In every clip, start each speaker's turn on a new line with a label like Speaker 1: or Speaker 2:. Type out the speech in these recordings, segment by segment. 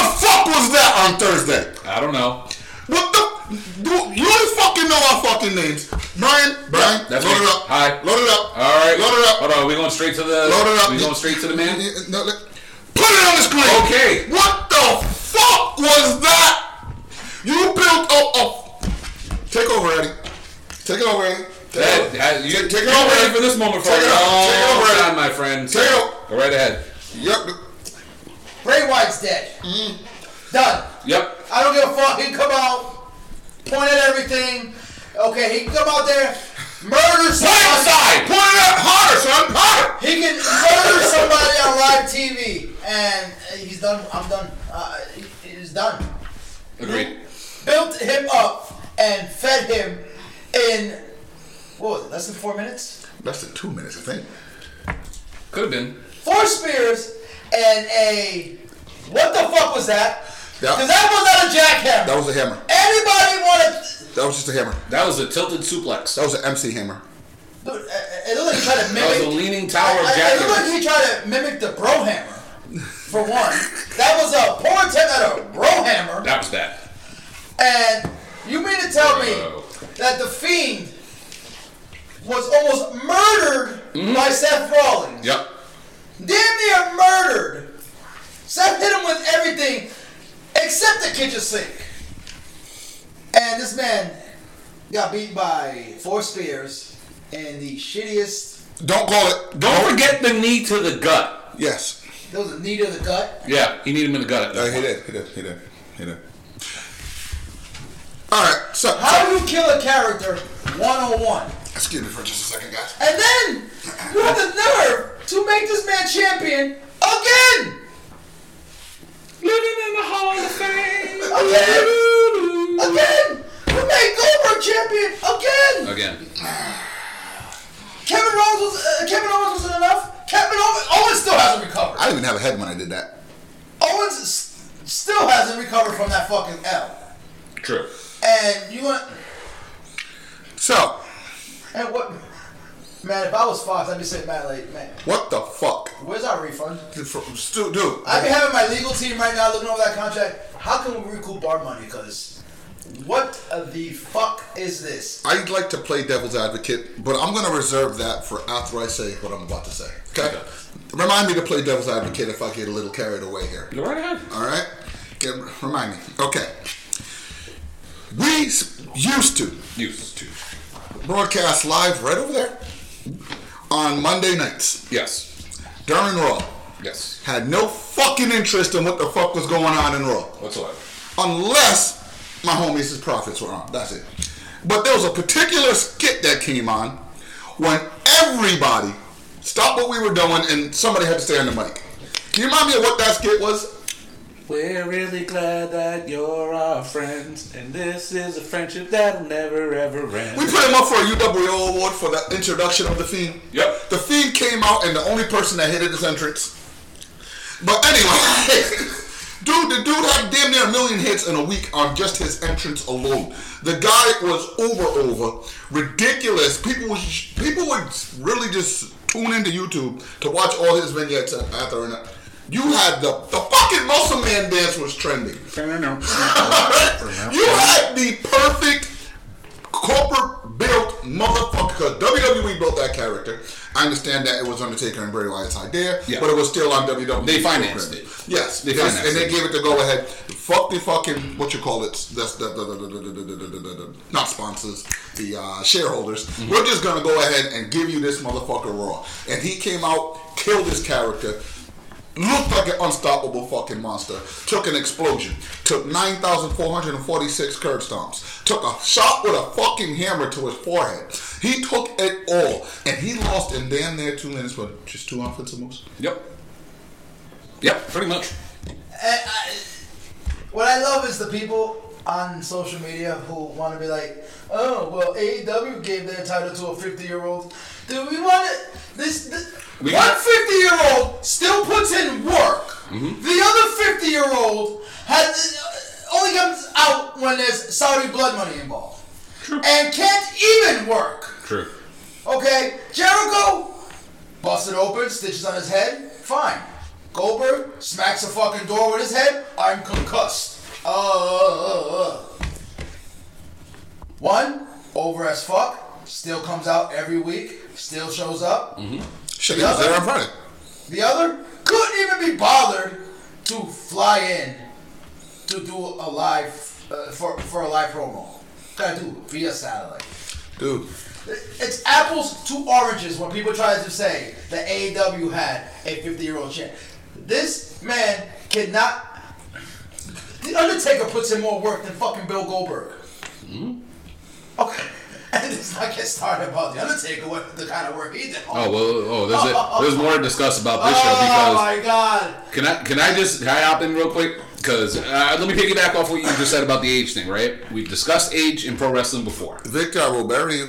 Speaker 1: was there on Thursday?
Speaker 2: I don't know.
Speaker 1: What the? do- You don't fucking know our fucking names. Brian, Brian,
Speaker 2: that's
Speaker 1: load
Speaker 2: me.
Speaker 1: it up.
Speaker 2: Hi.
Speaker 1: Load it up.
Speaker 2: All right.
Speaker 1: Load it up.
Speaker 2: Hold on. We going straight to the.
Speaker 1: Load it up.
Speaker 2: We going straight to the man.
Speaker 1: No, let- Put it on the screen.
Speaker 2: Okay.
Speaker 1: What the fuck was that? You built up a. Take over, Eddie. Take it over, Eddie. Take it over.
Speaker 2: That- I- you-
Speaker 1: Take- take it
Speaker 2: you were
Speaker 1: over.
Speaker 2: ready for this moment for
Speaker 1: Take
Speaker 2: a
Speaker 1: it over. Take it
Speaker 2: long
Speaker 1: over.
Speaker 2: time, my friend.
Speaker 1: Take it over.
Speaker 2: Go right ahead.
Speaker 1: Yep.
Speaker 3: Bray White's dead. Done.
Speaker 2: Yep.
Speaker 3: I don't give a fuck. He can come out, point at everything. Okay, he can come out there, murder somebody.
Speaker 2: Side.
Speaker 1: Put it up harder, son. Harder.
Speaker 3: He can murder somebody on live TV, and uh, he's done. I'm done. Uh, he- he's done.
Speaker 2: Agreed.
Speaker 3: Built him up and fed him in what was it? Less than four minutes.
Speaker 1: That's the two minutes, I think.
Speaker 2: Could have been.
Speaker 3: Four spears and a what the fuck was that?
Speaker 1: Yeah.
Speaker 3: Because that was not a jackhammer.
Speaker 1: That was a hammer.
Speaker 3: Anybody want to?
Speaker 1: That was just a hammer.
Speaker 2: That was a tilted suplex.
Speaker 1: That was an MC hammer.
Speaker 3: Dude, uh, It looked like he tried to
Speaker 2: That was
Speaker 3: mimic.
Speaker 2: a leaning tower of
Speaker 3: I- I- It looked
Speaker 2: jackhammer.
Speaker 3: like he tried to mimic the bro hammer. For one, that was a poor attempt at a bro hammer.
Speaker 2: That was that.
Speaker 3: And you mean to tell me
Speaker 2: Bro.
Speaker 3: that the fiend was almost murdered
Speaker 2: Mm-hmm.
Speaker 3: by Seth Rollins?
Speaker 2: Yep.
Speaker 3: Damn near murdered. Seth hit him with everything except the kitchen sink. And this man got beat by four spears and the shittiest.
Speaker 1: Don't call it.
Speaker 2: Don't forget the knee to the gut.
Speaker 1: Yes.
Speaker 3: There was a knee to the gut.
Speaker 2: Yeah, he needed him in the gut. At
Speaker 1: Uh,
Speaker 2: that
Speaker 1: he
Speaker 2: point.
Speaker 1: did. He did. He did. He did. All right. So,
Speaker 3: How
Speaker 1: so
Speaker 3: do you kill a character 101?
Speaker 1: excuse me for just a second, guys.
Speaker 3: And then you have the nerve to make this man champion again!
Speaker 2: Living in the Hall of Fame.
Speaker 3: Again! Again! You made Goldberg champion again!
Speaker 2: Again.
Speaker 3: Kevin Owens was, uh, Kevin Owens wasn't enough. Kevin Owens, Owens still hasn't recovered.
Speaker 1: I didn't even have a head when I did that.
Speaker 3: Owens s- still hasn't recovered from that fucking L.
Speaker 2: True.
Speaker 3: And you want
Speaker 1: So,
Speaker 3: and what? Man, if I was Fox, I'd be sitting back like, man,
Speaker 1: what the fuck?
Speaker 3: where's our refund?
Speaker 1: From Stu, dude.
Speaker 3: I've been having my legal team right now looking over that contract. How can we recoup our money? Because what the fuck is this?
Speaker 1: I'd like to play devil's advocate, but I'm going to reserve that for after I say what I'm about to say. Okay? Remind me to play devil's advocate if I get a little carried away here.
Speaker 2: Go right ahead.
Speaker 1: All right? Get, remind me. Okay. We s- used to
Speaker 2: Used to.
Speaker 1: broadcast live right over there on Monday nights
Speaker 2: Yes.
Speaker 1: during Raw.
Speaker 2: Yes.
Speaker 1: Had no fucking interest in what the fuck was going on in Raw.
Speaker 2: Whatsoever.
Speaker 1: unless my homies' profits were on. That's it. But there was a particular skit that came on when everybody stopped what we were doing and somebody had to stay on the mic. Can you remind me of what that skit was?
Speaker 4: We're really glad that you're our friends, and this is a friendship that'll never ever
Speaker 1: We
Speaker 4: end.
Speaker 1: put him up for a UWO award for the introduction of the Fiend.
Speaker 2: Yep.
Speaker 1: The Fiend came out and the only person that hated his entrance. But anyway, dude, the dude had damn near a million hits in a week on just his entrance alone. The guy was over, over, ridiculous. People, was- people would really just tune into YouTube to watch all his vignettes after and you had the the fucking muscle man dance was trending. you had the perfect corporate built motherfucker. 'cause WWE built that character. I understand that it was Undertaker and Bray Wyatt's idea,
Speaker 2: Yeah.
Speaker 1: but it was still on E. WWE.
Speaker 2: They financed
Speaker 1: program.
Speaker 2: it.
Speaker 1: Yes,
Speaker 2: They
Speaker 1: they yes,
Speaker 2: financed
Speaker 1: and they
Speaker 2: it.
Speaker 1: gave it the go ahead. Fuck the fucking what you call it? That's the, the, the, the, the, the, the, the, the, the not sponsors, the uh, shareholders.
Speaker 2: Mm-hmm.
Speaker 1: We're just gonna go ahead and give you this motherfucker Raw, and he came out, killed his character. Looked like an unstoppable fucking monster. Took an explosion. Took 9,446 curb stomps. Took a shot with a fucking hammer to his forehead. He took it all. And he lost in damn near two minutes with just two offensive moves.
Speaker 2: Yep. Yep. Pretty much.
Speaker 3: And Eh, I, what I love is the people on social media who want to be like, oh, well, AEW gave their title to a 50 year old. Do we want to. This, this
Speaker 2: We-
Speaker 3: one 50 year old still puts in work. The other 50 year old has only comes out when there's Saudi blood money involved and can't even work.
Speaker 2: True.
Speaker 3: Okay, Jericho busted open, stitches on his head, fine. Goldberg smacks a fucking door with his head. I'm concussed. Uh, uh, uh. One over as fuck. Still comes out every week. Still shows up.
Speaker 1: Shit, he was there in front.
Speaker 3: The other couldn't even be bothered to fly in to do a live uh, for for a live promo. Gotta do it via satellite.
Speaker 1: Dude,
Speaker 3: It's apples to oranges when people try to say that AEW had a 50 year old champ. This man cannot. The Undertaker puts in more work than fucking Bill Goldberg.
Speaker 5: Hmm?
Speaker 3: Okay. And let's not get started about The Undertaker, what the kind of work he did.
Speaker 5: Oh well. Oh, there's a, there's more to discuss about this show
Speaker 3: Oh
Speaker 5: because
Speaker 3: my god.
Speaker 5: Can I can I just can I hop in real quick? Because uh, let me piggyback off what you just said about the age thing, right? We've discussed age in pro wrestling before.
Speaker 1: Victor will bury you.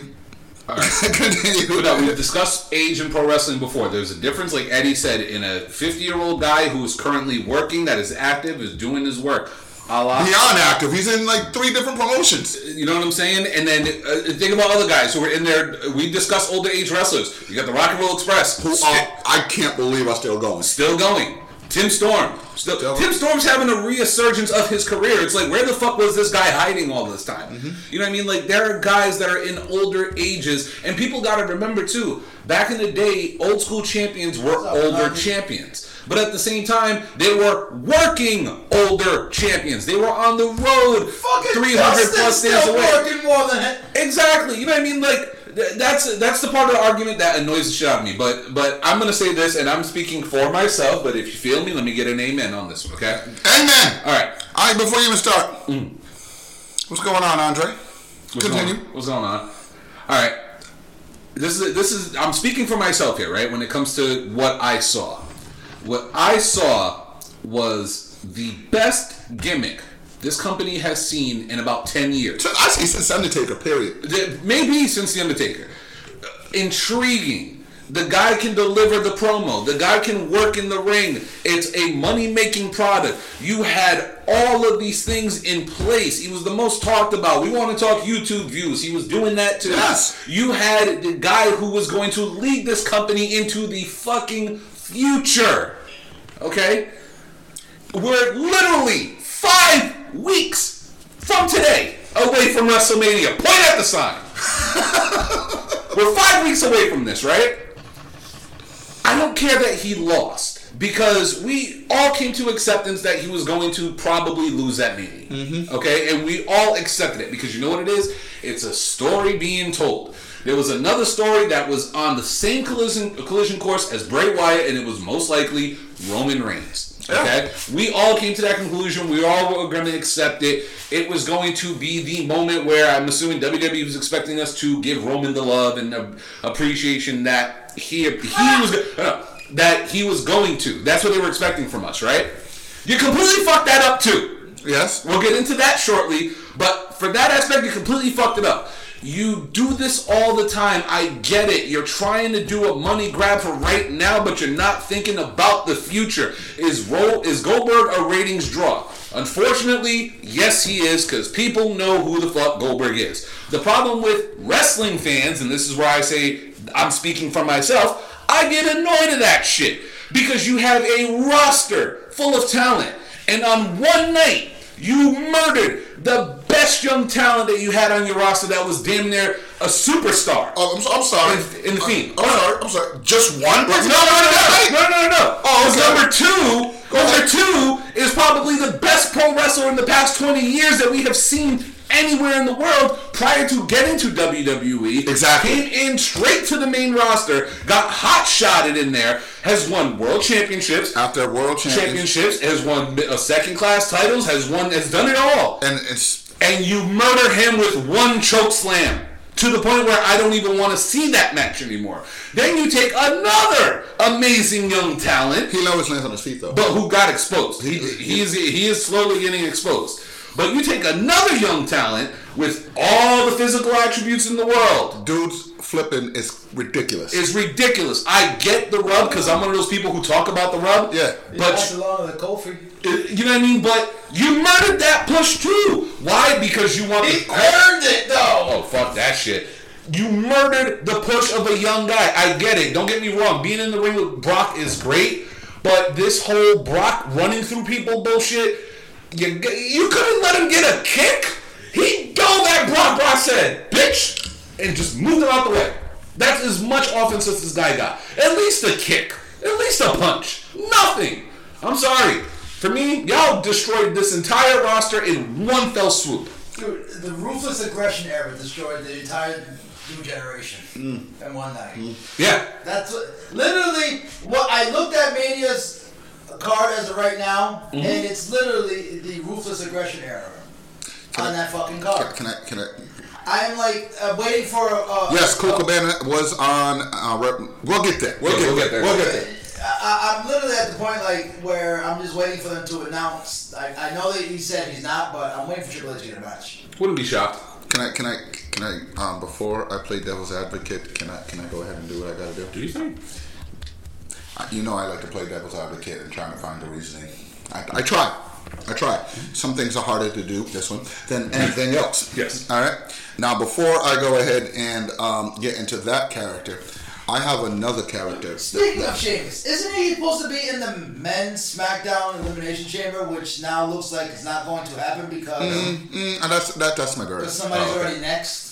Speaker 5: All right.
Speaker 1: Continue.
Speaker 5: No, we've discussed age in pro wrestling before. There's a difference, like Eddie said, in a 50 year old guy who is currently working, that is active, is doing his work. A la,
Speaker 1: Beyond active, he's in like three different promotions.
Speaker 5: you know what I'm saying? And then uh, think about other guys who are in there. We discuss older age wrestlers. You got the Rock and Roll Express,
Speaker 1: Who
Speaker 5: who
Speaker 1: are,
Speaker 5: are
Speaker 1: Oh, I can't believe are still going.
Speaker 5: Still going. Tim Storm. Still,
Speaker 1: Still-
Speaker 5: Tim Storm's having a resurgence of his career. It's like, where the fuck was this guy hiding all this time?
Speaker 3: Mm-hmm.
Speaker 5: You know what I mean? Like, there are guys that are in older ages, and people got to remember too. Back in the day, old school champions were older champions, but at the same time, they were working older champions. They were on the road,
Speaker 3: Fucking
Speaker 5: three hundred
Speaker 3: Dustin's
Speaker 5: plus days
Speaker 3: still
Speaker 5: away.
Speaker 3: working more than him.
Speaker 5: Exactly. You know what I mean? Like th- that's that's the part of the argument that annoys the shit out of me. But but I'm gonna say this, and I'm speaking for myself. But if you feel me, let me get an amen on this one. Okay.
Speaker 1: Amen.
Speaker 5: All right. Mm.
Speaker 1: All right, before you even start, what's going on, Andre?
Speaker 5: What's
Speaker 1: Continue.
Speaker 5: Going on? What's going on? All right. This is this is I'm speaking for myself here, right? When it comes to what I saw, what I saw was the best gimmick this company has seen in about ten years.
Speaker 1: So, I say since Undertaker, period.
Speaker 5: The- maybe since the Undertaker. Uh, Intriguing. The guy can deliver the promo. The guy can work in the ring. It's a money making product. You had all of these things in place. He was the most talked about. We want to talk YouTube views. He was doing that too.
Speaker 1: Yes.
Speaker 5: You had the guy who was going to lead this company into the fucking future. Okay? We're literally five weeks from today away from WrestleMania. Point at the sign. We're five weeks away from this, right? I don't care that he lost because we all came to acceptance that he was going to probably lose that meeting. Okay, and we all accepted it because you know what it is? It's a story being told. There was another story that was on the same collision collision course as Bray Wyatt, and it was most likely Roman Reigns. Okay, we all came to that conclusion. We all were going to accept it. It was going to be the moment where I'm assuming WWE was expecting us to give Roman the love and the appreciation that he he was no, no, that he was going to. That's what they were expecting from us, right? You completely fucked that up too.
Speaker 1: Yes.
Speaker 5: We'll get into that shortly, but for that aspect, you completely fucked it up. You do this all the time. I get it. You're trying to do a money grab for right now, but you're not thinking about the future. Is Ro- is Goldberg a ratings draw? Unfortunately, yes, he is, because people know who the fuck Goldberg is. The problem with wrestling fans, and this is where I say I'm speaking for myself, I get annoyed at that shit because you have a roster full of talent, and on one night you murdered the best young talent that you had on your roster that was damn near a superstar.
Speaker 1: Oh, I'm, so- I'm sorry. Oh,
Speaker 5: In- in the Fiend.
Speaker 1: I'm sorry. I'm sorry. Just one
Speaker 5: No, no,
Speaker 1: person.
Speaker 5: no, no, no, no, no.
Speaker 1: Oh,
Speaker 5: Because
Speaker 1: okay.
Speaker 5: number two, number two is probably the best pro wrestler in the past 20 years that we have seen anywhere in the world prior to getting to WWE.
Speaker 1: Exactly.
Speaker 5: Came in straight to the main roster, got hot shotted in there, has won world championships,
Speaker 1: After world championship,
Speaker 5: championships, has won uh, second class titles, has won, has done it all
Speaker 1: and it's
Speaker 5: and you murder him with one choke slam to the point where I don't even want to see that match anymore. Then you take another amazing young talent,
Speaker 1: he always lands on his feet though.
Speaker 5: but who got exposed. He, he is he is slowly getting exposed. But you take another young talent with all the physical attributes in the world.
Speaker 1: Dude's flipping is ridiculous.
Speaker 5: It's ridiculous. I get the rub because I'm one of those people who talk about the rub.
Speaker 1: Yeah.
Speaker 5: But
Speaker 3: That's along with Kofi.
Speaker 5: you know what I mean. But you murdered that push too. Why? Because you want
Speaker 3: He
Speaker 5: the
Speaker 3: earned it though.
Speaker 5: Oh fuck that shit. You murdered the push of a young guy. I get it. Don't get me wrong. Being in the ring with Brock is great, But this whole Brock running through people bullshit, you, you couldn't let him get a kick. He dove that Brock Brock said, bitch, and just moved him out the way. That's as much offense as this guy got. At least a kick. At least a punch. Nothing. I'm sorry. For me, y'all destroyed this entire roster in one fell swoop.
Speaker 3: Dude, the ruthless aggression era destroyed the entire new generation
Speaker 1: Mm.
Speaker 3: in one night.
Speaker 5: Yeah.
Speaker 3: That's what, literally what I looked at Mania's card as of right now,
Speaker 1: Mm-hmm.
Speaker 3: and it's literally the ruthless aggression era on that fucking card.
Speaker 1: Can I? Can I?
Speaker 3: I'm like uh, waiting for a. a
Speaker 5: Oh,
Speaker 1: Yes,
Speaker 3: a-
Speaker 1: Coco Cabana was on. Uh, rep, we'll get there. We'll,
Speaker 5: Yeah,
Speaker 1: get, there.
Speaker 5: we'll get there.
Speaker 1: We'll
Speaker 3: I,
Speaker 1: get there.
Speaker 3: I- I'm literally at the point like where I'm just waiting for them to announce. I, I know that he said he's not, but I'm waiting for Triple H to get a match.
Speaker 5: Wouldn't be shocked.
Speaker 1: Can I? Can I? Can I? Um, before I play devil's advocate, can I? Can I go ahead and do what I gotta do?
Speaker 5: Do you think?
Speaker 1: I- You know, I like to play devil's advocate and trying to find the reasoning. I, I try. I try. Some things are harder to do, this one, than anything else.
Speaker 5: Yes.
Speaker 1: All right. Now, before I go ahead and um, get into that character, I have another character.
Speaker 3: Speaking of Sheamus, isn't he supposed to be in the men's SmackDown Elimination Chamber, which now looks like it's not going to happen because
Speaker 1: Mm, and that's that, that's my girl.
Speaker 3: because somebody's
Speaker 5: Oh, okay.
Speaker 3: already next?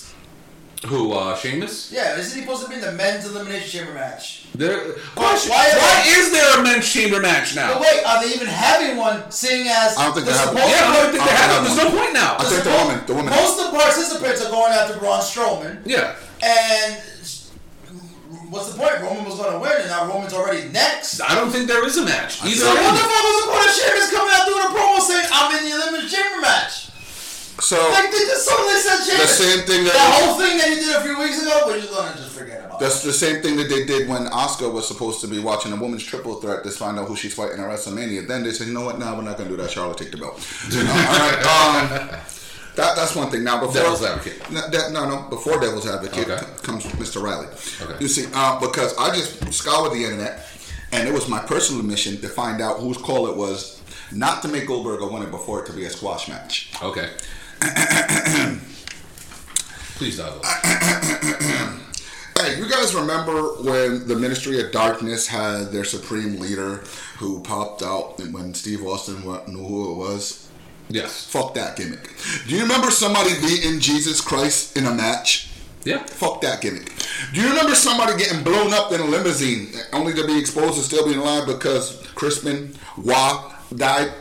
Speaker 5: Who, uh, Sheamus?
Speaker 3: Yeah, isn't he supposed to be in the men's elimination chamber match?
Speaker 5: There, question,
Speaker 3: why
Speaker 5: why,
Speaker 3: are they-
Speaker 5: is there a men's chamber match now?
Speaker 3: But wait, are they even having one? Seeing as
Speaker 1: I don't think
Speaker 3: the
Speaker 1: they have
Speaker 3: supposed,
Speaker 1: one.
Speaker 5: yeah, I don't think
Speaker 1: I
Speaker 5: they
Speaker 1: don't
Speaker 5: have it.
Speaker 1: have
Speaker 5: There's no point now.
Speaker 1: I think the
Speaker 3: supposed-
Speaker 1: woman, the woman.
Speaker 3: most of the participants are going after Braun Strowman,
Speaker 5: Yeah.
Speaker 3: and what's the point? Roman was going to win, and now Roman's already next.
Speaker 5: I don't think there is a match. Either
Speaker 3: So what
Speaker 5: end.
Speaker 3: the fuck was the point of Sheamus coming out doing a promo saying I'm in the elimination chamber match?
Speaker 1: So
Speaker 3: Like they just suddenly said
Speaker 1: the
Speaker 3: Sheamus.
Speaker 1: same thing that
Speaker 3: that whole thing that he did a few weeks ago, we're just going to just forget about.
Speaker 1: That's the same thing that they did when Oscar was supposed to be watching a woman's triple threat to find out who she's fighting at WrestleMania. Then they said, you know what? Nah, we're not going to do that. Charlotte, take the belt. You know, all right. Um, that, that's one thing. Now, before
Speaker 5: Devil's advocate.
Speaker 1: No, that, no, no. Before Devil's Advocate
Speaker 5: Okay.
Speaker 1: c- comes Mr. Riley.
Speaker 5: Okay.
Speaker 1: You see, uh, because I just scoured the internet, and it was my personal mission to find out whose call it was, not to make Goldberg a winner before it to be a squash match.
Speaker 5: Okay. Please dive
Speaker 1: Hey, you guys remember when the Ministry of Darkness had their supreme leader who popped out and when Steve Austin wa- knew who it was?
Speaker 5: Yes.
Speaker 1: Fuck that gimmick. Do you remember somebody beating Jesus Christ in a match?
Speaker 5: Yeah.
Speaker 1: Fuck that gimmick. Do you remember somebody getting blown up in a limousine only to be exposed and still being alive because Crispin Wah died?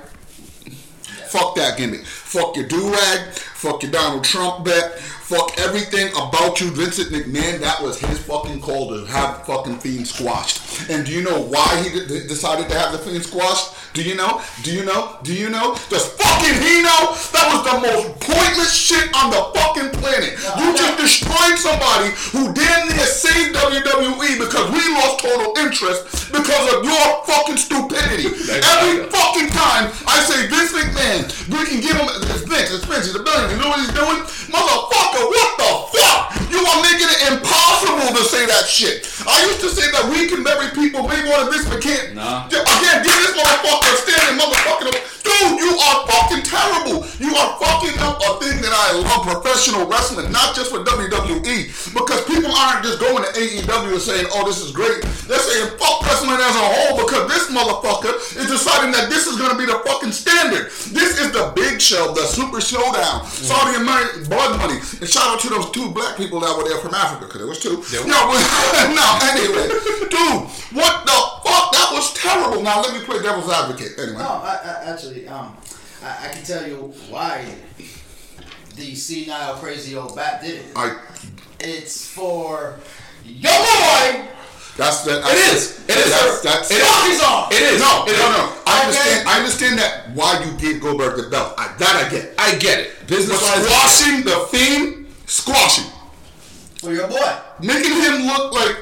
Speaker 1: Fuck that gimmick. Fuck your do rag. Fuck your Donald Trump bet. Fuck everything about you, Vincent McMahon. That was his fucking call to have fucking Fiend squashed. And do you know why he d- d- decided to have the Fiend squashed? Do you know? Do you know? Do you know? Does fucking he know? That was the most pointless shit on the fucking planet. You just destroyed somebody who damn near saved WWE because we lost total interest because of your fucking stupidity. Every fucking time I say Vince McMahon, we can give him it's Vince, it's Vince, he's a billion. You know what he's doing? Motherfucker, what the fuck? You are making it impossible to say that shit. I used to say that we can bury people way more than Vince McMahon.
Speaker 5: Nah.
Speaker 1: Yeah, Again, give this motherfucker a standing motherfucking. Dude, you are fucking terrible. You are fucking up a thing that I love, professional wrestling, not just for E. WWE. Because people aren't just going to AEW and saying, oh, this is great. They're saying, fuck wrestling as a whole because this motherfucker is deciding that this is going to be the fucking standard. This is the big show, the super showdown.
Speaker 5: Mm.
Speaker 1: Saudi American blood money. And shout out to those two black people that were there from Africa because there was two. No, no, anyway. Dude, what the fuck? That was terrible. Now let me play devil's advocate. Anyway.
Speaker 3: No, I, I, actually, um, I, I can tell you why the senile, crazy old bat did it.
Speaker 1: I
Speaker 3: It's for your boy.
Speaker 1: that's that
Speaker 5: It is. It is.
Speaker 1: That's, that's
Speaker 5: It is.
Speaker 3: Fuck he's on.
Speaker 5: It is.
Speaker 1: No,
Speaker 5: It
Speaker 1: no,
Speaker 5: is.
Speaker 1: no. I
Speaker 3: Okay.
Speaker 1: understand I understand that why you gave Goldberg the belt. I, that I get.
Speaker 5: I get it.
Speaker 1: But
Speaker 5: Business wise.
Speaker 1: squashing the fiend, squashing.
Speaker 3: For your boy.
Speaker 1: Making him look like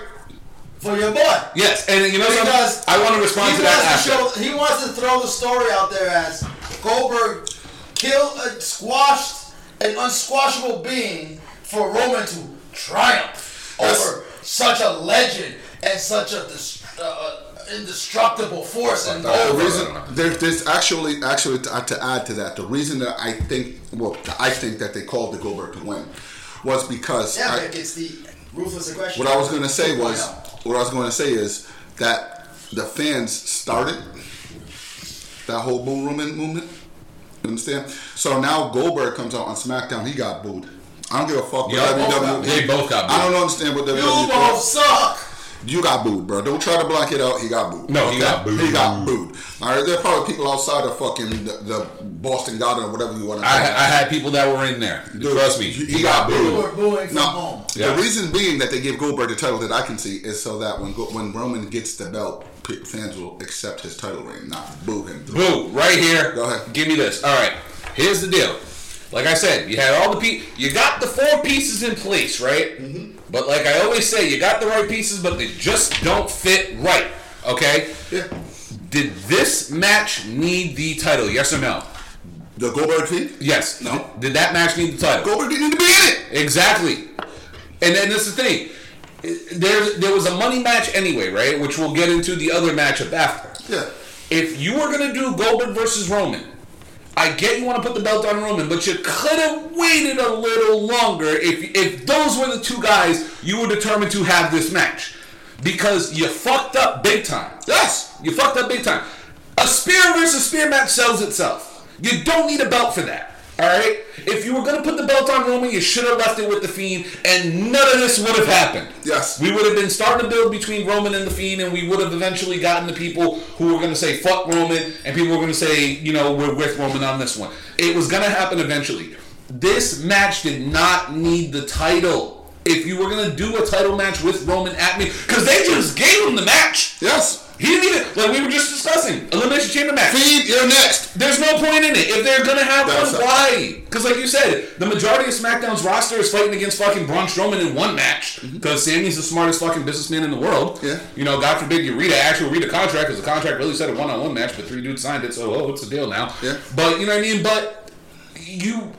Speaker 3: For your boy.
Speaker 5: Yes, and you know something?
Speaker 3: Because
Speaker 5: I want to respond
Speaker 3: He
Speaker 5: to that
Speaker 3: wants,
Speaker 5: after.
Speaker 3: to show, he wants to throw the story out there as Goldberg killed, a, squashed an unsquashable being for Roman to triumph
Speaker 1: That's-
Speaker 3: over such a legend and such a dis- uh, uh, indestructible force. And
Speaker 1: the
Speaker 3: Goldberg.
Speaker 1: reason there's, there's actually actually to, to add to that the reason that I think well I think that they called the Goldberg to win was because
Speaker 3: Yeah,
Speaker 1: I-
Speaker 3: but it's the ruthless aggression.
Speaker 1: What I was gonna say was,
Speaker 3: I know.
Speaker 1: what I was gonna say is that the fans started that whole boom room movement. You understand? So now Goldberg comes out on SmackDown. He got booed. I don't give a fuck what
Speaker 5: Yeah, both
Speaker 1: WWE.
Speaker 5: got- they both got
Speaker 1: I don't understand what
Speaker 3: You
Speaker 1: WWE.
Speaker 3: both
Speaker 1: thought.
Speaker 3: suck.
Speaker 1: You got booed, bro. Don't try to block it out. He got booed.
Speaker 5: No, he got booed.
Speaker 1: He got booed. All right, there are probably people outside of fucking the, the Boston Garden or whatever you want to
Speaker 5: I, I had people that were in there. Trust me,
Speaker 1: you-
Speaker 5: he got
Speaker 3: You
Speaker 5: booed.
Speaker 3: were booing from
Speaker 1: No.
Speaker 3: home.
Speaker 5: Yeah.
Speaker 1: The reason being that they give Goldberg the title that I can see is so that when Go- when Roman gets the belt, pe- fans will accept his title reign, not boo him.
Speaker 5: Boo, right here.
Speaker 1: Go ahead.
Speaker 5: Give me this. All right. Here's the deal. Like I said, you had all the pe- you got the four pieces in place, right?
Speaker 1: Mm-hmm.
Speaker 5: But like I always say, you got the right pieces, but they just don't fit right. Okay.
Speaker 1: Yeah.
Speaker 5: Did this match need the title? Yes or no?
Speaker 1: The Goldberg thing.
Speaker 5: Yes.
Speaker 1: No.
Speaker 5: Did that match need the title?
Speaker 1: Goldberg didn't need to be in it.
Speaker 5: Exactly. And then this is the thing. There, there was a money match anyway, right? Which we'll get into the other matchup after.
Speaker 1: Yeah.
Speaker 5: If you were gonna do Goldberg versus Roman, I get you want to put the belt on Roman, but you could have waited a little longer if if those were the two guys you were determined to have this match, because you fucked up big time. Yes, you fucked up big time. A spear versus spear match sells itself. You don't need a belt for that. All right. If you were gonna put the belt on Roman, you should have left it with the Fiend, and none of this would have happened.
Speaker 1: Yes.
Speaker 5: we would have been starting to build between Roman and the Fiend, and we would have eventually gotten the people who were gonna say fuck Roman, and people were gonna say you know we're with Roman on this one. It was gonna happen eventually. This match did not need the title. If you were gonna do a title match with Roman at me, because they just gave him the match.
Speaker 1: Yes.
Speaker 5: He didn't even like we were just discussing elimination chamber match.
Speaker 1: Feed, you're next.
Speaker 5: There's no point in it. If they're gonna have
Speaker 1: That's
Speaker 5: one,
Speaker 1: it.
Speaker 5: why? Because like you said, the majority of SmackDown's roster is fighting against fucking Braun Strowman in one match. Because Sammy's the smartest fucking businessman in the world.
Speaker 1: Mm-hmm. Yeah.
Speaker 5: You know, God forbid you read an actual read a contract because the contract really said a one on one match, but three dudes signed it, so oh, what's the deal now?
Speaker 1: Yeah.
Speaker 5: But you know what I mean. But you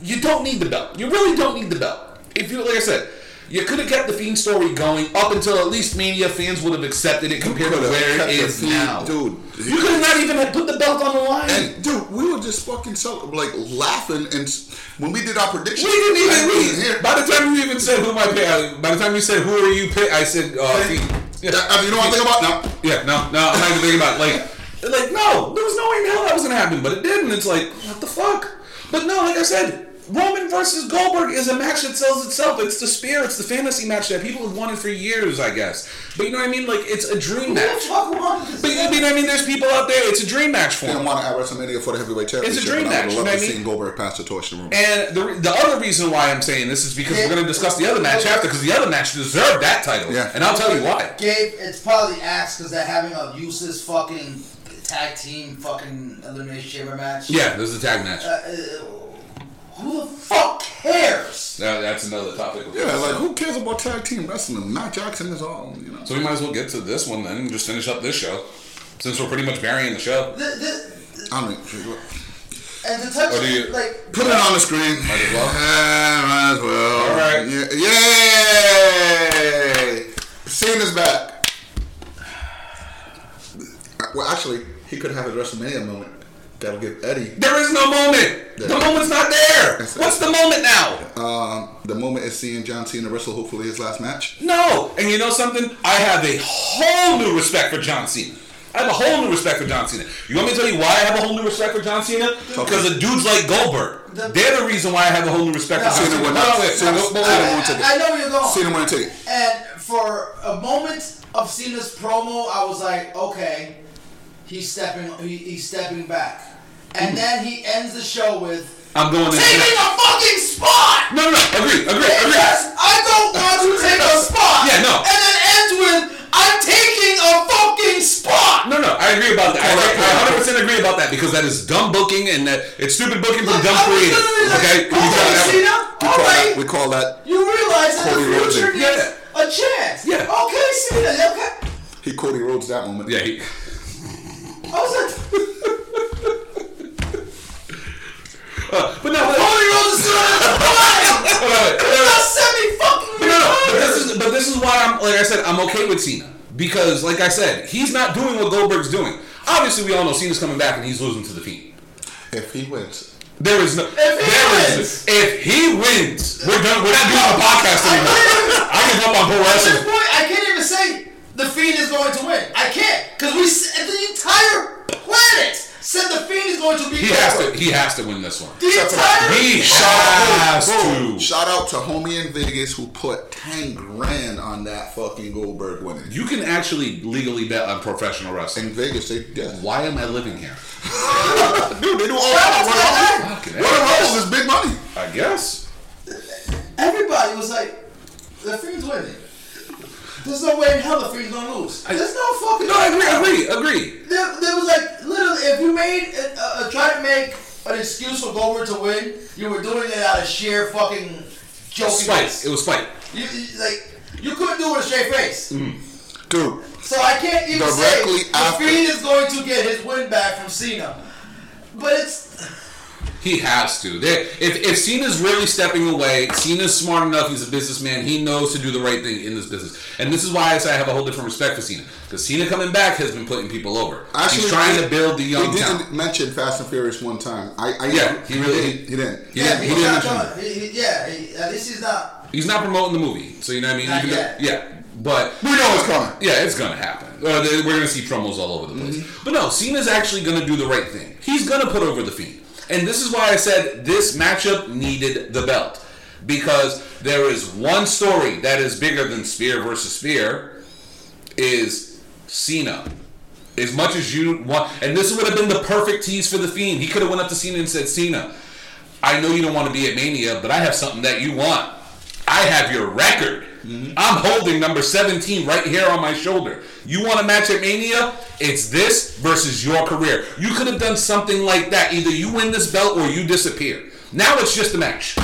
Speaker 5: you don't need the belt. You really don't need the belt. If you like I said. You could have kept the Fiend story going up until at least Mania fans would have accepted it compared to
Speaker 1: coulda
Speaker 5: where
Speaker 1: kept
Speaker 5: it
Speaker 1: the
Speaker 5: is
Speaker 1: Fiend-
Speaker 5: now.
Speaker 1: dude.
Speaker 5: You could have not even had put the belt on the line.
Speaker 1: And dude, we were just fucking so, like laughing, and s- when we did our predictions,
Speaker 5: We didn't
Speaker 1: I
Speaker 5: even
Speaker 1: wasn't
Speaker 5: read. By the time you even said who my pick, I- by the time you said who are you pick, I said uh, Fiend.
Speaker 1: Yeah,
Speaker 5: Yeah,
Speaker 1: I mean, you know what I'm thinking about now?
Speaker 5: yeah, no, no, I'm not even thinking about it. like, like no, there was no way in hell that was gonna happen, but it did, and it's like what the fuck. But no, like I said, Roman versus Goldberg is a match that sells itself. It's the spear, it's the fantasy match that people have wanted for years, I guess. But you know what I mean? Like it's a dream
Speaker 3: Who the
Speaker 5: match.
Speaker 3: fuck wanted this?
Speaker 5: But you know what I mean? There's people out there. It's a dream match for
Speaker 1: I
Speaker 5: them.
Speaker 1: didn't want to at WrestleMania for the heavyweight championship.
Speaker 5: dream
Speaker 1: and I
Speaker 5: match,
Speaker 1: would
Speaker 5: you
Speaker 1: love
Speaker 5: know
Speaker 1: to
Speaker 5: what I
Speaker 1: see
Speaker 5: mean?
Speaker 1: Goldberg pass the torch in the room.
Speaker 5: And the, the other reason why I'm saying this is because we're going to discuss the other match after because the other match deserved that title.
Speaker 1: Yeah.
Speaker 5: And I'll tell you why.
Speaker 3: Gabe, it's probably ass because they're having a useless fucking tag team fucking elimination chamber match.
Speaker 5: Yeah, this is a tag match.
Speaker 3: Uh, uh, who the fuck cares?
Speaker 5: That- that's another topic.
Speaker 1: yeah, like who cares about tag team wrestling? Matt Jackson is all, you know.
Speaker 5: so we might as well get to this one then and just finish up this show since we're pretty much burying the show.
Speaker 3: Th- th-
Speaker 1: I mean,
Speaker 3: and the touch,
Speaker 5: What do you-
Speaker 3: like,
Speaker 1: Put it on the screen. Might
Speaker 5: as well.
Speaker 1: might as well.
Speaker 5: All right.
Speaker 1: Yeah. Yay! Cena's back. Well, actually, he could have his WrestleMania moment. That'll give Eddie.
Speaker 5: There is no moment. The moment's not there. What's the moment now?
Speaker 1: Um, the moment is seeing John Cena wrestle, hopefully his last match.
Speaker 5: No. And you know something? I have a whole new respect for John Cena. I have a whole new respect for John Cena. You want me to tell you why I have a whole new respect for John Cena? Because of dudes like Goldberg.
Speaker 3: The-
Speaker 5: They're the reason why I have a whole new respect for
Speaker 3: No.
Speaker 5: John
Speaker 1: Cena
Speaker 5: Cena.
Speaker 1: would
Speaker 5: Hold
Speaker 1: not.
Speaker 5: on, wait,
Speaker 1: Cena,
Speaker 5: hold on,
Speaker 1: Cena
Speaker 5: hold on.
Speaker 1: won't take
Speaker 3: I, I
Speaker 1: it.
Speaker 3: know where you're going.
Speaker 1: Cena won't take it.
Speaker 3: And for a moment of Cena's promo, I was like, okay, he's stepping, he, he's stepping back.
Speaker 5: Hmm.
Speaker 3: And then he ends the show with
Speaker 5: I'm going
Speaker 3: taking
Speaker 5: in.
Speaker 3: a fucking spot.
Speaker 5: No, no, no. Agree, agree, agree.
Speaker 3: Yes, I don't want to take a spot.
Speaker 5: Yeah, no.
Speaker 3: And then ends with I'm taking a fucking spot.
Speaker 5: No, no, I agree about that. I,
Speaker 1: Hold up, hold up.
Speaker 5: agree, I 100% agree about that because that is dumb booking and that it's stupid booking from
Speaker 3: Look,
Speaker 5: dumb
Speaker 3: I was
Speaker 5: creators.
Speaker 3: literally like,
Speaker 5: Okay,
Speaker 3: hold
Speaker 5: You got
Speaker 3: on,
Speaker 5: that one.
Speaker 3: Cena.
Speaker 1: We
Speaker 3: All
Speaker 1: call
Speaker 3: right.
Speaker 1: that. We call that.
Speaker 3: You realize that
Speaker 1: Cody
Speaker 3: the
Speaker 1: Rhodes
Speaker 3: future
Speaker 1: it.
Speaker 3: needs
Speaker 5: Yeah.
Speaker 3: a chance.
Speaker 5: Yeah.
Speaker 3: Okay, Cena. Okay.
Speaker 1: He Cody Rhodes that moment.
Speaker 5: Yeah, he,
Speaker 3: I was like,
Speaker 5: uh, but no, Cody Rhodes is still
Speaker 3: that's semi
Speaker 5: No,
Speaker 3: fucking
Speaker 5: no, but this is but this is why I'm like I said I'm okay with Cena because like I said he's not doing what Goldberg's doing. Obviously, we all know Cena's coming back and he's losing to the Fiend.
Speaker 1: If he wins,
Speaker 5: There is no. If he
Speaker 3: wins.
Speaker 5: if he wins, we're done. We're not doing a podcast anymore. I give up on pro
Speaker 3: At this
Speaker 5: wrestling.
Speaker 3: point, I can't even say the Fiend is going to win. I can't because we s- the entire planet said the Fiend is going to be.
Speaker 5: He has to. He has to win this one.
Speaker 3: The entire.
Speaker 5: He
Speaker 1: Shout out,
Speaker 5: has
Speaker 1: Goldberg.
Speaker 5: to.
Speaker 1: Shout out to homie in Vegas who put ten grand on that fucking Goldberg winning.
Speaker 5: You can actually legally bet on professional wrestling.
Speaker 1: In Vegas, they yeah.
Speaker 5: Why am I living here?
Speaker 1: dude, they do all
Speaker 3: out
Speaker 1: that.
Speaker 3: to
Speaker 1: Royal
Speaker 3: that
Speaker 1: Rumble-
Speaker 5: Fucking
Speaker 1: Royal
Speaker 5: hell.
Speaker 1: Rumble is big money.
Speaker 5: I guess.
Speaker 3: Everybody was like, the Fiend's winning. There's no way in hell the Fiend's gonna lose. There's no fucking.
Speaker 5: No, I agree. Agree. Agree.
Speaker 3: There, there was like literally, if you made a, a, try to make an excuse for Goldberg to win, you were doing it out of sheer fucking
Speaker 5: Spite.
Speaker 3: jokiness.
Speaker 5: It was spite.
Speaker 3: You, you- like you couldn't do it with a straight face.
Speaker 5: Mm.
Speaker 1: Dude,
Speaker 3: So I can't even
Speaker 1: Directly
Speaker 3: say the
Speaker 1: after.
Speaker 3: Fiend is going to get his win back from Cena. But it's
Speaker 5: He has to. They, if if Cena's really stepping away, Cena's smart enough. He's a businessman. He knows to do the right thing in this business, and this is why I say I have a whole different respect for Cena because Cena coming back has been putting people over. He's trying
Speaker 1: we-
Speaker 5: to build the young
Speaker 1: We didn't
Speaker 5: talent.
Speaker 1: mention Fast and Furious one time. I, I
Speaker 5: Yeah, he really-
Speaker 1: he, didn't- he didn't.
Speaker 5: he
Speaker 3: yeah,
Speaker 5: didn't-
Speaker 3: he's
Speaker 5: he didn't
Speaker 3: not
Speaker 5: mention
Speaker 3: done. He, he, yeah, he, at least he's not.
Speaker 5: He's not promoting the movie, so you know what I mean.
Speaker 3: Not
Speaker 5: Even though-
Speaker 3: yet.
Speaker 5: yeah, but
Speaker 1: We know it's coming.
Speaker 5: Yeah, it's gonna happen. Uh, they- we're gonna see promos all over the place.
Speaker 1: Mm-hmm.
Speaker 5: But no, Cena's actually gonna do the right thing. He's gonna put over the Fiend, and this is why I said this matchup needed the belt because there is one story that is bigger than Spear versus Spear is Cena. As much as you want, and this would have been the perfect tease for the Fiend. He could have went up to Cena and said, "Cena, I know you don't want to be at Mania, but I have something that you want. I have your record.
Speaker 3: Mm-hmm.
Speaker 5: I'm holding number 17 right here on my shoulder. You want a match at Mania? It's this versus your career. You could have done something like that. Either you win this belt or you disappear. Now it's just a match.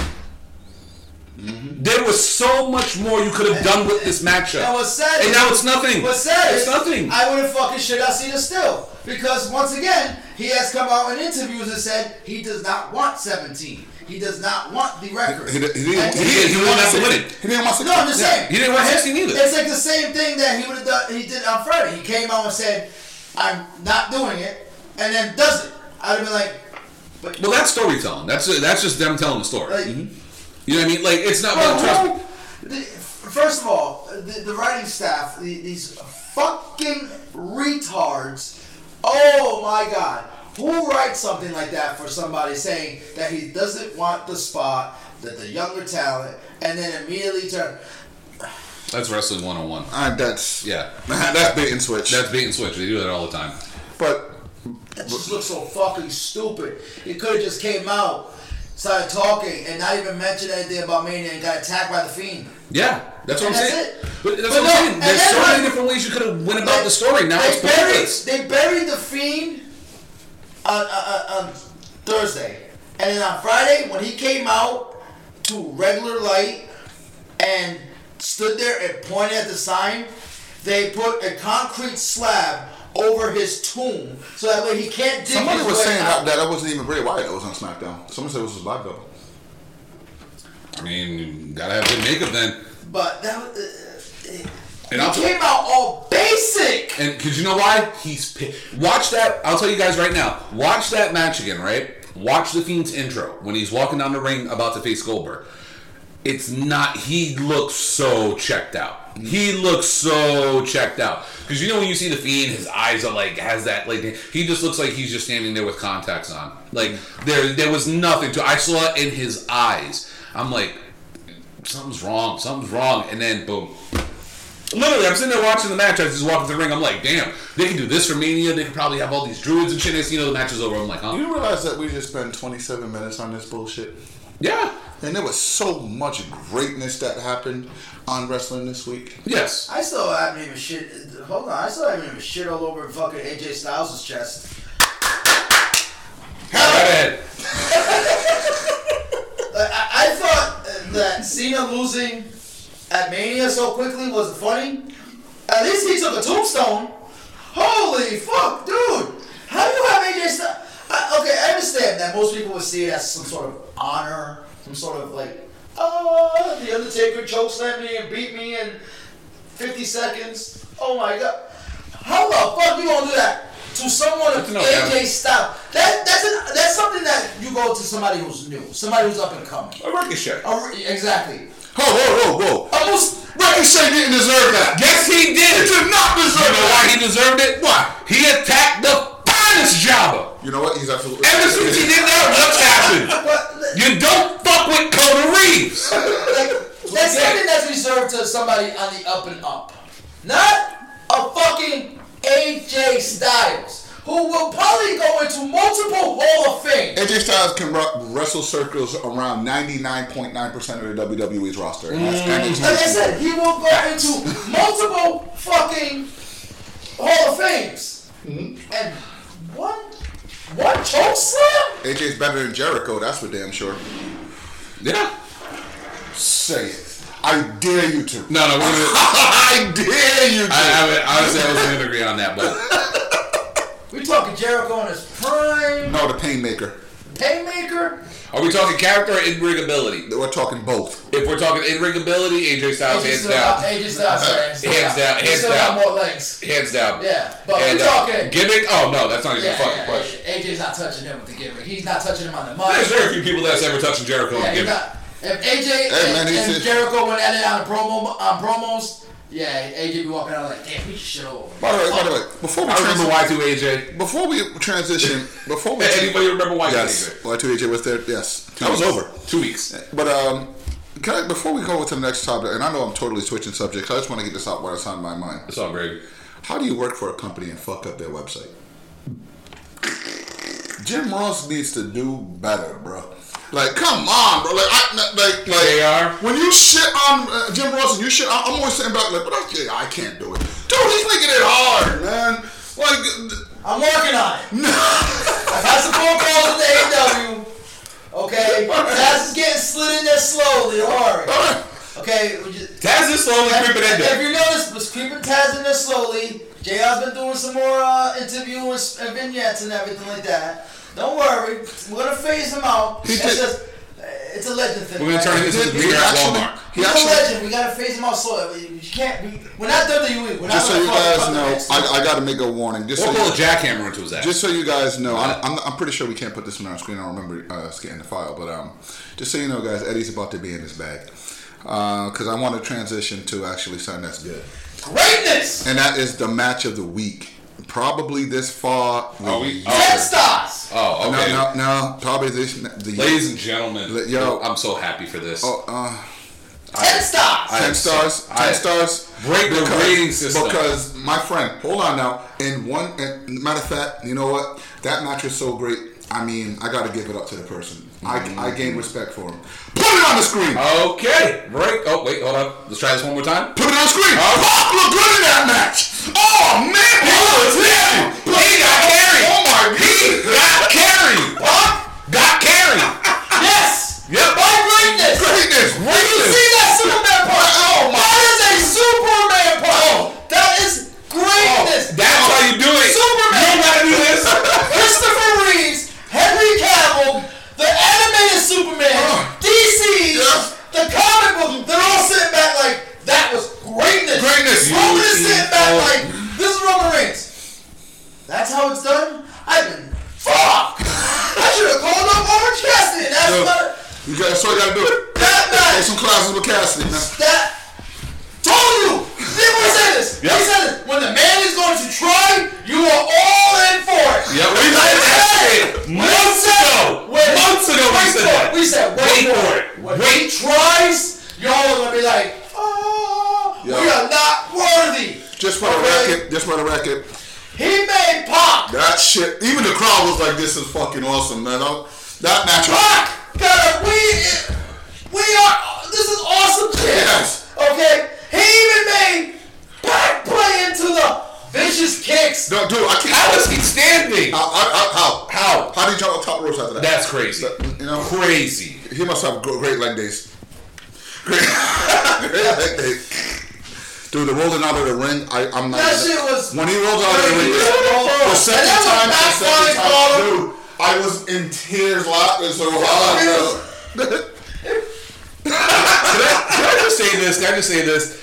Speaker 3: Mm-hmm.
Speaker 5: There was so much more you could have done with this matchup.
Speaker 3: And what's sad
Speaker 5: And
Speaker 3: is-
Speaker 5: now it's nothing.
Speaker 3: What's sad
Speaker 5: It's
Speaker 3: is
Speaker 5: nothing.
Speaker 3: I wouldn't fucking shit out Cena still because once again he has come out in interviews and said he does not want 17. He does not want the record.
Speaker 1: He, didn't- he
Speaker 3: And-
Speaker 1: didn't.
Speaker 5: he didn't want
Speaker 1: wants
Speaker 5: to
Speaker 1: to-
Speaker 5: win it.
Speaker 1: He didn't want to.
Speaker 3: No, I'm just saying.
Speaker 5: He didn't want 16 either.
Speaker 3: It's like the same thing that he would have done. He did on Friday. He came out and said, "I'm not doing it," and then does it. I'd have been like, "But
Speaker 5: Well, that's storytelling. That's that's just them telling the story.
Speaker 3: like,
Speaker 5: You know what I mean? Like it's not.
Speaker 3: Well,
Speaker 5: trust me.
Speaker 3: the, first of all, the, the writing staff, the, these fucking retards. Oh my god. Who writes something like that for somebody saying that he doesn't want the spot, that the younger talent, and then immediately turn?
Speaker 5: That's wrestling 101.
Speaker 1: All right, Ah, that's
Speaker 5: Yeah.
Speaker 1: that's bait and switch.
Speaker 5: That's bait and switch. They do that all the time.
Speaker 1: but
Speaker 3: That just looks so fucking stupid. He could have just came out, started talking, and not even mentioned anything about Mania and got attacked by the Fiend.
Speaker 5: Yeah, that's what I'm
Speaker 3: And that's
Speaker 5: saying.
Speaker 3: it.
Speaker 5: But that's what I'm
Speaker 3: But no,
Speaker 5: saying.
Speaker 3: and
Speaker 5: There's
Speaker 3: then
Speaker 5: so
Speaker 3: what-
Speaker 5: many different ways you could have went about the story. Now
Speaker 3: they
Speaker 5: it's
Speaker 3: buried,
Speaker 5: pointless.
Speaker 3: they buried the Fiend on, on, on- on Thursday, and then on Friday when he came out to regular light and stood there and pointed at the sign, they put a concrete slab over his tomb so that way he can't dig.
Speaker 1: somebody
Speaker 3: his
Speaker 1: was
Speaker 3: way
Speaker 1: saying
Speaker 3: out.
Speaker 1: that, that wasn't even Bray Wyatt that was on SmackDown. Someone said it was his black belt.
Speaker 5: I mean, you gotta have good makeup then.
Speaker 3: But that was. Uh,
Speaker 5: And
Speaker 3: he
Speaker 5: I'll-
Speaker 3: came out all basic.
Speaker 5: And because you know why? He's pi- watch that. I'll tell you guys right now. Watch that match again. Right. Watch the Fiend's intro when he's walking down the ring about to face Goldberg. It's not. He looks so checked out. He looks so checked out. Because you know when you see the Fiend, his eyes are like has that like he just looks like he's just standing there with contacts on. Like there there was nothing to. I saw it in his eyes. I'm like something's wrong. Something's wrong. And then boom. Literally, I'm sitting there watching the match. I just walk into the ring. I'm like, damn, they can do this for Mania. They can probably have all these druids and shit. Next thing you know, the match is over. I'm like,
Speaker 1: Do
Speaker 5: huh?
Speaker 1: you realize that we just spent 27 minutes on this bullshit?
Speaker 5: Yeah.
Speaker 1: And there was so much greatness that happened on wrestling this week.
Speaker 5: Yes.
Speaker 3: I still haven't even shit. Hold on, I still haven't even shit all over fucking AJ Styles' chest.
Speaker 5: Go ahead.
Speaker 3: Like, I, I thought that Cena losing at Mania so quickly was funny. At least he took a tombstone. Holy fuck, dude! How do you have AJ Styles? I, okay, I understand that most people would see it as some sort of honor, some sort of like, oh, the Undertaker chokeslammed me and beat me in 50 seconds. Oh my god. How the fuck you gonna do that to someone of
Speaker 5: No,
Speaker 3: AJ
Speaker 5: yeah.
Speaker 3: Styles? That, that's, an, that's something that you go to somebody who's new, somebody who's up and coming.
Speaker 5: A ricochet.
Speaker 3: A re- exactly.
Speaker 1: Whoa, whoa, whoa, whoa!
Speaker 3: Almost
Speaker 1: Ricochet didn't deserve that.
Speaker 5: Yes,
Speaker 1: He
Speaker 5: he did.
Speaker 1: did not
Speaker 5: You
Speaker 1: deserve
Speaker 5: know
Speaker 1: that.
Speaker 5: why he deserved it?
Speaker 1: Why?
Speaker 5: He attacked the finest jobber.
Speaker 1: You know what? He's absolutely.
Speaker 5: Ever since he did that, what's happened?
Speaker 3: But th-
Speaker 5: You don't fuck with Coda Reeves.
Speaker 3: like, that's something that's reserved to somebody on the up and up. Not a fucking AJ Styles, who will probably go into multiple Hall of Fame.
Speaker 1: AJ Styles can ru- wrestle circles around 99.9% of the WWE's roster. And
Speaker 5: Mm.
Speaker 1: that's, and
Speaker 5: Oh,
Speaker 1: it's-
Speaker 3: Like I said, he will go into multiple fucking Hall of Fames.
Speaker 5: Mm-hmm.
Speaker 3: And one, one choke slam?
Speaker 1: AJ's better than Jericho, that's for damn sure.
Speaker 5: Yeah.
Speaker 1: Say it. I dare you to.
Speaker 5: No, no, we're gonna.
Speaker 1: I dare you to.
Speaker 5: I, I would, honestly, I wasn't gonna agree on that, but
Speaker 3: We talking Jericho in his prime,
Speaker 1: no, the Painmaker.
Speaker 3: Haymaker,
Speaker 5: are we talking character or in-ring ability?
Speaker 1: We're talking both.
Speaker 5: If we're talking in-ring ability, AJ Styles Oh,
Speaker 3: AJ
Speaker 5: hands
Speaker 3: Styles,
Speaker 5: down,
Speaker 3: AJ Styles, hands down,
Speaker 5: Hands down,
Speaker 3: He
Speaker 5: hands
Speaker 3: still
Speaker 5: down.
Speaker 3: got more legs.
Speaker 5: hands down.
Speaker 3: Yeah, but
Speaker 5: And,
Speaker 3: we're
Speaker 5: uh,
Speaker 3: talking.
Speaker 5: gimmick. Oh no, that's not even
Speaker 3: yeah,
Speaker 5: a fucking
Speaker 3: yeah,
Speaker 5: question.
Speaker 3: AJ's not touching him with the gimmick. He's not touching him on the mic.
Speaker 5: There's very few people that's ever touching Jericho
Speaker 3: Yeah,
Speaker 5: on
Speaker 3: he's
Speaker 5: gimmick.
Speaker 3: not. If AJ and,
Speaker 1: man, he
Speaker 3: and
Speaker 1: said-
Speaker 3: Jericho went at it on a promo on promos, yeah, AJ be walking out like, damn, we should shit over.
Speaker 1: By the way, by the way, before we,
Speaker 5: I remember
Speaker 1: transi-
Speaker 5: Y2 AJ.
Speaker 1: before we transition, before we
Speaker 5: Anybody remember Y2
Speaker 1: yes,
Speaker 5: AJ?
Speaker 1: Y2AJ was there. Yes,
Speaker 5: Two
Speaker 1: that was
Speaker 5: weeks.
Speaker 1: over.
Speaker 5: Two weeks.
Speaker 1: But um, can I, before we go to the next topic, and I know I'm totally switching subjects, I just want to get this out while it's on my mind.
Speaker 5: It's all great.
Speaker 1: How do you work for a company and fuck up their website? Jim Ross needs to do better, bro. Like, come on, bro. Like, I, like, like
Speaker 5: JR?
Speaker 1: when you shit on uh, Jim Ross and you shit, I, I'm always sitting back like, but I, yeah, I can't do it, dude. He's making it hard, man. Like, th-
Speaker 3: I'm working on it. I got some phone calls with the AW. Okay, Taz is getting slid in there slowly. Don't
Speaker 1: all
Speaker 3: worry.
Speaker 1: right.
Speaker 3: Okay, we just,
Speaker 5: Taz is slowly creeping in
Speaker 3: if
Speaker 5: there.
Speaker 3: you notice, was creeping Taz in there slowly. JR's been doing some more uh, interviews and vignettes and everything like that. Don't worry, we're gonna phase him out.
Speaker 1: He
Speaker 3: it's
Speaker 1: did-
Speaker 3: just, uh, it's a legend thing.
Speaker 5: We're gonna turn
Speaker 3: right?
Speaker 5: it This into- is
Speaker 1: He
Speaker 5: weird at
Speaker 1: actually-
Speaker 5: Walmart.
Speaker 1: He
Speaker 3: He's a
Speaker 1: actually,
Speaker 3: legend. We gotta phase him out slowly. We can't. We, we're not WWE. E. We're not
Speaker 1: just so
Speaker 3: gonna
Speaker 1: you
Speaker 3: fuck him
Speaker 1: guys
Speaker 3: up
Speaker 1: know,
Speaker 3: next time.
Speaker 1: I, I got to make a warning. Just so
Speaker 5: We'll
Speaker 1: you-
Speaker 5: pull a jackhammer into his ass.
Speaker 1: Just so you guys know, I'm, I'm, I'm pretty sure we can't put this one on our screen. I don't remember uh, scanning the file, but um, just so you know, guys, Eddie's about to be in his bag because I want to transition to actually something that's good,
Speaker 3: greatness.
Speaker 1: and that is the match of the week. Probably this far.
Speaker 5: Are we-
Speaker 1: No,
Speaker 3: Ten stars.
Speaker 5: oh, okay.
Speaker 1: no, no. Probably this. The,
Speaker 5: Ladies and gentlemen,
Speaker 1: Let- yo.
Speaker 5: I'm so happy for this.
Speaker 1: Oh, uh,
Speaker 3: Ten stars.
Speaker 5: I-
Speaker 1: ten
Speaker 5: am so-
Speaker 1: stars.
Speaker 5: I-
Speaker 1: ten stars.
Speaker 5: Break the rating system.
Speaker 1: Because my friend, hold on now. In one and matter of fact, you know what? That match was so great. I mean, I got to give it up to the person. I,
Speaker 5: Mm-hmm.
Speaker 1: I gained respect for him. Put it on the screen.
Speaker 5: Okay, break. Oh, wait, hold on. Let's try this one more time.
Speaker 1: Put it on the screen.
Speaker 5: Oh.
Speaker 1: Pop looked good in that match. Oh man, Pop
Speaker 5: was
Speaker 1: heavy.
Speaker 5: He got carried.
Speaker 1: Oh my
Speaker 5: He got carried. Pop got carried.
Speaker 3: Yes.
Speaker 5: Yep.
Speaker 3: By greatness.
Speaker 1: Greatness.
Speaker 3: Did you see that Superman punch?
Speaker 1: Oh, my-
Speaker 3: That is a Superman punch. That is greatness.
Speaker 5: That's how you do it.
Speaker 3: Superman.
Speaker 5: You gotta do this.
Speaker 3: Christopher Reeves, Henry Cavill, the animated Superman,
Speaker 1: Oh.
Speaker 3: DC,
Speaker 1: Yes.
Speaker 3: the comic book. They're all sitting back like that was greatness.
Speaker 1: Greatness.
Speaker 3: Roman is
Speaker 5: You
Speaker 3: sitting back
Speaker 5: evil.
Speaker 3: like this is Roman Reigns. That's how it's done. I've been fuck. I should have called up Orange Cassidy. That's
Speaker 1: Yeah.
Speaker 3: not
Speaker 1: You got so you got to do it.
Speaker 3: that
Speaker 1: Take
Speaker 3: match.
Speaker 1: some classes with Cassidy, man.
Speaker 3: That told you. Didn't we say this?
Speaker 5: Yep.
Speaker 3: We said this. When the man is going to try, you are all in for it.
Speaker 5: Yep, we said that shit months ago.
Speaker 3: Wait,
Speaker 5: Months ago we
Speaker 3: wait
Speaker 5: said
Speaker 3: for
Speaker 5: that.
Speaker 3: It. We said wait,
Speaker 5: Wait
Speaker 3: for
Speaker 5: for
Speaker 3: it.
Speaker 5: it.
Speaker 3: When he tries, y'all are gonna be like, oh,
Speaker 1: Yeah.
Speaker 3: we are not worthy.
Speaker 1: Just for the
Speaker 3: Okay?
Speaker 1: record, just for the record,
Speaker 3: He made Pop.
Speaker 1: that shit. Even the crowd was like, "This is fucking awesome, man." i that match.
Speaker 3: Pop. God, we we are. This is awesome shit.
Speaker 1: Yes.
Speaker 3: Okay. He even made back play into the vicious kicks.
Speaker 1: No, dude, I can't.
Speaker 5: How is he standing?
Speaker 1: How, how, how,
Speaker 5: How?
Speaker 1: how did you jump on top ropes after that?
Speaker 5: That's crazy.
Speaker 1: You know,
Speaker 5: Crazy.
Speaker 1: he must have gr- great leg days. Great, great leg days. Dude, the rolling out of the ring, I, I'm not.
Speaker 3: That shit was.
Speaker 1: when he rolled out of the ring, the
Speaker 3: Beautiful.
Speaker 1: second time,
Speaker 3: And that
Speaker 1: the
Speaker 3: was
Speaker 1: second
Speaker 3: backfiring
Speaker 1: time,
Speaker 3: column.
Speaker 1: dude, I was in tears laughing so hard. bro.
Speaker 5: Can I, can I just say this? Can I just say this?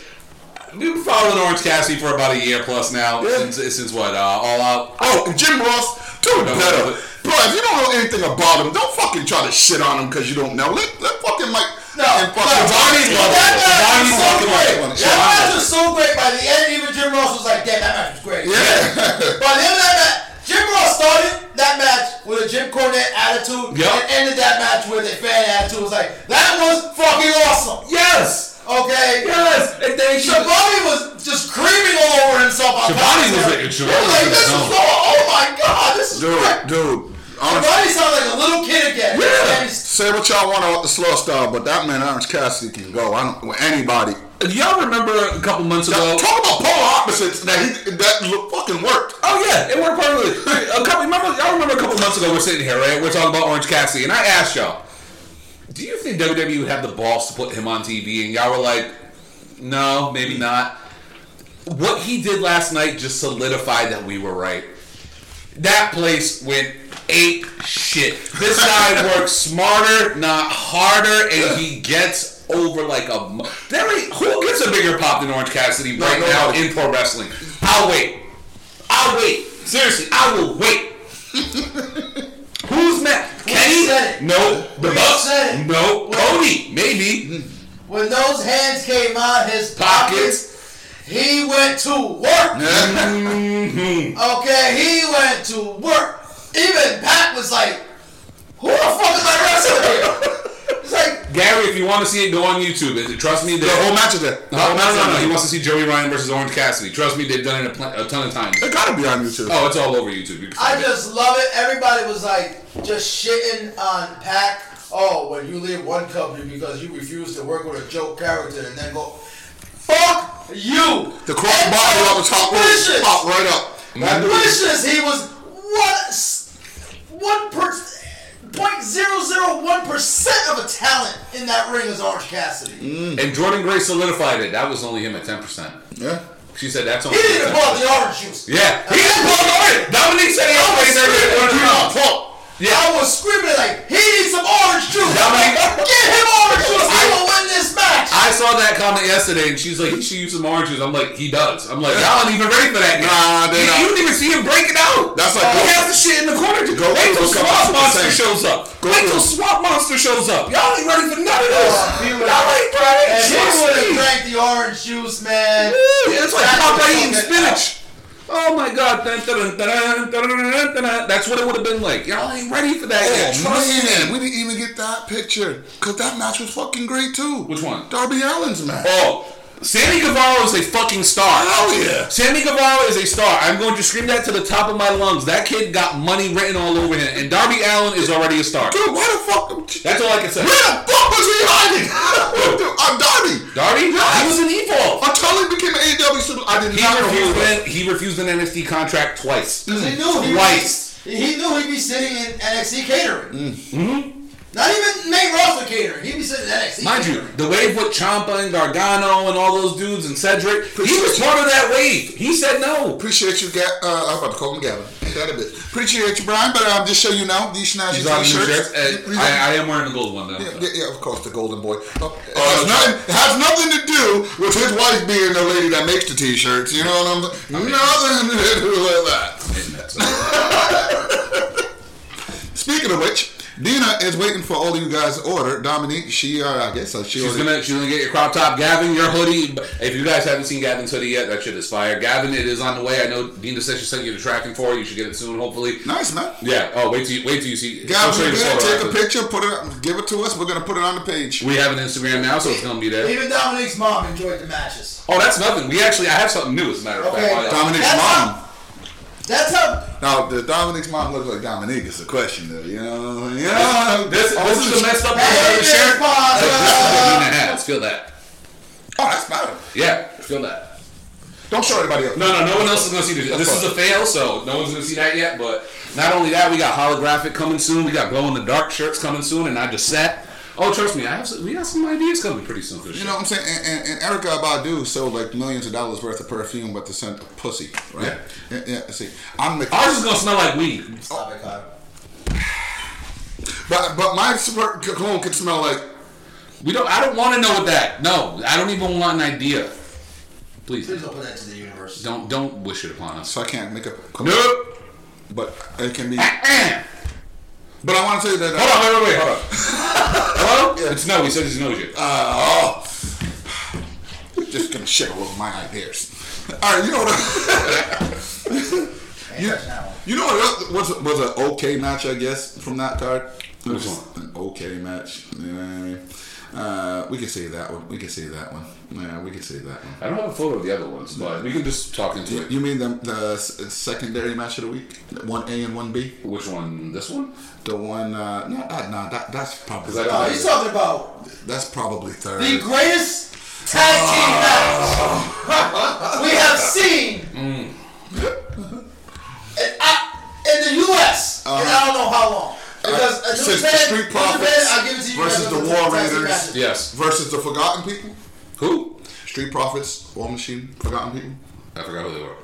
Speaker 5: We've been following Orange Cassidy for about a year plus now.
Speaker 1: Yeah.
Speaker 5: Since, since what? Uh, All Out?
Speaker 1: Oh, Jim Ross, dude,
Speaker 5: No,
Speaker 1: better.
Speaker 5: no, no.
Speaker 1: Bro, if you don't know anything about him, don't fucking try to shit on him because you don't know. Let, let fucking Mike,
Speaker 3: No,
Speaker 1: And fucking
Speaker 3: no.
Speaker 1: Barney's loving
Speaker 3: That
Speaker 1: it.
Speaker 3: match
Speaker 1: Barney's
Speaker 3: was so
Speaker 1: fucking
Speaker 3: great.
Speaker 1: loving it.
Speaker 3: That
Speaker 1: Yeah.
Speaker 3: match was so great. By the end, even Jim Ross was like, "Damn, that match was great."
Speaker 1: Yeah.
Speaker 3: By the end of that match, Jim Ross started that match with a Jim Cornette attitude
Speaker 5: Yep.
Speaker 3: and ended that match with a fan attitude. It was like, "That was fucking awesome."
Speaker 5: Yes!
Speaker 3: Okay.
Speaker 5: Yes! And then she
Speaker 3: Shabani was just creaming all over himself. on
Speaker 5: Shabani was like-
Speaker 3: commentary. He
Speaker 5: Shabani was
Speaker 3: like, "This
Speaker 5: like,
Speaker 3: is
Speaker 5: no.
Speaker 3: so, oh my god, this is great."
Speaker 1: Dude, dude. Honestly,
Speaker 3: Shabani sounds like a little kid again.
Speaker 5: Yeah.
Speaker 3: And he's-
Speaker 1: say what y'all want about the slow style, but that man Orange Cassidy can go. I don't. with Anybody.
Speaker 5: Y'all remember a couple months ago?
Speaker 1: Talk about polar opposites. That he, that look fucking worked.
Speaker 5: Oh yeah, it worked perfectly. A couple, remember, y'all remember a couple months ago we're sitting here, right? We're talking about Orange Cassidy, and I asked y'all, do you think WWE would have the balls to put him on TV? And y'all were like, no, maybe not. What he did last night just solidified that we were right. That place went ape shit. This guy works smarter, not harder, and he gets over like a. mo- There ain't, who gets a bigger pop than Orange Cassidy right
Speaker 1: no,
Speaker 5: now
Speaker 1: no.
Speaker 5: in pro wrestling? I'll wait. I'll wait. Seriously, I will wait. Who's next? Kenny?
Speaker 3: said it.
Speaker 5: No. The
Speaker 3: We
Speaker 5: Bucks?
Speaker 3: said it.
Speaker 5: No. Cody? Maybe.
Speaker 3: When those hands came out his pockets,
Speaker 5: Pockets?
Speaker 3: he went to work. Okay, he went to work. Even Pat was like, "Who the fuck is I wrestling here?" It's like,
Speaker 5: Gary, if you want to see it, go on YouTube. Is it- Trust me,
Speaker 1: The
Speaker 5: they-
Speaker 1: whole match is there. The
Speaker 5: No,
Speaker 1: whole
Speaker 5: no,
Speaker 1: match
Speaker 5: no,
Speaker 1: is
Speaker 5: no,
Speaker 1: there.
Speaker 5: He wants to see Joey Ryan versus Orange Cassidy. Trust me, they've done it a, pl- a ton of times.
Speaker 1: It gotta be on YouTube.
Speaker 5: Oh, it's all over YouTube. You can
Speaker 3: I
Speaker 5: find it.
Speaker 3: just love it. Everybody was like just shitting on Pac. Oh, when you leave one company because you refuse to work with a joke character and then go, fuck you.
Speaker 1: The crossbody on the top rope
Speaker 3: Wishes,
Speaker 1: popped right up.
Speaker 5: Mm-hmm.
Speaker 1: That dude-
Speaker 3: wishes he was what s- one per. 0.001 percent of a talent in that ring is Orange Cassidy.
Speaker 5: and Jordan Gray solidified it. That was only him at ten percent.
Speaker 1: Yeah.
Speaker 5: She said that's
Speaker 3: He
Speaker 5: only.
Speaker 3: didn't
Speaker 5: 10%.
Speaker 3: even pull out the orange juice.
Speaker 5: Yeah, he didn't pull the order. Dominique said he
Speaker 3: I
Speaker 5: always
Speaker 3: was
Speaker 5: said he
Speaker 3: screaming,
Speaker 5: ordered
Speaker 3: "Do not
Speaker 5: it.
Speaker 3: pull."
Speaker 5: Yeah.
Speaker 3: I was screaming like, he needs some orange juice. I'm like,
Speaker 5: Dominic-
Speaker 3: get him orange juice. He will win this match.
Speaker 5: I saw that comment yesterday, and she's like, "He should use some oranges." I'm like, "He does." I'm like, "Y'all ain't even ready for that."
Speaker 1: Nah, they
Speaker 5: you,
Speaker 1: not.
Speaker 5: you didn't even see him break it out.
Speaker 1: That's like-
Speaker 5: he has the shit in the corner. To go wait till
Speaker 1: Goku
Speaker 5: Swamp
Speaker 1: Goku
Speaker 5: Monster
Speaker 1: Goku.
Speaker 5: shows up.
Speaker 1: Goku.
Speaker 5: Wait till Swamp Monster shows up. Y'all ain't ready for none of this.
Speaker 3: Oh, he
Speaker 5: Y'all
Speaker 3: would-
Speaker 5: ain't ready.
Speaker 3: And he
Speaker 5: Trust
Speaker 3: would have
Speaker 5: me.
Speaker 3: drank the orange juice, man.
Speaker 5: Yeah, It's like
Speaker 3: That
Speaker 5: Popeye
Speaker 3: would
Speaker 5: eating
Speaker 3: have
Speaker 5: spinach. Oh my god. Dun, dun, dun, dun, dun, dun, dun, dun, dun, dun. That's what it would have been like. Y'all ain't ready for that yet.
Speaker 1: Oh
Speaker 5: Trust me.
Speaker 1: man, we didn't even get that picture because that match was fucking great too.
Speaker 5: Which one?
Speaker 1: Darby Allen's match.
Speaker 5: Oh, Sammy Guevara is a fucking star.
Speaker 1: Hell yeah.
Speaker 5: Sammy Guevara is a star. I'm going to scream that to the top of my lungs. That kid got money written all over him, and Darby Allen is already a star.
Speaker 1: Dude, why the fuck? Where
Speaker 5: That's all I can say.
Speaker 1: the fuck was he hiding? Dude, I'm Darby.
Speaker 5: Darby, he was an evil.
Speaker 1: I totally became an AEW super. I did
Speaker 5: He
Speaker 1: not know.
Speaker 5: refused,
Speaker 1: he was-
Speaker 5: an, he refused an NXT contract twice.
Speaker 3: He knew
Speaker 5: Mm.
Speaker 3: he
Speaker 5: Twice.
Speaker 3: Was, he knew he'd be sitting in NXT catering. Not even main roster catering. He'd be sitting in
Speaker 5: Mm-hmm.
Speaker 3: NXT.
Speaker 5: Mind you, the wave with Champa and Gargano and all those dudes and Cedric, he was part of that wave. He said no.
Speaker 1: Appreciate you, Ga- uh, I'm about to call him Gavin. Ain't that a bit? Appreciate you, Brian. But I'm just show you now. These snazzy
Speaker 5: He's on the new
Speaker 1: t-shirts.
Speaker 5: shirt. Uh, I, I am wearing the gold one though.
Speaker 1: Yeah, yeah, yeah, of course, the golden boy. Oh, it, has nothing, it has nothing to do with his wife being the lady that makes the t-shirts. You know what I'm saying? Nothing to do with that. Speaking of which, Dina is waiting for all of you guys to order. Dominique, she, uh, I guess uh, she
Speaker 5: She's
Speaker 1: ordered.
Speaker 5: gonna she's gonna get your crop top, Gavin. Your hoodie. If you guys haven't seen Gavin's hoodie yet, that shit is fire. Gavin, it is on the way. I know Dina said she sent you the tracking for it. You should get it soon, hopefully.
Speaker 1: nice, man.
Speaker 5: Yeah. Oh, wait till you wait till you see. I'll
Speaker 1: Guys,
Speaker 5: show you
Speaker 1: we're
Speaker 5: the
Speaker 1: gonna
Speaker 5: photo
Speaker 1: take a
Speaker 5: after.
Speaker 1: picture, put it, up, give it to us. We're gonna put it on the page.
Speaker 5: We have an Instagram now, so it's gonna be there.
Speaker 3: even Dominic's mom enjoyed the matches.
Speaker 5: Oh, that's nothing. We actually I have something new as a matter of
Speaker 3: Okay.
Speaker 5: fact.
Speaker 1: Dominique's
Speaker 3: That's
Speaker 1: mom.
Speaker 3: That's how.
Speaker 1: Now, does Dominique's mom look like Dominique? Is the question, though. You know, you know.
Speaker 5: This,
Speaker 1: Oh,
Speaker 5: this is the messed up part
Speaker 3: Hey,
Speaker 5: of the
Speaker 3: Miss
Speaker 5: shirt.
Speaker 3: Fonda.
Speaker 5: Dina has. Feel that.
Speaker 1: Oh, that's better.
Speaker 5: Yeah. Feel that.
Speaker 1: Don't show anybody else.
Speaker 5: No, no, no one else is gonna see this. This is a fail, so no one's gonna see that yet. But not only that, we got holographic coming soon. We got glow in the dark shirts coming soon, and I just sat. Oh, trust me, I have some, we got some ideas coming pretty soon for this.
Speaker 1: You
Speaker 5: shit.
Speaker 1: know what I'm saying? And, and, and Erica Badu sold like millions of dollars worth of perfume, but the scent of pussy, right? Yeah. yeah, see, I'm the.
Speaker 5: ours is gonna smell like weed.
Speaker 3: Stop it, Kyle.
Speaker 1: But but my super cologne could smell like.
Speaker 5: We don't. I don't want to know what that. No, I don't even want an idea. Please
Speaker 3: Please open that to the universe.
Speaker 5: don't don't wish it upon us.
Speaker 1: So I can't make up. a cologne.
Speaker 5: Nope.
Speaker 1: But it can be.
Speaker 5: Ah, ah.
Speaker 1: But I want to tell you that. uh,
Speaker 5: Hold on, wait, wait, wait, hold on. Hello?
Speaker 1: yeah.
Speaker 5: It's no, he says he knows you.
Speaker 1: Uh, oh. uh, Just gonna shit all over my ideas. All right, you know what? you, you know what? else Was was an okay match, I guess, from that card. It was
Speaker 5: Which
Speaker 1: an okay match. You know what I mean? Uh, we can say that one. We can say that one. Yeah, we can say that one.
Speaker 5: I don't have a photo of the other ones, but we can just talk into it.
Speaker 1: You mean the, the s- secondary match of the week? One A and one B.
Speaker 5: Which one? This one?
Speaker 1: The one? Uh, no, that, no, that, that's probably
Speaker 5: 'Cause I
Speaker 3: Oh,
Speaker 5: got
Speaker 3: he's
Speaker 5: it.
Speaker 3: talking about
Speaker 1: that's probably third.
Speaker 3: the greatest tag team match
Speaker 1: Oh.
Speaker 3: we have seen
Speaker 1: Mm.
Speaker 3: in, I- in the U.S. and I don't know how long. Because uh, New
Speaker 1: Since the Uh-huh. Street
Speaker 3: Japan, New
Speaker 1: Profits
Speaker 3: Japan, I'll give it to you
Speaker 1: versus
Speaker 3: guys
Speaker 1: the
Speaker 3: as a
Speaker 1: War
Speaker 3: fantastic
Speaker 1: Raiders.
Speaker 3: match.
Speaker 5: Yes.
Speaker 1: versus the Forgotten People.
Speaker 5: Who?
Speaker 1: Street Profits, War Machine, Forgotten People.
Speaker 5: I forgot who they were.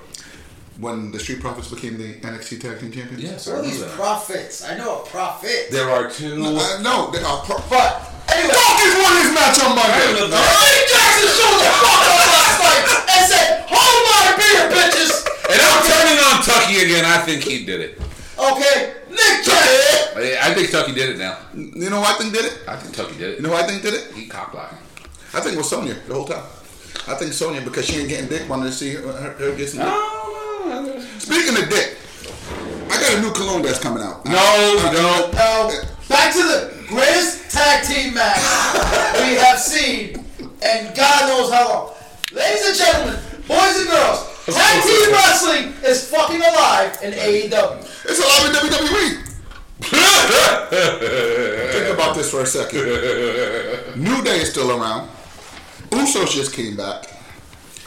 Speaker 1: When the Street Profits became the NXT Tag Team Champions.
Speaker 5: Yes, I
Speaker 3: What are
Speaker 5: remember
Speaker 3: these
Speaker 5: that.
Speaker 3: profits? I know a profit.
Speaker 5: There are two.
Speaker 1: Uh, no, they are. Pro-
Speaker 3: But anyway,
Speaker 1: Dawkins won his match on Monday. Um,
Speaker 5: Right.
Speaker 3: Ronnie Jackson showed the fuck up last night and said, "Hold my beer, bitches."
Speaker 5: And I'm turning on Tucky again. I think he did it.
Speaker 3: Okay, Nick Jackson.
Speaker 5: I I think Tucky did it now.
Speaker 1: You know who I think did it?
Speaker 5: I think Tucky
Speaker 1: You
Speaker 5: did it.
Speaker 1: know who I think did it?
Speaker 5: He cock blocking.
Speaker 1: I think it was Sonya the whole time. I think Sonya because she ain't getting dick wanted to see her, her, her get some dick.
Speaker 5: No,
Speaker 1: Speaking of dick, I got a new cologne that's coming out.
Speaker 5: no, no.
Speaker 3: Now back to the greatest tag team match we have seen, and God knows how long. Ladies and gentlemen, boys and girls, tag team wrestling is fucking alive in E AEW.
Speaker 1: It's alive in WWE. Think about this for a second. New Day is still around. Usos just came back.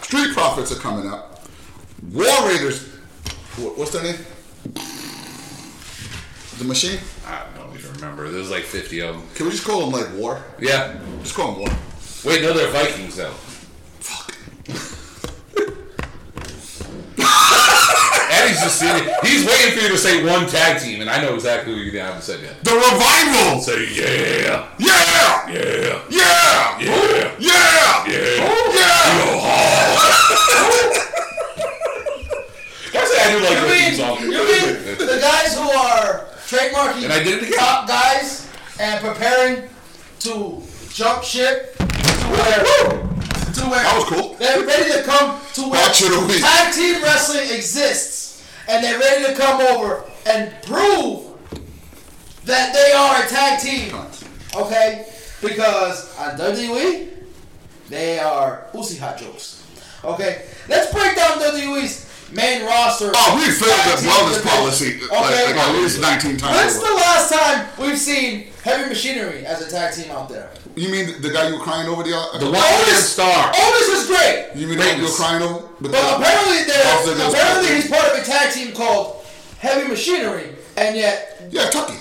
Speaker 1: Street Profits are coming up. War Raiders. wh- What's their name? The Machine?
Speaker 5: I don't even remember. There's like 50 of them.
Speaker 1: Can we just call them like War?
Speaker 5: Yeah.
Speaker 1: Just call them War.
Speaker 5: Wait, no, they're Vikings though.
Speaker 1: Fuck.
Speaker 5: Eddie's just sitting. He's waiting for you to say one tag team, and I know exactly who you haven't said yet.
Speaker 1: The Revival!
Speaker 5: Say yeah,
Speaker 1: Yeah!
Speaker 5: yeah,
Speaker 1: Yeah! Yeah!
Speaker 5: Oh, yeah,
Speaker 1: Yeah! Yeah!
Speaker 5: I said I do like
Speaker 3: You mean,
Speaker 5: Ricky's
Speaker 3: you mean
Speaker 5: song.
Speaker 3: the guys who are trademarking
Speaker 5: And I did it again.
Speaker 3: top guys and preparing to jump ship to where, to where
Speaker 1: That was cool.
Speaker 3: they're ready to come to where
Speaker 1: Match of the week.
Speaker 3: tag team wrestling exists and they're ready to come over and prove that they are a tag team. Okay? Because on WWE, E, they are Usi hot jokes. Okay? Let's break down WWE's main roster.
Speaker 1: Oh, we failed
Speaker 3: Tag
Speaker 1: that
Speaker 3: team
Speaker 1: wellness
Speaker 3: division.
Speaker 1: policy like,
Speaker 3: Okay.
Speaker 1: like at least 19 times.
Speaker 3: When's
Speaker 1: over.
Speaker 3: the last time we've seen Heavy Machinery as a tag team out there?
Speaker 1: You mean the guy you were crying over the other?
Speaker 5: The one star.
Speaker 3: Otis is great,
Speaker 1: You mean the one you were
Speaker 5: Witness.
Speaker 1: crying over? But
Speaker 3: but apparently
Speaker 1: How's it
Speaker 3: they're,
Speaker 1: gonna-
Speaker 3: apparently he's part of a tag team called Heavy Machinery, and yet
Speaker 1: Yeah, Tucky.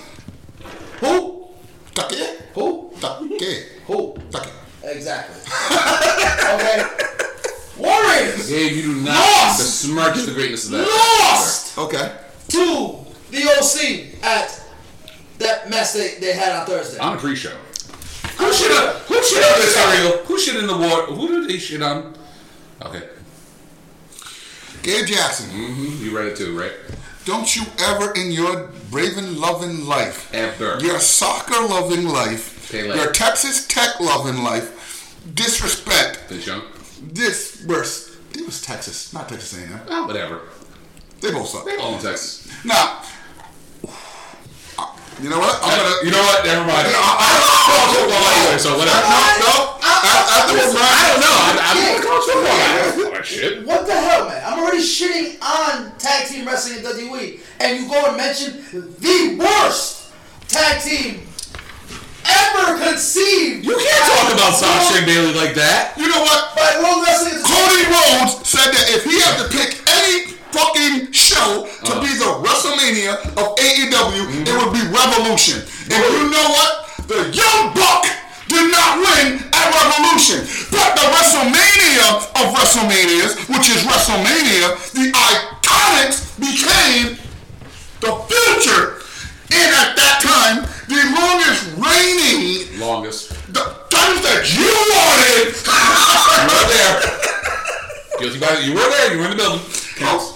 Speaker 3: who?
Speaker 1: Tucky.
Speaker 3: Who?
Speaker 1: Tucky.
Speaker 3: Who?
Speaker 1: Tucky.
Speaker 3: Exactly. okay. Warriors
Speaker 5: Dave, you do not
Speaker 3: Lost.
Speaker 5: besmirch the greatness of that.
Speaker 3: lost
Speaker 1: Okay.
Speaker 3: to the OC at that match they, they had on Thursday.
Speaker 5: On a pre-show. Who shit on? Who shit on this Ariel? Who shit in the war? Who did they shit on? Okay,
Speaker 1: Gabe Jackson,
Speaker 5: hmm you read it too, right?
Speaker 1: don't you ever in your Raven loving life,
Speaker 5: Ever.
Speaker 1: your soccer loving life,
Speaker 5: Okay, like-
Speaker 1: your Texas Tech loving life, disrespect
Speaker 5: The junk.
Speaker 1: this worse. It was Texas, not Texas A&M.
Speaker 5: Ah, whatever.
Speaker 1: They both suck.
Speaker 5: All in Texas.
Speaker 1: Now, you know what? I'm gonna.
Speaker 5: You know what? Never mind.
Speaker 1: I- I- I-
Speaker 5: Football anyway, so whatever.
Speaker 1: No, no. After this,
Speaker 5: I don't know. I'm, I'm a
Speaker 3: Yeah.
Speaker 5: college football guy. Oh, shit.
Speaker 3: What the hell, man? I'm already shitting on tag team wrestling in WWE, and you go and mention the worst tag team ever conceived.
Speaker 5: You can't talk about Sasha and Bailey like that.
Speaker 1: You know what?
Speaker 3: By World Wrestling.
Speaker 1: Cody Rhodes said that if he had to pick any fucking show to be the WrestleMania of AEW, it would be Revolution. And you know what? The Young Buck did not win at Revolution. But the WrestleMania of WrestleManias, which is WrestleMania, the Iconics became the future. And at that time, the longest reigning
Speaker 5: Longest.
Speaker 1: the times that you wanted were there.
Speaker 5: Guilty by You were there. You were in the building. Counts.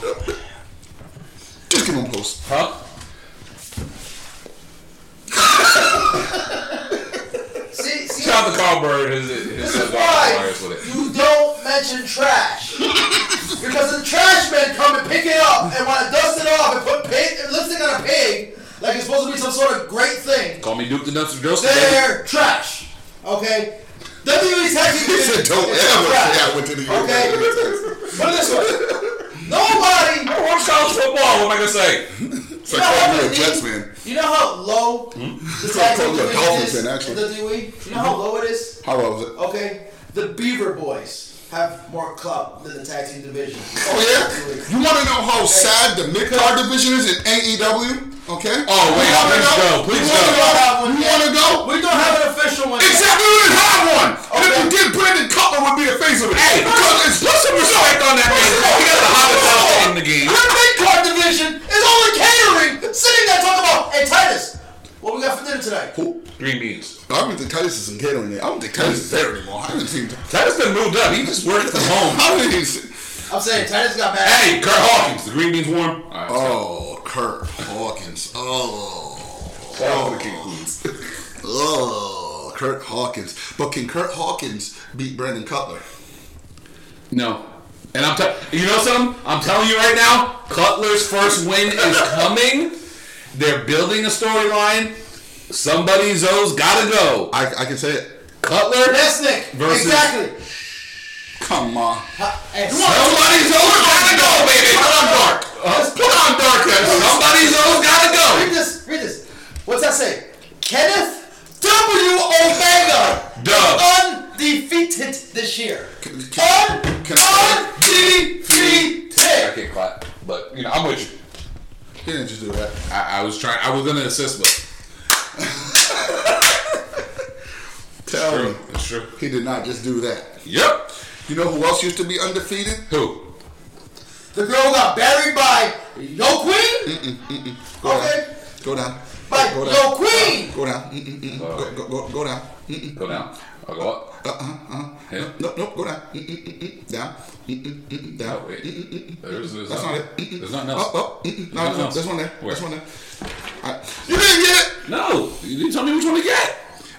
Speaker 1: Just give him a post.
Speaker 5: Huh?
Speaker 3: See,
Speaker 5: Bird is is,
Speaker 3: This
Speaker 5: is
Speaker 3: is
Speaker 5: wild
Speaker 3: why
Speaker 5: with it.
Speaker 3: you don't mention trash. because the trash men come and pick it up and want to dust it off and put pig, lipstick on a pig like it's supposed to be some sort of great thing.
Speaker 5: Call me Duke the Dumpster Ghost.
Speaker 3: They're trash. Okay? WWE's tag team
Speaker 1: He said,
Speaker 3: division
Speaker 1: "Don't ever
Speaker 3: is
Speaker 1: say
Speaker 3: trash.
Speaker 1: I went to the
Speaker 3: Okay?
Speaker 1: University of Texas."
Speaker 3: Put it this way. Nobody
Speaker 5: I watch college football. What am I gonna say?
Speaker 1: It's like calling me a Jets man.
Speaker 3: You know how low the
Speaker 1: like
Speaker 3: tag
Speaker 1: talking
Speaker 3: team
Speaker 1: to a
Speaker 3: division
Speaker 1: dolphin
Speaker 3: is
Speaker 1: fan, actually. Mm-hmm.
Speaker 3: in the WWE? You know how low it is?
Speaker 1: How old was it?
Speaker 3: Okay? The Beaver Boys have more club than the tag team division.
Speaker 1: Oh yeah. You want to know how sad the mid card division is in AEW? Okay.
Speaker 5: Oh, wait,
Speaker 1: You wanna
Speaker 5: please
Speaker 1: know?
Speaker 5: go, please
Speaker 1: you wanna
Speaker 5: go.
Speaker 1: know? You want to go?
Speaker 3: We don't have an official one. yet.
Speaker 1: Exactly, we didn't have one. And if you did, Brandon Cutler would be the face of it.
Speaker 5: Hey,
Speaker 1: because it's
Speaker 5: put some respect on that man. He got the hottest talent in the game.
Speaker 3: Your mid card division is only catering, sitting there talking about, hey Titus, what we got for dinner tonight?
Speaker 5: Green beans.
Speaker 1: I don't think Titus is in catering. there. I don't think Titus is there anymore. I haven't seen.
Speaker 5: Titus done moved up. He just worked from home.
Speaker 1: How did he? See?
Speaker 3: I'm saying Titus got mad.
Speaker 5: Hey, Kurt Hawkins. The green beans warm. All right,
Speaker 1: Oh, Kurt Hawkins. Oh,
Speaker 5: Shout out to the King Queens.
Speaker 1: oh, Kurt Hawkins. But can Kurt Hawkins beat Brandon Cutler?
Speaker 5: No. And I'm telling you know something? I'm telling you right now, Cutler's first win is coming. They're building a storyline. Somebody Zoe's gotta go.
Speaker 1: I, I can say it.
Speaker 5: Cutler
Speaker 3: Yes, Nick.
Speaker 5: Versus-
Speaker 3: Exactly.
Speaker 1: Come on.
Speaker 3: Hey,
Speaker 5: Somebody Zoe's gotta go, baby. Put on dark. Put on dark. Somebody Zoe's gotta
Speaker 3: read
Speaker 5: go.
Speaker 3: this. Read this. What's that say? Kenneth W. Omega.
Speaker 5: Duh.
Speaker 3: Undefeated this year.
Speaker 1: Can- can I-
Speaker 3: Undefeated.
Speaker 5: can't clap, but you know, I'm with you.
Speaker 1: He didn't just do that.
Speaker 5: I, I was trying I was gonna assist, but
Speaker 1: Tell me.
Speaker 5: it's true.
Speaker 1: He did not just do that.
Speaker 5: Yep.
Speaker 1: You know who else used to be undefeated?
Speaker 5: Who?
Speaker 3: The girl got buried by Yo Queen.
Speaker 1: Go down.
Speaker 3: Okay.
Speaker 1: Go down.
Speaker 3: By
Speaker 1: go down.
Speaker 3: Yo Queen.
Speaker 1: Go down. Mm-mm-mm. Go, go, go, go down. Mm-mm.
Speaker 5: Go down. I'll go up.
Speaker 1: Uh-uh. Uh-uh.
Speaker 5: Yeah.
Speaker 1: Nope, nope. Go down. Mm-mm-mm. Down. Mm-mm-mm. Down.
Speaker 5: Oh, wait. There's,
Speaker 1: e,
Speaker 5: there's
Speaker 1: That's
Speaker 5: nothing.
Speaker 1: not it. Mm-mm.
Speaker 5: There's nothing else.
Speaker 1: Oh, oh. Mm-mm. No,
Speaker 5: Nothing
Speaker 1: no,
Speaker 5: else.
Speaker 1: there's one there.
Speaker 5: Where?
Speaker 1: There's one there. All right. You didn't get it.
Speaker 5: No, you didn't tell me which one to get.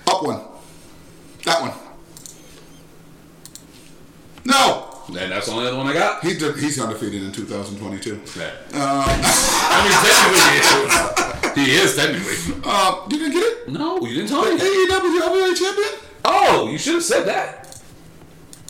Speaker 1: Up one. That one. No.
Speaker 5: And that's the only other one I got.
Speaker 1: He's de- he's undefeated in 2022.
Speaker 5: I Um, mean, technically, he is. He is technically.
Speaker 1: Uh, you didn't get it. E
Speaker 5: No, you didn't tell me.
Speaker 1: AEW champion.
Speaker 5: Oh, you should have said that.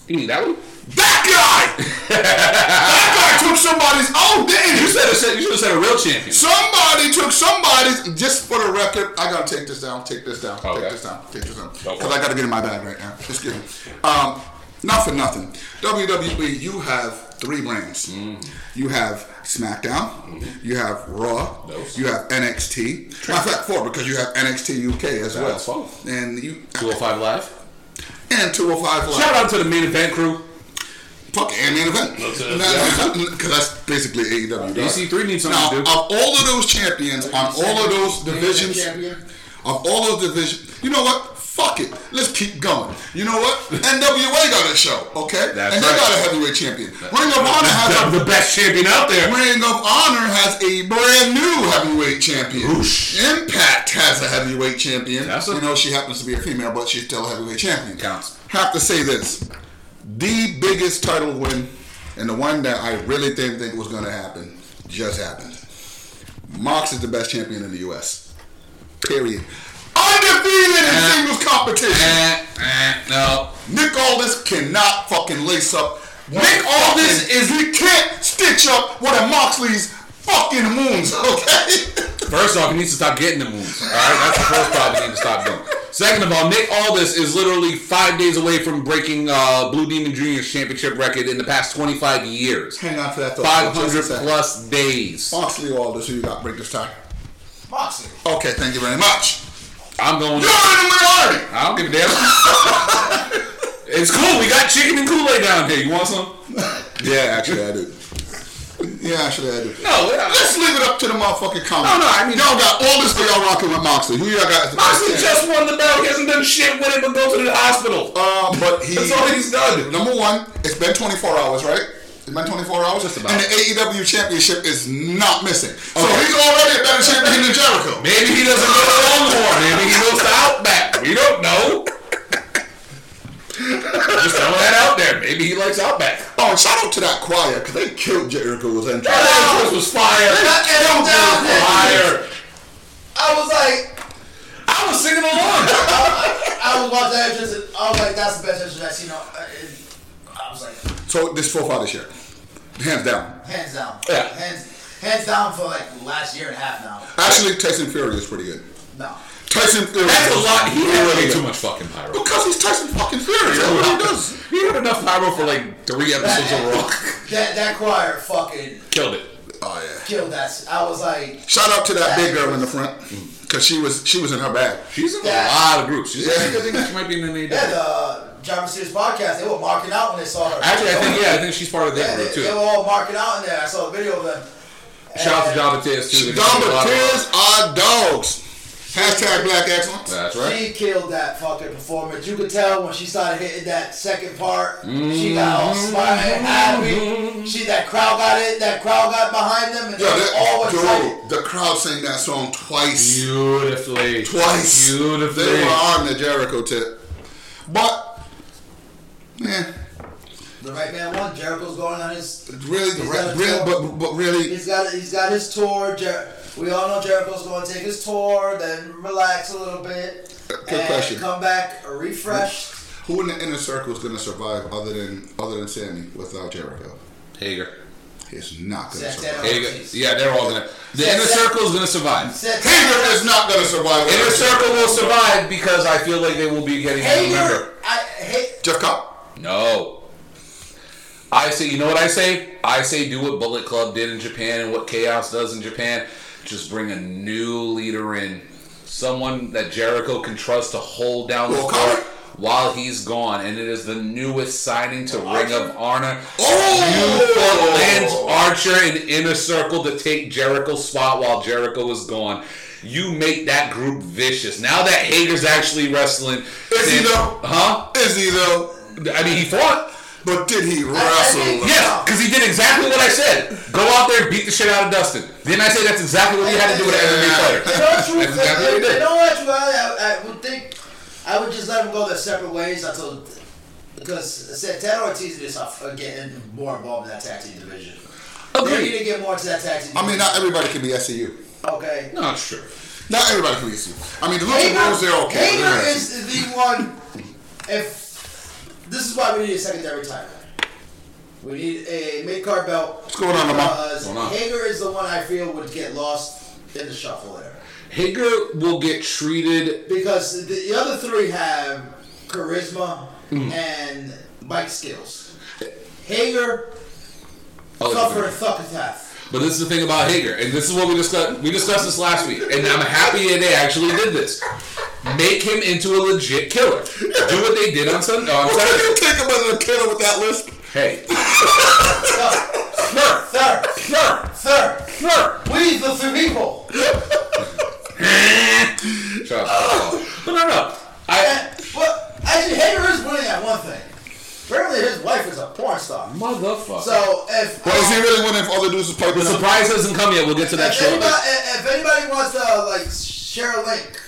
Speaker 5: You mean that one?
Speaker 1: That guy. that guy took somebody's. Oh, damn.
Speaker 5: You should have said. You should have said a real champion.
Speaker 1: Somebody took somebody's. Just for the record, I gotta take this down. Take this down.
Speaker 5: Okay.
Speaker 1: Take this down. Take this down.
Speaker 5: Don't
Speaker 1: Because
Speaker 5: worry.
Speaker 1: I gotta get in my bag right now. Just kidding. Um, not for nothing. WWE, you have three brands.
Speaker 5: Mm.
Speaker 1: You have SmackDown.
Speaker 5: Mm-hmm.
Speaker 1: You have Raw.
Speaker 5: Those.
Speaker 1: You have NXT. Matter of fact, four because you have NXT UK as well.
Speaker 5: That's four.
Speaker 1: And you
Speaker 5: 205 Live.
Speaker 1: and 205 Live.
Speaker 5: Shout out to the main event crew.
Speaker 1: Fuck it, and main event. Because that's basically
Speaker 5: Uh,
Speaker 1: AEW. dog.
Speaker 5: EC3 needs something
Speaker 1: Now,
Speaker 5: to do.
Speaker 1: of all of those champions, on all of those divisions,
Speaker 3: champion.
Speaker 1: of all those divisions, you know what? Fuck it. Let's keep going. You know what? NWA got a show, okay?
Speaker 5: That's
Speaker 1: and they
Speaker 5: right.
Speaker 1: got a heavyweight champion. Ring of Honor has
Speaker 5: The,
Speaker 1: a
Speaker 5: the best champion out there.
Speaker 1: Ring of Honor has a brand new heavyweight champion. Impact has a heavyweight champion.
Speaker 5: That's a-
Speaker 1: you know, she happens to be a female, but she's still a heavyweight champion.
Speaker 5: Counts.
Speaker 1: Have to say this: the biggest title win, and the one that I really didn't think was going to happen, just happened. Mox is the best champion in the U.S. Period. Undefeated in
Speaker 5: Eh.
Speaker 1: singles competition.
Speaker 5: Eh, eh, no.
Speaker 1: Nick Aldis cannot fucking lace up. Nick Aldis is he can't stitch up one of Moxley's fucking wounds. Okay.
Speaker 5: First off, he needs to stop getting the moves. All right, that's the first problem he needs to stop doing. Second of all, Nick Aldis is literally five days away from breaking uh, Blue Demon Junior's championship record in the past 25 years.
Speaker 1: Hang on for that thought.
Speaker 5: 500
Speaker 1: Just a second.
Speaker 5: plus days.
Speaker 1: Moxley Aldis, who you got break this time?
Speaker 3: Moxley.
Speaker 1: Okay, thank you very much.
Speaker 5: I'm going.
Speaker 1: You're in the minority.
Speaker 5: I don't give a damn. it's cool. We got chicken and Kool Aid down here. You want some?
Speaker 1: Yeah, actually I do. Yeah, actually I do.
Speaker 5: No. we're not-
Speaker 1: Let's leave it up to the motherfucking comments.
Speaker 5: No, no, I mean-
Speaker 1: y'all got Aldis for y'all rocking with Moxley. Who y'all got?
Speaker 5: Moxley just won the belt. He hasn't done shit with it but go to the hospital.
Speaker 1: Um, but he.
Speaker 5: That's all he's done.
Speaker 1: Number one, it's been 24 hours, right? It's been 24 hours.
Speaker 5: Just about.
Speaker 1: And the AEW championship is not missing. So he's already a better champion than Jericho.
Speaker 5: Maybe he doesn't go to Longhorn. Maybe he goes to Outback. We don't know.
Speaker 1: Oh, killed Jericho with entrance.
Speaker 5: That entrance was fire.
Speaker 3: Look at him down
Speaker 5: That
Speaker 3: there.
Speaker 5: was fire.
Speaker 3: I was like,
Speaker 5: I was singing along.
Speaker 3: I was watching that entrance, and I was like, that's the best entrance I've seen. all- I uh, I was like,
Speaker 1: So this profile this year, hands down.
Speaker 3: hands down.
Speaker 5: Yeah.
Speaker 3: Hands, hands down for like last year and a half now.
Speaker 1: Actually, Tyson Fury is pretty good.
Speaker 3: No.
Speaker 1: Tyson Fury.
Speaker 5: That's a
Speaker 1: is
Speaker 5: lot. He had
Speaker 1: really
Speaker 5: way
Speaker 1: good.
Speaker 5: too much fucking pyro.
Speaker 1: Because he's Tyson fucking Fury. That's what he does.
Speaker 5: He had enough pyro for like three episodes of Raw.
Speaker 3: That that choir fucking
Speaker 5: Killed it.
Speaker 1: Oh yeah.
Speaker 3: killed us. I was like,
Speaker 1: Shout out to that big girl in the front, cause she was she was in her bag.
Speaker 5: She's in a
Speaker 3: Yeah.
Speaker 5: lot of groups. She's
Speaker 1: Yeah.
Speaker 5: I think she might be in an
Speaker 3: yeah,
Speaker 5: AEW.
Speaker 3: the John Sears podcast, they were marking out when they saw her.
Speaker 5: Actually, I think yeah, I think she's part of
Speaker 3: Yeah,
Speaker 5: that group
Speaker 3: they,
Speaker 5: too.
Speaker 3: they were all marking out in there. I saw a video of them.
Speaker 5: Shout out to
Speaker 3: And
Speaker 5: Jabba Tears too. They did a
Speaker 1: Dama
Speaker 5: lot of-
Speaker 1: tears are dogs. Hashtag Black Excellence.
Speaker 5: That's right.
Speaker 3: She killed that fucking performance. You could tell when she started hitting that second part. She got all
Speaker 1: Mm-hmm.
Speaker 3: smart and happy. She that crowd got it. That crowd got behind them, and
Speaker 1: Yeah,
Speaker 3: they were all
Speaker 1: that,
Speaker 3: excited.
Speaker 1: dude, the crowd sang that song twice.
Speaker 5: Beautifully.
Speaker 1: Twice.
Speaker 5: Beautifully.
Speaker 1: They were on the Jericho tip. But, man,
Speaker 3: The right man won. Jericho's going on his.
Speaker 1: really, the
Speaker 3: He's
Speaker 1: re-
Speaker 3: got a
Speaker 1: real,
Speaker 3: tour.
Speaker 1: but, but really,
Speaker 3: He's got he's got his tour. Jer- we all know Jericho's going to take his tour, then relax a little bit,
Speaker 1: Good
Speaker 3: and
Speaker 1: question.
Speaker 3: come back refreshed.
Speaker 1: who in the inner circle is going to survive other than other than Sammy without Jericho?
Speaker 5: Hager.
Speaker 1: He's not going to
Speaker 3: Santana.
Speaker 1: survive.
Speaker 5: Hager. Yeah, they're all gonna. The
Speaker 3: Yeah,
Speaker 5: inner
Speaker 3: Oh, Seth-
Speaker 5: circle is gonna survive.
Speaker 3: Said
Speaker 1: Hager is not going to survive.
Speaker 5: Inner circle will survive because I feel like they will be getting a new member.
Speaker 3: Hager, I, Ha-
Speaker 1: Jeff Cobb.
Speaker 5: No. I say, you know what I say? I say, do what Bullet Club did in Japan and what Chaos does in Japan. Just bring a new leader in, someone that Jericho can trust to hold down the
Speaker 1: Will
Speaker 5: fort
Speaker 1: Carter?
Speaker 5: while he's gone. And it is the newest signing to Ring of Honor.
Speaker 1: Oh!
Speaker 5: You put Lance Archer in Inner Circle to take Jericho's spot while Jericho is gone. You make that group vicious. Now that Hager's actually wrestling,
Speaker 1: Is he
Speaker 5: then-
Speaker 1: though?
Speaker 5: Huh?
Speaker 1: Is he though?
Speaker 5: I mean, he fought.
Speaker 1: But did he wrestle?
Speaker 3: think-
Speaker 5: Yeah, because he did exactly what I said. Go out there, and beat the shit out of Dustin. Didn't I say that's exactly what he had to do with an MMA
Speaker 3: in
Speaker 5: fighter?
Speaker 3: all truth,
Speaker 5: That's exactly what he
Speaker 3: in-
Speaker 5: did.
Speaker 3: in all actuality, I, I would think I would just let them go their separate ways until because Santana Ortiz is off- are getting more involved in that tag team division. They need
Speaker 5: Agreed.
Speaker 3: to get more into that tag team.
Speaker 1: I mean, not everybody can be SCU.
Speaker 3: okay.
Speaker 5: Not sure.
Speaker 1: Not everybody can be SCU. I mean, the Lucha
Speaker 3: Hager,
Speaker 1: Bros, they're okay. They're
Speaker 3: Hager
Speaker 1: not
Speaker 3: is the one. If this is why we need a secondary title, we need a mid card belt. What's
Speaker 1: going on, Lamar?
Speaker 5: What's going on?
Speaker 3: Hager is the one I feel would get lost in the shuffle there
Speaker 5: Hager will get treated.
Speaker 3: because the, the other three have charisma
Speaker 5: Hmm.
Speaker 3: and bike skills. Hager,
Speaker 5: Oh,
Speaker 3: tougher, thuckatath.
Speaker 5: But this is the thing about Hager, and this is what we discussed. We discussed this last week, and I'm happy that they actually did this. Make him into a legit killer. Do what they did on Sunday. On
Speaker 1: Can you
Speaker 5: Saturday.
Speaker 1: take him as a killer with that list?
Speaker 5: Hey,
Speaker 3: Third,
Speaker 5: Snur,
Speaker 3: third,
Speaker 5: Snur,
Speaker 3: third.
Speaker 5: Snur.
Speaker 3: We the three people.
Speaker 5: Shut up. But no, no. I
Speaker 3: And, well, actually, Hager is winning at one thing. Apparently, his wife is a porn star.
Speaker 5: motherfucker.
Speaker 3: So if
Speaker 1: Well, is he really winning if other dudes is piping
Speaker 5: The
Speaker 1: up?
Speaker 5: surprise hasn't come yet. We'll get to that
Speaker 3: if,
Speaker 5: shortly.
Speaker 3: anybody, if anybody wants to like share a link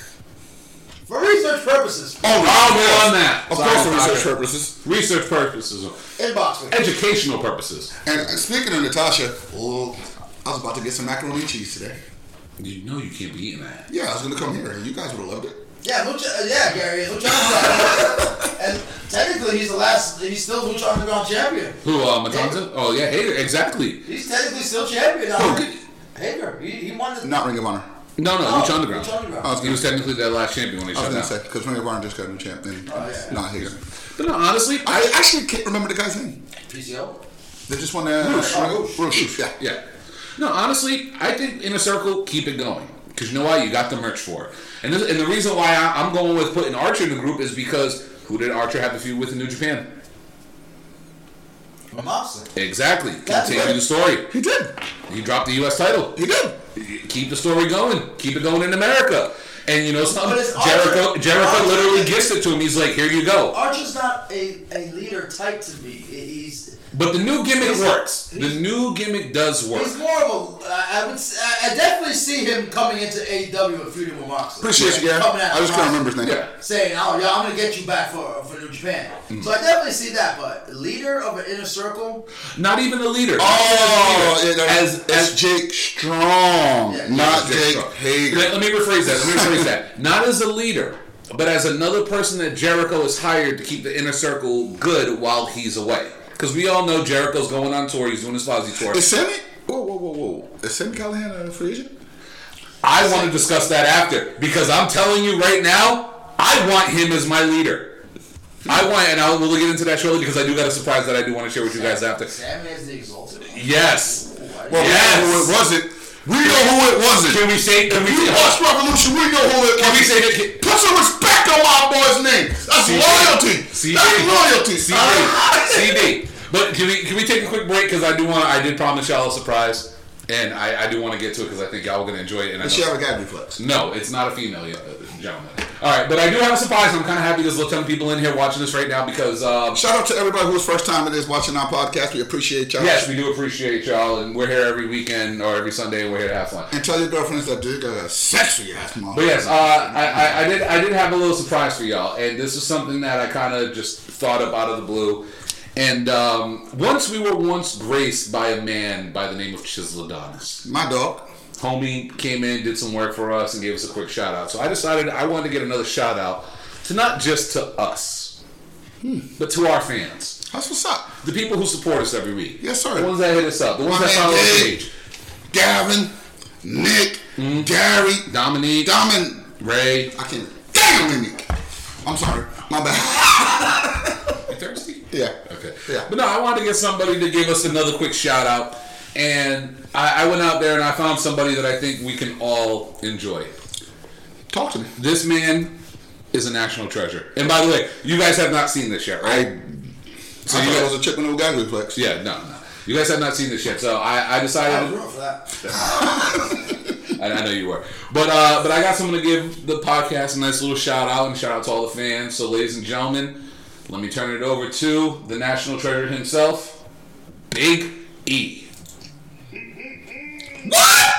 Speaker 3: for research purposes,
Speaker 1: Oh,
Speaker 5: I'll go
Speaker 1: yes.
Speaker 5: on that.
Speaker 1: Of
Speaker 5: Sorry,
Speaker 1: course, for
Speaker 5: sorry.
Speaker 1: research purposes.
Speaker 5: Research purposes,
Speaker 3: inbox me.
Speaker 5: educational purposes.
Speaker 1: And uh, speaking of Natasha, oh, I was about to get some macaroni and cheese today.
Speaker 5: You know you can't be eating that.
Speaker 1: Yeah, I was gonna come here, and you guys would have loved it.
Speaker 3: Yeah, Lucha, uh, yeah, Gary, Lucha Underground. and technically, he's the last. He's still Lucha Underground champion.
Speaker 5: Who, uh, Matanza? Oh yeah, Hater. Exactly.
Speaker 3: He's technically still champion. Now.
Speaker 5: Oh, good.
Speaker 3: Hager, he, he won the.
Speaker 1: Not Ring of Honor.
Speaker 5: No, no,
Speaker 3: Oh,
Speaker 5: Lucha Underground.
Speaker 3: Lucha Underground.
Speaker 1: I was
Speaker 5: He
Speaker 1: gonna,
Speaker 5: was technically their last champion when
Speaker 1: I was
Speaker 5: he shut
Speaker 1: gonna
Speaker 5: down.
Speaker 1: say because Ring of Honor just got a new champion.
Speaker 3: Oh, yeah.
Speaker 1: Not Hager.
Speaker 5: But no, honestly, I,
Speaker 1: I actually can't remember the guy's name.
Speaker 3: PCO.
Speaker 1: They just won uh, that.
Speaker 3: Roosh.
Speaker 1: Roosh. Yeah.
Speaker 5: yeah. No, honestly, I think Inner Circle keep it going because you know why you got the merch for. It. And this, and the reason why I, I'm going with putting Archer in the group is because who did Archer have the feud with in New Japan?
Speaker 3: Moxley.
Speaker 5: Exactly.
Speaker 3: That's
Speaker 5: Continue
Speaker 3: right.
Speaker 5: the story.
Speaker 1: He did.
Speaker 5: He dropped the U.S. title.
Speaker 1: He did.
Speaker 5: keep the story going. Keep it going in America. And you know something?
Speaker 3: But it's
Speaker 5: Jericho
Speaker 3: Archer.
Speaker 5: Jericho
Speaker 3: Archer.
Speaker 5: literally gives it to him. He's like, here you go.
Speaker 3: Archer's not a, a leader type to me. He's
Speaker 5: But the new gimmick
Speaker 3: He's-
Speaker 5: works. The
Speaker 3: he's-
Speaker 5: new gimmick does work.
Speaker 3: he's more of a. I I would s- I I definitely see him coming into AEW and feuding with Moxley.
Speaker 1: Appreciate you, Gary.
Speaker 3: Coming at
Speaker 1: I just can't
Speaker 3: Moxley.
Speaker 1: remember his name.
Speaker 5: Yeah.
Speaker 3: saying, "Oh yeah, I'm gonna get you back for for New Japan."
Speaker 1: Mm.
Speaker 3: So I definitely see that. But leader of an inner circle,
Speaker 5: Not even the leader.
Speaker 1: Oh, it,
Speaker 5: as,
Speaker 1: it's
Speaker 5: as
Speaker 1: Jake Strong,
Speaker 3: Yeah,
Speaker 1: not
Speaker 5: Jake
Speaker 1: Jake
Speaker 5: Strong.
Speaker 1: Hager.
Speaker 5: Let, let me rephrase that. Let me rephrase that. Not as a leader, but as another person that Jericho is hired to keep the inner circle good while he's away. Because we all know Jericho's going on tour. He's doing his Fozzy tour.
Speaker 1: Is Sammy? Whoa, whoa, whoa, whoa! Is Sammy Callahan a free agent?
Speaker 5: I want to discuss that after because I'm telling you right now, I want him as my leader. I want, and I'll, we'll get into that shortly because I do got a surprise that I do want to share with you guys after.
Speaker 3: Sammy is the exalted. one.
Speaker 5: Yes.
Speaker 1: Well, we know who it
Speaker 5: Yes.
Speaker 1: wasn't. We know who it wasn't.
Speaker 5: Can we say? Can we?
Speaker 1: We
Speaker 5: Say,
Speaker 1: watched Revolution. We know who it
Speaker 5: can
Speaker 1: was.
Speaker 5: we say that? Can,
Speaker 1: Put some respect on my boy's name. That's
Speaker 5: CD.
Speaker 1: loyalty.
Speaker 5: CD.
Speaker 1: That's loyalty.
Speaker 5: CD. CD. But can we can we take a quick break because I do want I did promise y'all a surprise and I, I do want to get to it because I think y'all are gonna enjoy it and I
Speaker 1: Does
Speaker 5: know-
Speaker 1: she have a guy reflex?
Speaker 5: No, it's not a female yet, uh, gentleman. All right, but I do have a surprise. and I'm kind of happy there's a ton of people in here watching this right now because um,
Speaker 1: Shout out to everybody who's first time it is watching our podcast. We appreciate y'all.
Speaker 5: yes, we do appreciate y'all and we're here every weekend or every Sunday and we're here to have fun.
Speaker 1: And tell your girlfriends that dude got a sexy ass mom.
Speaker 5: But yes, uh, I, I, I did I did have a little surprise for y'all, and this is something that I kind of just thought up out of the blue. And um, once we were once graced by a man by the name of Chisel Adonis.
Speaker 1: My dog.
Speaker 5: homie came in, did some work for us, and gave us a quick shout out. So I decided I wanted to get another shout out to not just to us,
Speaker 1: Hmm.
Speaker 5: but to our fans,
Speaker 1: That's what's up.
Speaker 5: the people who support us every week.
Speaker 1: Yes, sir.
Speaker 5: The ones that hit us up, the ones
Speaker 1: My
Speaker 5: that
Speaker 1: man
Speaker 5: follow us
Speaker 1: Gabe.
Speaker 5: page.
Speaker 1: Gavin, Nick,
Speaker 5: Mm-hmm.
Speaker 1: Gary,
Speaker 5: Dominique,
Speaker 1: Diamond.
Speaker 5: Ray.
Speaker 1: I can't. Damn, Nick. I'm sorry. My bad.
Speaker 5: You thirsty?
Speaker 1: yeah.
Speaker 5: Okay.
Speaker 1: Yeah.
Speaker 5: But no, I wanted to get somebody to give us another quick shout out, and I, I went out there and I found somebody that I think we can all enjoy.
Speaker 1: Talk to me.
Speaker 5: This man is a national treasure. And by the way, you guys have not seen this yet, right?
Speaker 1: I. So
Speaker 5: you
Speaker 1: you
Speaker 5: got-
Speaker 1: was a chick with no guy reflex.
Speaker 5: Yeah, no, no. You guys have not seen this yet, so I, I
Speaker 3: I was
Speaker 5: decided.
Speaker 3: wrong for that.
Speaker 5: I, I know you were, but uh, but I got someone to give the podcast a nice little shout out and shout out to all the fans. So, ladies and gentlemen, let me turn it over to the national treasure himself, Big E.
Speaker 6: Why,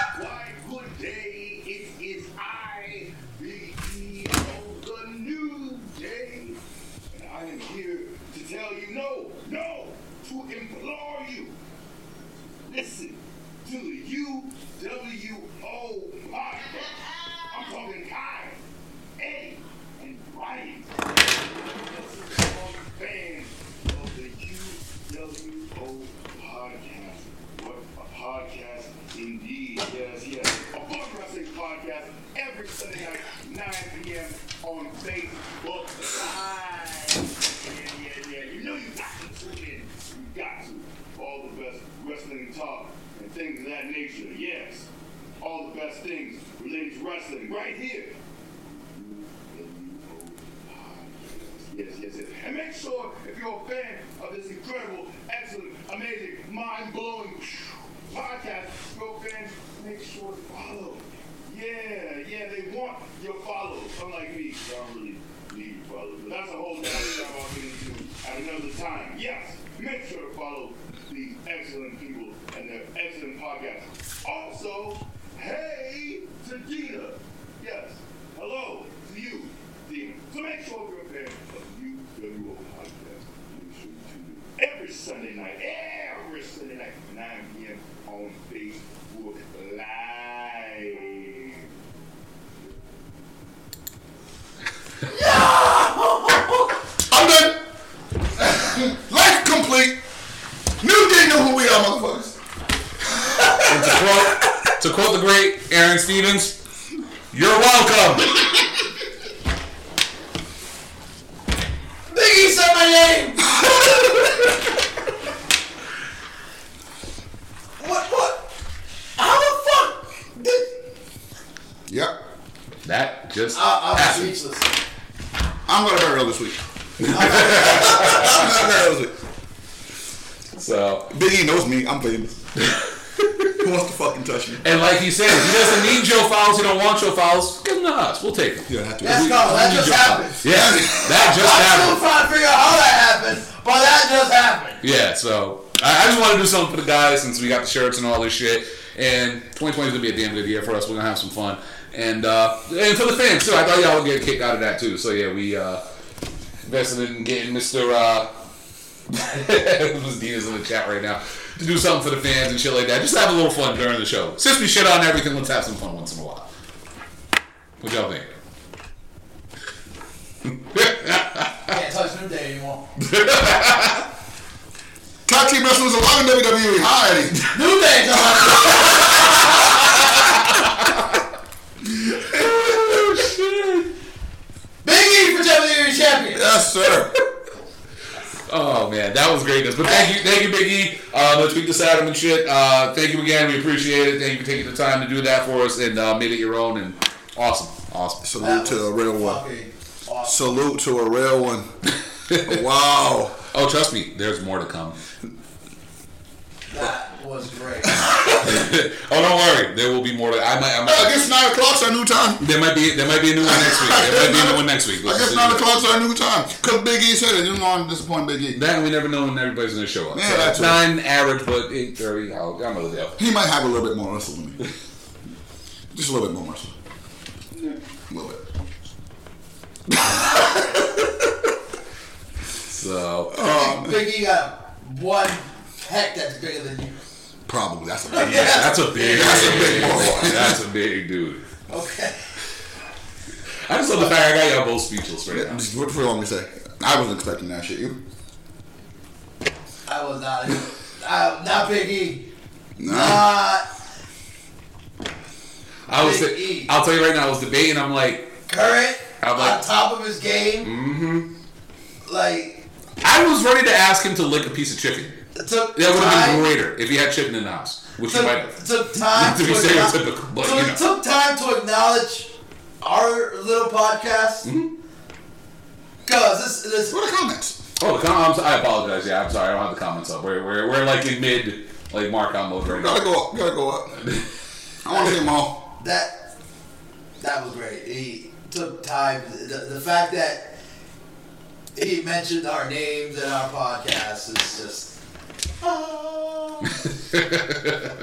Speaker 6: good day. It is I, Big E, of the new day. And I am here to tell you no, no, to implore you. Listen to the UWO podcast. I'm talking Kai, Eddie, and Brian. Fans of the UWO podcast. What a podcast indeed. Yes, yes. A Buck Wrestling podcast every Sunday night, 9 p.m. on Facebook Live. Yeah, yeah, yeah. You know you got to tune in. You got to. For All the best wrestling talk and things of that nature. Yes. All the best things related to wrestling right here Yes, yes, yes. And make sure if you're a fan of this incredible, excellent, amazing, mind-blowing podcast, your fans make sure to follow. Yeah, yeah, they want your followers. Unlike me, I don't really need your followers. But that's a whole nother thing I'll get into at another time. Yes, make sure to follow these excellent people and their excellent podcasts. Also, hey to Gina. Yes, hello to you, Gina. So make sure you're a fan of UWO Podcast. Make sure you tune in every Sunday night, every Sunday night, 9 p.m. on Facebook Live.
Speaker 1: I'm done. Life complete. New day know who we are, motherfuckers.
Speaker 5: And to quote, to quote the great Aaron Stevens, "You're welcome."
Speaker 3: Biggie E said my name. what? What? How the fuck did?
Speaker 1: Yep.
Speaker 5: That just
Speaker 3: I, I'm
Speaker 5: happened.
Speaker 3: speechless.
Speaker 1: I'm gonna burial this week. I'm gonna burial this week.
Speaker 5: So
Speaker 1: E Biggie knows me. I'm famous. Nobody wants to fucking touch me.
Speaker 5: And like he said, if he doesn't need Joe Fowles, he don't want Joe Fowles, give him to us. We'll take him.
Speaker 1: You don't have to.
Speaker 3: That's called, that just happened.
Speaker 5: Yeah, that just happened.
Speaker 3: I'm still trying to figure out how that happened, but that just happened.
Speaker 5: Yeah, so I, I just want to do something for the guys since we got the shirts and all this shit. And 2020 is gonna be a damn good year for us. We're gonna have some fun, and uh, and for the fans too. I thought y'all would get a kick out of that too. So yeah, we uh, invested in getting Mister. Uh, Dina's in the chat right now to do something for the fans and shit like that. Just have a little fun during the show. Since we shit on everything, let's have some fun once in a while. What y'all think?
Speaker 3: Can't touch them day anymore.
Speaker 1: Tag team wrestling is allowed in WWE. E. Hi.
Speaker 3: New day, John. Big E for WWE champion.
Speaker 1: Yes, sir.
Speaker 5: Oh man, that was greatness. But thank you, thank you, Biggie. Uh, let's beat this Adam and shit. Uh, thank you again. We appreciate it. Thank you for taking the time to do that for us and uh, made it your own. And awesome, awesome.
Speaker 1: Salute to a real one.
Speaker 3: Fucking awesome.
Speaker 1: Salute to a real one. wow.
Speaker 5: Oh, trust me, there's more to come.
Speaker 3: That was great.
Speaker 5: Oh, don't worry, there will be more. To, I might, I
Speaker 1: I
Speaker 5: might.
Speaker 1: guess nine o'clock's our new time.
Speaker 5: There might be, there might be a new one next week. There might be a new one next week.
Speaker 1: I guess nine o'clock's our new time. Cause Big E said it. You don't want to disappoint Big E.
Speaker 5: That and we never know when everybody's gonna show up.
Speaker 1: Yeah, that's
Speaker 5: so, nine average, but eight thirty. I'll, I'm gonna deal.
Speaker 1: He might have a little bit more muscle than me. Just a little bit more muscle. A little bit.
Speaker 5: So
Speaker 1: Oh,
Speaker 3: Big E got one heck that's bigger than you.
Speaker 1: Probably. That's a big.
Speaker 3: Yeah.
Speaker 5: that's a big,
Speaker 1: That's a big boy.
Speaker 5: that's a big dude.
Speaker 3: Okay.
Speaker 5: I just love the fact I got y'all both speechless right now.
Speaker 1: What do you want me to say? I wasn't expecting that shit. You?
Speaker 3: I was not. I, not Big E.
Speaker 1: Nah.
Speaker 3: Not
Speaker 5: I was,
Speaker 3: Big E.
Speaker 5: I'll tell you right now, I was debating. I'm like,
Speaker 3: current.
Speaker 5: I'm like-
Speaker 3: on top of his game. Mm-hmm.
Speaker 5: Mm-hmm.
Speaker 3: Like
Speaker 5: I was ready to ask him to lick a piece of chicken.
Speaker 3: it took
Speaker 5: That would have been
Speaker 3: time.
Speaker 5: greater if he had chicken in the house, which he might
Speaker 3: Took,
Speaker 5: have.
Speaker 3: took time
Speaker 5: To be
Speaker 3: acknow-
Speaker 5: stereotypical, but,
Speaker 3: took-
Speaker 5: you know.
Speaker 3: took time to acknowledge our little podcast.
Speaker 5: Mm-hmm.
Speaker 3: Cause this, this
Speaker 1: What are the comments?
Speaker 5: Oh, the com- I'm, so- I apologize. Yeah, I'm sorry. I don't have the comments up. We're, we're, we're like in mid like mark on mode right
Speaker 1: Gotta
Speaker 5: now.
Speaker 1: go up. Gotta go up. I want to see them all.
Speaker 3: that that was great. He took time. The, the fact that he mentioned our names and our podcast is just. Oh.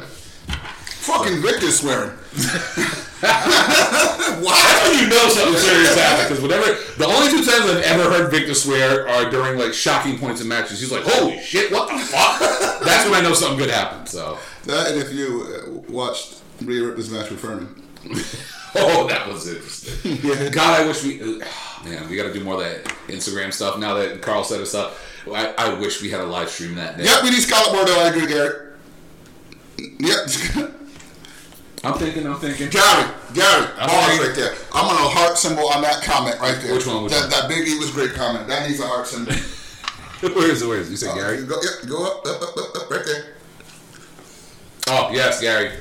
Speaker 1: Fucking Victor's swearing.
Speaker 5: How
Speaker 1: what?
Speaker 5: do you know something serious happened? Because whatever, the only two times I've ever heard Victor swear are during like shocking points in matches. He's like, "Holy shit, what the fuck?" That's when I know something good happened. So,
Speaker 1: That and if you uh, watched Rhea Ripley's match with Furman.
Speaker 5: oh, that was interesting. God, I wish we, uh, man, we got to do more of that Instagram stuff now that Carl set us up. I, I wish we had a live stream that day.
Speaker 1: Yep, we need Scarlet Bordeaux. I agree, Gary. Yep.
Speaker 5: I'm thinking, I'm thinking.
Speaker 1: Gary, Gary,
Speaker 5: I'm
Speaker 1: bars
Speaker 5: sorry.
Speaker 1: right there. I'm gonna heart symbol on that comment right there.
Speaker 5: Which one, which
Speaker 1: that,
Speaker 5: one?
Speaker 1: that Big E was great comment. That needs a heart symbol.
Speaker 5: Where is it? Where is it? You said Gary?
Speaker 1: Go, yep, go up, up, up, up, up, right there.
Speaker 5: Oh, yes, Gary.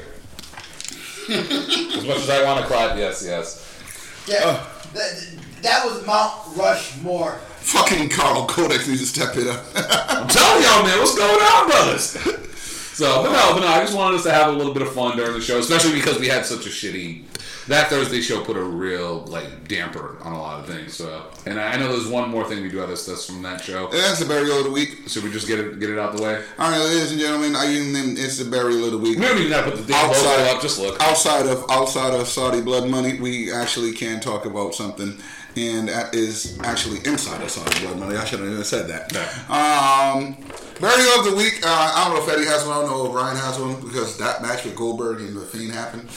Speaker 5: as much as I want to clap, yes, yes.
Speaker 3: Yeah,
Speaker 5: Oh.
Speaker 3: that, that was Mount Rushmore.
Speaker 1: Fucking Carl Codex needs to step it up.
Speaker 5: I'm telling y'all, man, what's going on, brothers? So, but no, but no, I just wanted us to have a little bit of fun during the show, especially because we had such a shitty. That Thursday show put a real like damper on a lot of things. So, and I I know there's one more thing we do have that's, that's from that show.
Speaker 1: That's the burial of the week.
Speaker 5: Should we just get it get it out the way?
Speaker 1: All right, ladies and gentlemen, I give them it's the burial of the week.
Speaker 5: We don't even have to put the damn logo
Speaker 1: Outside.
Speaker 5: up. Just look.
Speaker 1: Outside of outside of Saudi blood money, we actually can talk about something, and that is actually inside of Saudi blood money. I shouldn't have even said that. Um, burial of the week. Uh, I don't know if Eddie has one. I don't know if Ryan has one because that match with Goldberg and the Fiend happened.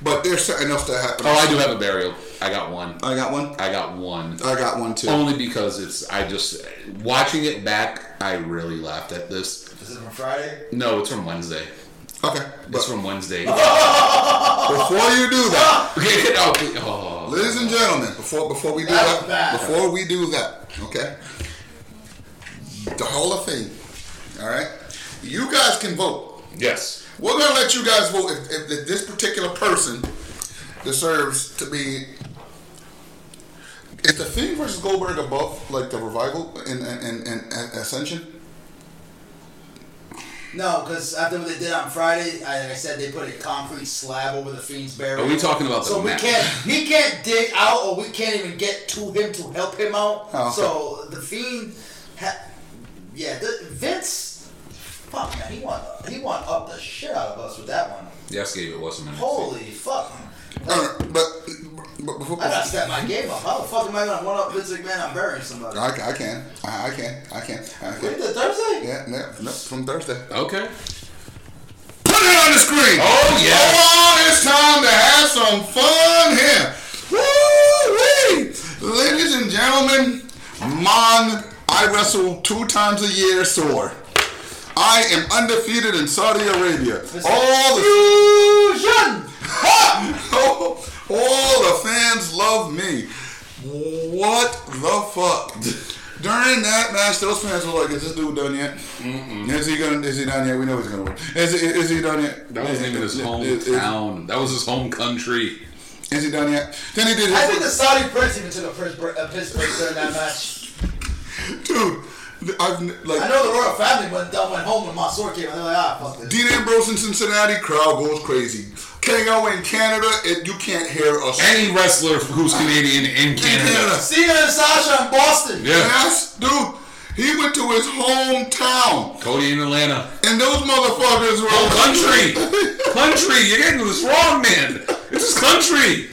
Speaker 1: But there's something else that happened.
Speaker 5: Oh, I do have a burial. I got one.
Speaker 1: I got one.
Speaker 5: I got one.
Speaker 1: I got one too.
Speaker 5: Only because it's I just watching it back. I really laughed at this.
Speaker 3: Is it from Friday?
Speaker 5: No, it's from Wednesday.
Speaker 1: Okay, but
Speaker 5: It's from Wednesday.
Speaker 1: before you do that.
Speaker 5: Okay, no, oh.
Speaker 1: Ladies and gentlemen, before before we do
Speaker 3: That was
Speaker 1: that,
Speaker 3: bad.
Speaker 1: before we do that, okay? The Hall of Fame. All right, you guys can vote.
Speaker 5: Yes.
Speaker 1: We're gonna let you guys vote if, if, if this particular person deserves to be. Is the Fiend versus Goldberg above like the revival and and, and, and, and Ascension?
Speaker 3: No, because after what they did on Friday, I, like I said they put a concrete slab over the fiend's burial.
Speaker 5: Are we talking about the
Speaker 3: So we
Speaker 5: map?
Speaker 3: can't. He can't dig out, or we can't even get to him to help him out.
Speaker 1: Oh, okay.
Speaker 3: So the fiend, ha- yeah, the, Vince. Fuck man, he want he want up the shit out of us with that one.
Speaker 5: Yes, Gabe, it was a minute.
Speaker 3: Holy fuck!
Speaker 1: No, no, but, but before,
Speaker 3: I gotta step my game up. How the fuck am I gonna one up Vince McMahon? I'm burying somebody.
Speaker 1: I, I can, I, I can, I can, I
Speaker 3: Wait,
Speaker 1: can.
Speaker 3: the Thursday?
Speaker 1: Yeah, no, no, from Thursday.
Speaker 5: Okay.
Speaker 1: Put it on the screen.
Speaker 5: Oh, yes.
Speaker 1: Oh, it's time to have some fun here. Woo-wee. Ladies and gentlemen, Mon, I wrestle two times a year sore. I am undefeated in Saudi Arabia. All the fusion. All the fans love me. What the fuck? During that match, those fans were like, "Is this dude done yet? Is he gonna? Is he done yet? We know he's gonna win. Is he, is he done yet?
Speaker 5: That wasn't even
Speaker 1: Is-
Speaker 5: his
Speaker 1: is- is-
Speaker 5: hometown. That was his home country.
Speaker 1: Is he done yet? Then he did.
Speaker 3: I
Speaker 1: His,
Speaker 3: think the Saudi prince even took a piss break, a piss break during that match.
Speaker 1: dude, I've n- like.
Speaker 3: I know the royal family went done went home when Mansoor came. and They're like, ah, fuck this.
Speaker 1: Dean Ambrose in Cincinnati, crowd goes crazy. KO in Canada, it, you can't hear us.
Speaker 5: Any wrestler who's Canadian in Canada.
Speaker 3: Cena and Sasha in Boston.
Speaker 5: Yeah.
Speaker 1: Yes, dude. He went to his hometown,
Speaker 5: Cody in Atlanta.
Speaker 1: and those motherfuckers were
Speaker 5: Whole country. country. You're getting this wrong, man. It's his country.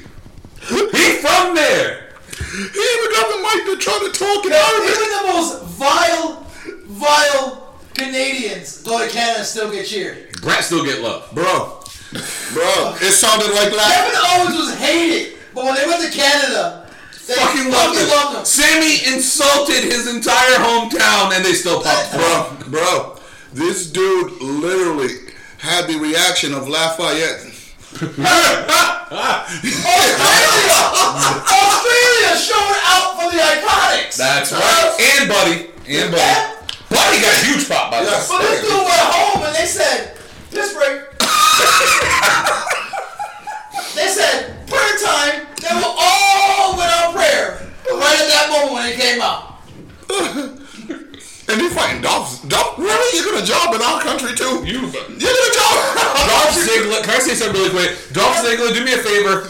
Speaker 5: He from there.
Speaker 1: He even got the mic to try to talk it out of it.
Speaker 3: Even the most vile, vile Canadians go to Canada and still get cheered.
Speaker 5: Brat still get love.
Speaker 1: Bro, bro, it sounded like that.
Speaker 3: Kevin Owens was hated, but when they went to Canada, they
Speaker 5: Fucking love
Speaker 3: fucking loved him.
Speaker 5: it. Sammy insulted his entire hometown and they still popped.
Speaker 1: Bro, bro, this dude literally had the reaction of Lafayette.
Speaker 3: Australia showed out for the Iconics.
Speaker 5: That's right. And Buddy. And Buddy.
Speaker 3: Yeah.
Speaker 5: Buddy got a huge pop by
Speaker 1: Yes.
Speaker 5: this.
Speaker 3: But this dude went home and they said, this break. they said, prayer time. They were all without prayer right at that moment when it came out.
Speaker 1: And they fighting Dolph. Dolph, really? You're gonna job in our country too? You're
Speaker 5: You-
Speaker 1: gonna job.
Speaker 5: Dolph Ziggler, can I say something really quick? Dolph Ziggler, do me a favor.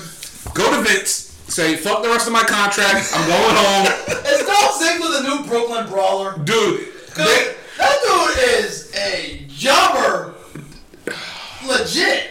Speaker 5: Go to Vince. Say, fuck the rest of my contract. I'm going home.
Speaker 3: Is Dolph Ziggler the new Brooklyn Brawler?
Speaker 5: Dude,
Speaker 3: Dude,
Speaker 5: they-
Speaker 3: that dude is a jobber. Legit.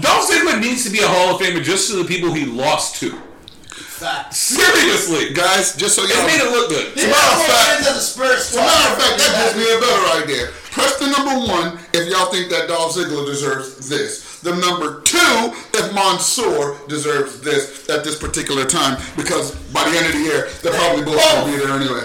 Speaker 5: Dolph Ziggler needs to be a Hall of Famer just to the people he lost to.
Speaker 3: Facts.
Speaker 5: Seriously.
Speaker 1: Guys, just so you
Speaker 5: It made
Speaker 1: know.
Speaker 5: it look good.
Speaker 3: He
Speaker 1: matter of
Speaker 3: got more
Speaker 1: fact-
Speaker 3: wins than the Spirit
Speaker 1: As a
Speaker 3: Squad.
Speaker 1: matter of fact, that gives me a better idea. Press the number one if y'all think that Dolph Ziggler deserves this. The number two if Mansoor deserves this at this particular time because by the end of the year, they're probably both going to be there anyway.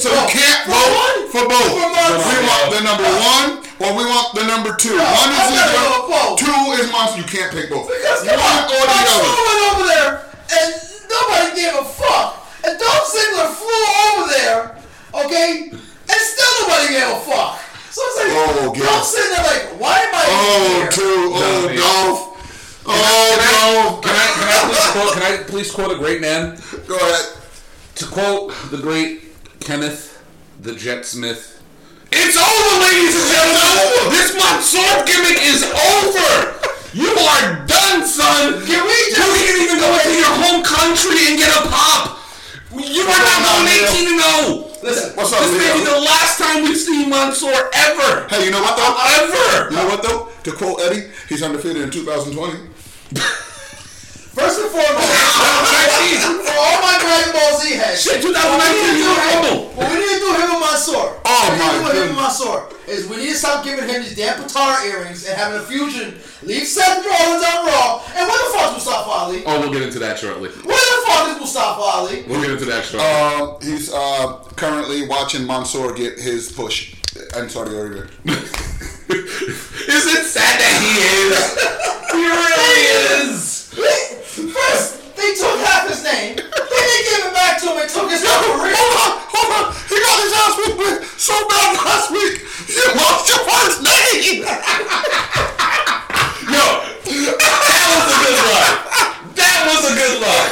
Speaker 1: so you can't vote for both.
Speaker 3: Oh, For Mansoor.
Speaker 1: We want the number one or we want the number two. One is
Speaker 3: I'm gonna vote
Speaker 1: Ziggler,
Speaker 3: both.
Speaker 1: two is Mansoor. You can't pick both.
Speaker 3: Because
Speaker 1: one
Speaker 3: come on,
Speaker 1: or the
Speaker 3: Mike
Speaker 1: other.
Speaker 3: Sewell went over there and nobody gave a fuck. And Dolph Ziggler flew over there, okay, and still nobody gave a fuck. So it's like,
Speaker 1: Oh, God.
Speaker 3: I'm sitting there like, why am I
Speaker 1: Oh,
Speaker 3: even
Speaker 1: two,
Speaker 3: here?
Speaker 1: oh,
Speaker 5: man.
Speaker 1: Dolph. Oh,
Speaker 5: Can I, can, I please quote, can I please quote a great man?
Speaker 1: no. Go ahead.
Speaker 5: To quote the great Kenneth the Jet Smith, it's over, ladies and gentlemen. This month's sword gimmick is over. You are done, son.
Speaker 3: Can we
Speaker 5: You can't even go into your home country and get a pop. You are not going 18 and 0.
Speaker 3: Listen,
Speaker 1: What's up,
Speaker 5: This may be
Speaker 1: Leo?
Speaker 5: the last time we see Mansoor ever.
Speaker 1: Hey, you know what though? You
Speaker 5: Ever.
Speaker 1: know what though? To quote Eddie, he's undefeated in 2020.
Speaker 3: first and foremost, for all my Dragon Ball Z heads,
Speaker 5: Shit,
Speaker 3: what we
Speaker 5: 2019,
Speaker 3: need
Speaker 5: you
Speaker 3: to do-
Speaker 5: were humble.
Speaker 3: What we need to do here with Mansoor,
Speaker 1: Oh,
Speaker 3: what we need to do
Speaker 1: my
Speaker 3: with
Speaker 1: goodness.
Speaker 3: him with Mansoor, is we need to stop giving him these damn Patara earrings and having a fusion, leave Seth Rollins on Raw, and what the fuck's Mustafa Ali?
Speaker 5: Oh, we'll get into that shortly.
Speaker 3: Where the fuck is Mustafa Ali?
Speaker 5: We'll get into that shortly.
Speaker 1: Um, he's uh, currently watching Mansoor get his push. I'm sorry, Arabia.
Speaker 5: is it sad that he is? he really is.
Speaker 3: First, they took half his name, then they gave it back to him and took his whole career.
Speaker 1: Hold on, hold on. He got his ass whipped with- so bad last week. You lost your first name.
Speaker 5: No, that was a good line. That was a good line.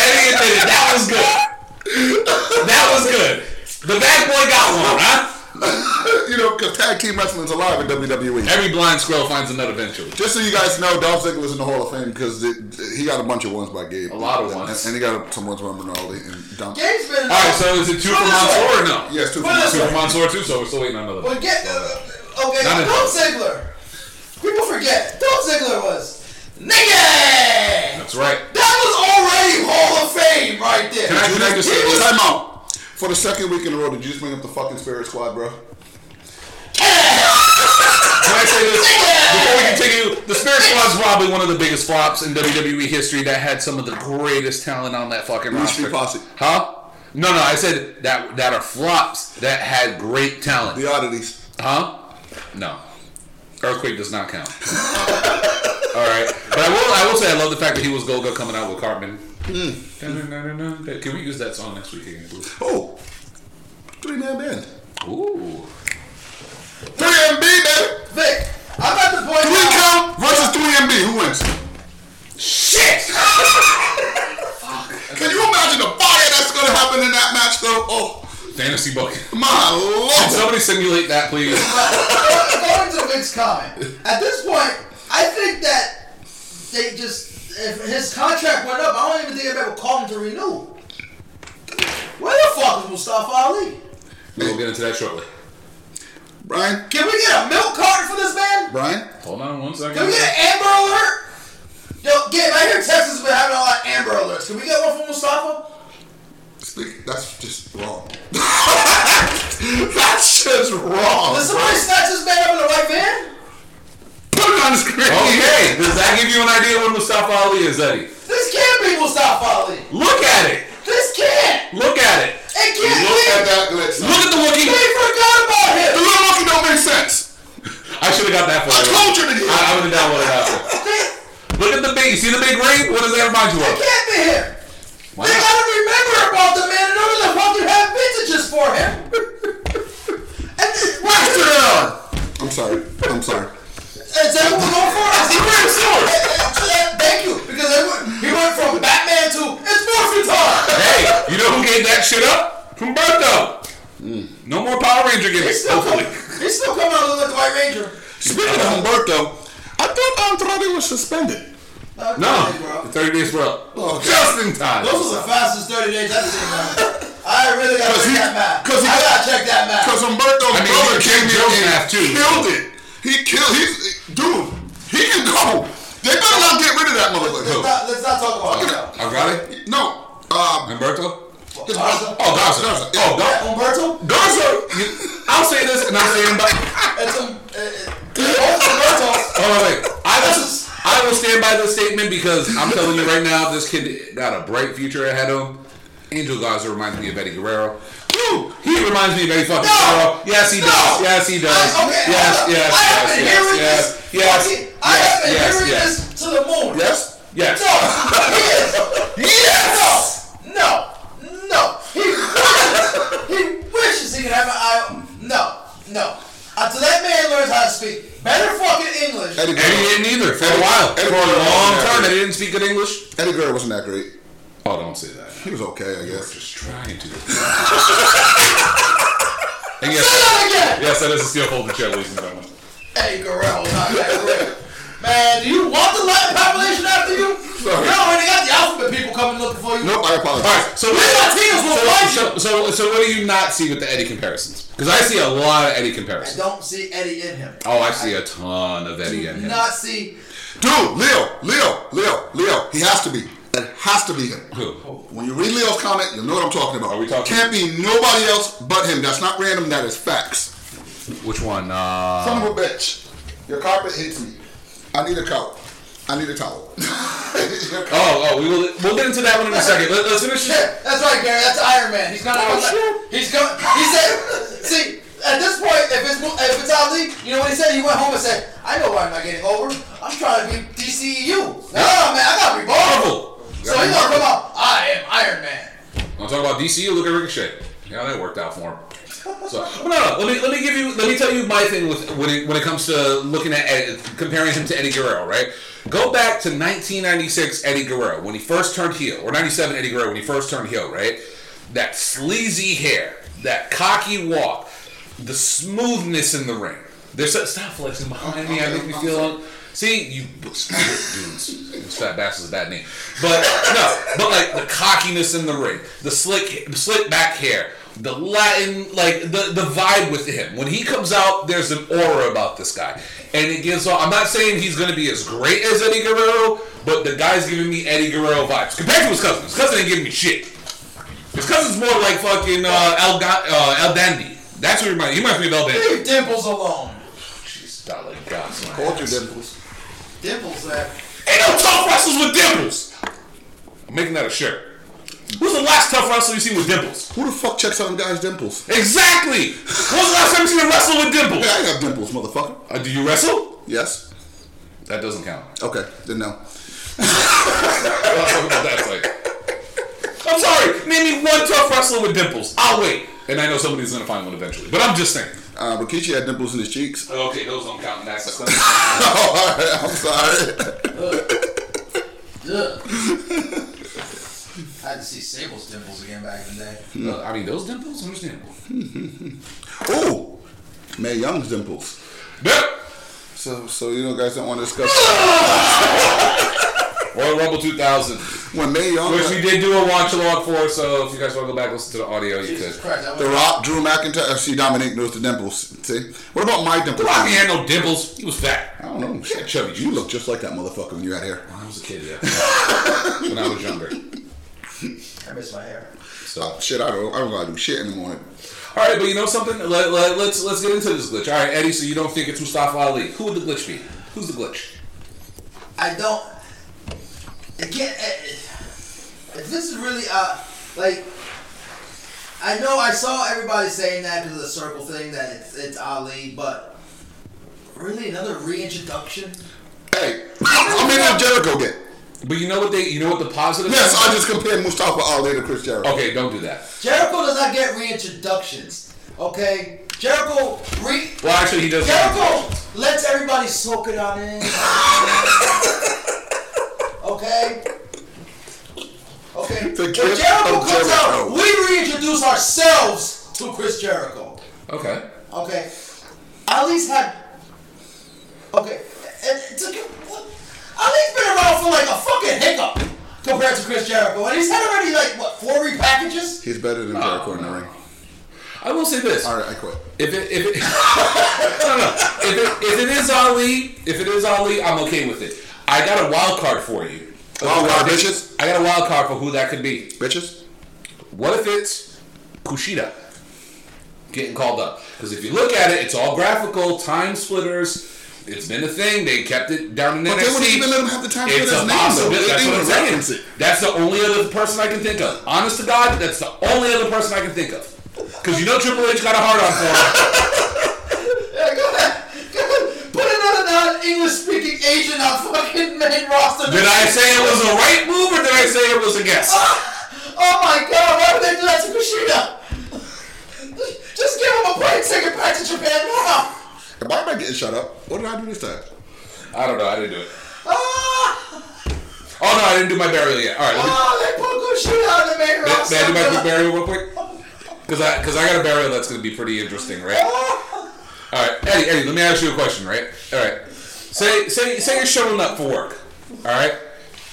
Speaker 5: And he admitted that was good. That was good. The bad boy got one, huh?
Speaker 1: you know, because tag team wrestling's alive in WWE.
Speaker 5: Every blind squirrel finds a nut eventually.
Speaker 1: Just so you guys know, Dolph Ziggler's in the Hall of Fame because he got a bunch of ones by Gabe.
Speaker 5: A lot of
Speaker 1: And-
Speaker 5: ones.
Speaker 1: And, he got some ones by Rinaldi and Dom.
Speaker 3: Gabe's been.
Speaker 5: All right, so is it two for
Speaker 3: Well, that's
Speaker 5: Mansoor or no?
Speaker 1: Yes, two for
Speaker 3: Well, that's
Speaker 5: two
Speaker 1: Mansoor.
Speaker 5: for Mansoor too. So we're still waiting on another.
Speaker 3: Well,
Speaker 5: one.
Speaker 3: get uh, okay.
Speaker 5: Not enough.
Speaker 3: Dolph Ziggler. People forget Dolph Ziggler was nigga.
Speaker 5: That's right.
Speaker 3: That was already Hall of Fame right there.
Speaker 5: Can I-
Speaker 1: Did you just-
Speaker 5: He was-
Speaker 1: time out. For the second week in a row, did you just bring up the fucking Spirit Squad, bro?
Speaker 5: Can I say this before we continue? The Spirit Squad's probably one of the biggest flops in WWE history. That had some of the greatest talent on that fucking
Speaker 1: Blue
Speaker 5: roster.
Speaker 1: Street Posse.
Speaker 5: Huh? No, no. I said that that are flops that had great talent.
Speaker 1: The oddities.
Speaker 5: Huh? No. Earthquake does not count. All right, but I will. I will say I love the fact that he was Golga coming out with Cartman. Da-na-na-na-na. Can we use that song next week again? please?
Speaker 1: Oh, three man band.
Speaker 5: Ooh.
Speaker 1: Three MB, baby.
Speaker 3: Vic, I'm at the point
Speaker 1: Three
Speaker 3: now.
Speaker 1: count versus three MB. Who wins?
Speaker 5: Shit!
Speaker 1: Can you imagine the fire that's gonna happen in that match, though? Oh,
Speaker 5: Fantasy book.
Speaker 1: my
Speaker 5: Can
Speaker 1: lord.
Speaker 5: somebody simulate that, please?
Speaker 3: According to Vic's comment, at this point, I think that they just if his contract went up, I don't even think they'd ever call him to renew. Where the fuck is Mustafa Ali?
Speaker 5: We'll get into that shortly.
Speaker 1: Brian,
Speaker 3: Can we get a milk carton for this man?
Speaker 1: Brian,
Speaker 5: Hold on one second.
Speaker 3: Can we get an Amber Alert? Yo, Gabe, I hear Texas has been having a lot of Amber Alerts. Can we get one for Mustafa?
Speaker 1: speak. That's just wrong. that's just wrong.
Speaker 3: Did somebody snatch this man up in the right van?
Speaker 1: Put it on the screen.
Speaker 5: Okay, does that give you an idea what Mustafa Ali is, Eddie?
Speaker 3: This can't be Mustafa Ali.
Speaker 5: Look at it!
Speaker 3: This can't.
Speaker 5: Look at it!
Speaker 3: It
Speaker 1: Look at
Speaker 3: can't be.
Speaker 1: that glitch.
Speaker 5: Look at the Wookiee!
Speaker 3: They forgot about him.
Speaker 1: The little monkey don't make sense.
Speaker 5: I should have got that for
Speaker 1: I
Speaker 5: you.
Speaker 1: told you to do
Speaker 5: I, I would have downloaded that
Speaker 3: They,
Speaker 5: for Look at the big, you see the big ring? What does that remind you of?
Speaker 3: It can't be him.
Speaker 5: Why
Speaker 3: they
Speaker 5: not?
Speaker 3: gotta remember about the man in order to fucking have vintages for him. and
Speaker 1: Blast
Speaker 3: what?
Speaker 1: it on. I'm sorry. I'm sorry.
Speaker 3: Is that what we're going for? Eh, That's the real source. Thank you, because they went, he went from Batman to it's morphin' time.
Speaker 5: Hey, you know who gave that shit up? Humberto! No more Power Ranger gimmicks,
Speaker 3: He's still
Speaker 5: hopefully.
Speaker 3: coming. He's still coming out looking like the White Ranger.
Speaker 1: Speaking of Humberto, I thought Andrade was suspended.
Speaker 5: No,
Speaker 3: okay, Uh, bro.
Speaker 5: the 30 days were up.
Speaker 1: Oh, okay.
Speaker 5: Just in time.
Speaker 3: Those was the fastest 30 days I've seen, man. I really gotta
Speaker 1: 'Cause
Speaker 3: check
Speaker 1: he-
Speaker 3: that map.
Speaker 1: 'cause he-
Speaker 3: I gotta check that map.
Speaker 1: Because Humberto's
Speaker 5: I mean,
Speaker 1: brother
Speaker 5: he
Speaker 1: came
Speaker 5: kicked
Speaker 1: in
Speaker 5: Joseph
Speaker 1: and
Speaker 5: half, too.
Speaker 1: killed it. He killed. He's dude. He can go. They better not get rid of that
Speaker 3: Let's
Speaker 1: motherfucker.
Speaker 3: not, let's not talk about it now.
Speaker 5: Andrade?
Speaker 1: No. Uh,
Speaker 5: Humberto?
Speaker 1: his
Speaker 3: Garza?
Speaker 1: brother-
Speaker 5: Oh, Gaza. Oh, Gaza.
Speaker 3: Umberto?
Speaker 5: Garza, you, I'll say this, and I'll say it. By,
Speaker 3: It's um, uh, uh, Umberto.
Speaker 5: oh wait, I will, I will stand by this statement because I'm telling you right now, this kid got a bright future ahead of him. Angel Garza reminds me of Eddie Guerrero. Whew, he reminds me of Eddie fucking Guerrero. Yes, he
Speaker 3: No!
Speaker 5: does. Yes, he does.
Speaker 3: I, okay,
Speaker 5: yes,
Speaker 3: hold up.
Speaker 5: yes,
Speaker 3: I have
Speaker 5: yes,
Speaker 3: been
Speaker 5: yes,
Speaker 3: hearing
Speaker 5: yes,
Speaker 3: this.
Speaker 5: yes,
Speaker 3: fucking-
Speaker 5: yes,
Speaker 3: I have been
Speaker 5: yes,
Speaker 3: hearing
Speaker 5: yes,
Speaker 3: this to the moon.
Speaker 1: Yes.
Speaker 5: yes.
Speaker 3: No. Yes. No. No. No. He wishes. he wishes he could have an eye. No. No. Until that man learns how to speak better fucking English.
Speaker 1: Eddie
Speaker 5: And he
Speaker 1: Guerrero.
Speaker 5: didn't either for a while,
Speaker 1: Eddie
Speaker 5: for
Speaker 1: Guerrero
Speaker 5: a long
Speaker 1: wasn't that
Speaker 5: time.
Speaker 1: great.
Speaker 5: They didn't speak good English.
Speaker 1: Eddie Guerrero wasn't that great.
Speaker 5: Oh, don't say that.
Speaker 1: He was okay, I
Speaker 5: I'm
Speaker 1: guess.
Speaker 5: just trying to. and yes,
Speaker 3: Say that again.
Speaker 5: yes, that is a steel folding chair, ladies and gentlemen.
Speaker 3: Hey, Guerrero, not that great. Man, do you want the Latin population after you?
Speaker 1: Sorry.
Speaker 3: You already got the alphabet people coming looking for you.
Speaker 1: Nope, I apologize.
Speaker 5: All right, so what
Speaker 3: Latinos will fight you.
Speaker 5: so, so, so, so what do you not see with the Eddie comparisons? Because I see a lot of Eddie
Speaker 3: I
Speaker 5: comparisons.
Speaker 3: don't see Eddie in him.
Speaker 5: Oh, I see a ton of Eddie in him.
Speaker 3: Not see.
Speaker 1: Dude, Leo, Leo, Leo, Leo. He has to be. It has to be him.
Speaker 5: Who?
Speaker 1: When you read Leo's comment, you know what I'm talking about.
Speaker 5: Are we talking-
Speaker 1: Can't be nobody else but him. That's not random. That is facts.
Speaker 5: Which one? Uh,
Speaker 1: Son of a bitch. Your carpet hits me. I need a coat. I need a towel. Your
Speaker 5: oh,
Speaker 1: carpet-
Speaker 5: oh, we will. We'll get into that one in a second. Let, us finish.
Speaker 3: Yeah, that's right, Gary. That's Iron Man. He's not.
Speaker 5: Oh,
Speaker 3: gonna- He's going. He said. See, at this point, if it's Mu- if it's Ali, you know what he said? He went home and said, "I know why I'm not getting over. I'm trying to be DCEU. No, man, I gotta be Marvel."
Speaker 5: Marvel.
Speaker 3: So he's gonna come out. I am Iron Man.
Speaker 5: Want to talk about DCU? Look at Ricochet. Yeah, that worked out for him. So, well, no, no. Let me let me give you let me tell you my thing with when it when it comes to looking at Ed, comparing him to Eddie Guerrero, right? Go back to 1996 Eddie Guerrero when he first turned heel, or 97 Eddie Guerrero when he first turned heel, right? That sleazy hair, that cocky walk, the smoothness in the ring. There's that stop flexing behind me. I make me feel. Un- See you, dudes. Those fat bastards bad name. But no, but like the cockiness in the ring, the slick, slick back hair, the Latin, like the the vibe with him. When he comes out, there's an aura about this guy, and it gives off. I'm not saying he's going to be as great as Eddie Guerrero, but the guy's giving me Eddie Guerrero vibes compared to his cousin. His cousin ain't giving me shit. His cousin's more like fucking uh, El Ga- uh, El Dandy. That's what he reminds. He reminds me of El Dandy.
Speaker 3: Leave dimples alone.
Speaker 5: Jeez, not like God's my
Speaker 1: Hold your
Speaker 5: ass.
Speaker 1: dimples.
Speaker 3: Dimples that.
Speaker 5: Ain't no tough wrestlers with dimples. I'm making that a shirt. Who's the last tough wrestler you seen with dimples?
Speaker 1: Who the fuck checks on guys' dimples?
Speaker 5: Exactly. Who's the last time you seen a wrestler with
Speaker 1: Hey,
Speaker 5: dimples?
Speaker 1: I got dimples, motherfucker.
Speaker 5: Uh, do you wrestle?
Speaker 1: Yes.
Speaker 5: That doesn't count.
Speaker 1: Okay. Then no.
Speaker 5: That's like. I'm sorry. Name me one tough wrestler with dimples. I'll wait. And I know somebody's gonna find one eventually. But I'm just saying.
Speaker 1: Uh, Rikishi had dimples in his cheeks.
Speaker 5: Okay, those don't count. That's
Speaker 1: Oh, I'm sorry.
Speaker 3: Ugh. I had to see Sable's dimples again back in the day.
Speaker 5: Uh, I mean, those dimples, understandable.
Speaker 1: Ooh, May Young's dimples.
Speaker 5: Yep.
Speaker 1: So, so you know, guys don't want to discuss
Speaker 5: Royal Rumble 2000,
Speaker 1: when May Young,
Speaker 5: which we did do a watch along for. So if you guys want to go back listen to the audio, you
Speaker 3: Jesus
Speaker 5: could.
Speaker 3: Christ, that
Speaker 1: The
Speaker 3: was
Speaker 1: Rock, Drew McIntyre. uh, See, Dominique knows the dimples. See, what about my dimples?
Speaker 5: Rocky had no dimples. He was fat.
Speaker 1: I don't know. Shit,
Speaker 5: chubby
Speaker 1: You look just like that motherfucker when you got here.
Speaker 5: I was a kid, yeah. when I was younger.
Speaker 3: I missed my hair.
Speaker 5: So.
Speaker 1: Shit, I don't. I don't gotta do shit in the morning.
Speaker 5: All right, but you know something? Let, let, let's let's get into this glitch. All right, Eddie. So you don't think it's Mustafa Ali? Who would the glitch be? Who's the glitch?
Speaker 3: I don't. Again, eh, if this is really uh, like, I know I saw everybody saying that because of the circle thing that it's, it's Ali, but really another reintroduction.
Speaker 1: Hey, I mean, what Jericho get?
Speaker 5: But you know what they? You know what the positive?
Speaker 1: Yes,
Speaker 5: is?
Speaker 1: I just compared Mustafa Ali to Chris Jericho.
Speaker 5: Okay, don't do that.
Speaker 3: Jericho does not get reintroductions. Okay, Jericho re.
Speaker 5: Well, actually, he does.
Speaker 3: Jericho lets everybody soak it on in. okay. Okay.
Speaker 1: The
Speaker 3: When
Speaker 1: gift
Speaker 3: Jericho
Speaker 1: of
Speaker 3: comes
Speaker 1: Jericho.
Speaker 3: out, we reintroduce ourselves to Chris Jericho.
Speaker 5: Okay.
Speaker 3: Okay. Ali's had. Okay. And it took him. what- Ali's been around for like a fucking hiccup compared to Chris Jericho, and he's had already like what four repackages.
Speaker 1: He's better than Jericho in the ring.
Speaker 5: I will say this.
Speaker 1: All right, I quit.
Speaker 5: If it, if it, no, no. If it, if it is Ali, if it is Ali, I'm okay with it. I got a wild card for you.
Speaker 1: Wild card, bitches.
Speaker 5: I got a wild card for who that could be.
Speaker 1: Bitches.
Speaker 5: What if it's Kushida getting called up? Because if you look at it, it's all graphical, time splitters. It's been a thing. They kept it down in
Speaker 1: But they
Speaker 5: NXT.
Speaker 1: wouldn't even let him have the time to get
Speaker 5: It's
Speaker 1: his
Speaker 5: a
Speaker 1: name. though.
Speaker 5: possibility.
Speaker 1: They
Speaker 5: That's
Speaker 1: didn't
Speaker 5: what
Speaker 1: even
Speaker 5: I'm
Speaker 1: reference
Speaker 5: saying.
Speaker 1: it.
Speaker 5: That's the only other person I can think of. Honest to God, that's the only other person I can think of. Because you know Triple H got a hard on for him.
Speaker 3: Yeah, go ahead. Go ahead. Put another non-English speaking Asian on fucking main roster.
Speaker 5: Did I say it was a right move or did I say it was a guess?
Speaker 3: Oh my god, why would they do that to Kushida? Just give him a plane ticket back to Japan now.
Speaker 1: Am I not getting shut up? What did I do this time?
Speaker 5: I don't know. I didn't do it.
Speaker 3: Ah!
Speaker 5: Oh no, I didn't do my burial yet. All right, let me,
Speaker 3: Oh, they put Kushida on the main
Speaker 5: may,
Speaker 3: roster.
Speaker 5: may I do my quick burial real quick? Because I because I got a burial that's going to be pretty interesting, right?
Speaker 3: Ah!
Speaker 5: All right, Eddie, Eddie, let me ask you a question, right? All right, say say say you're showing up for work, all right?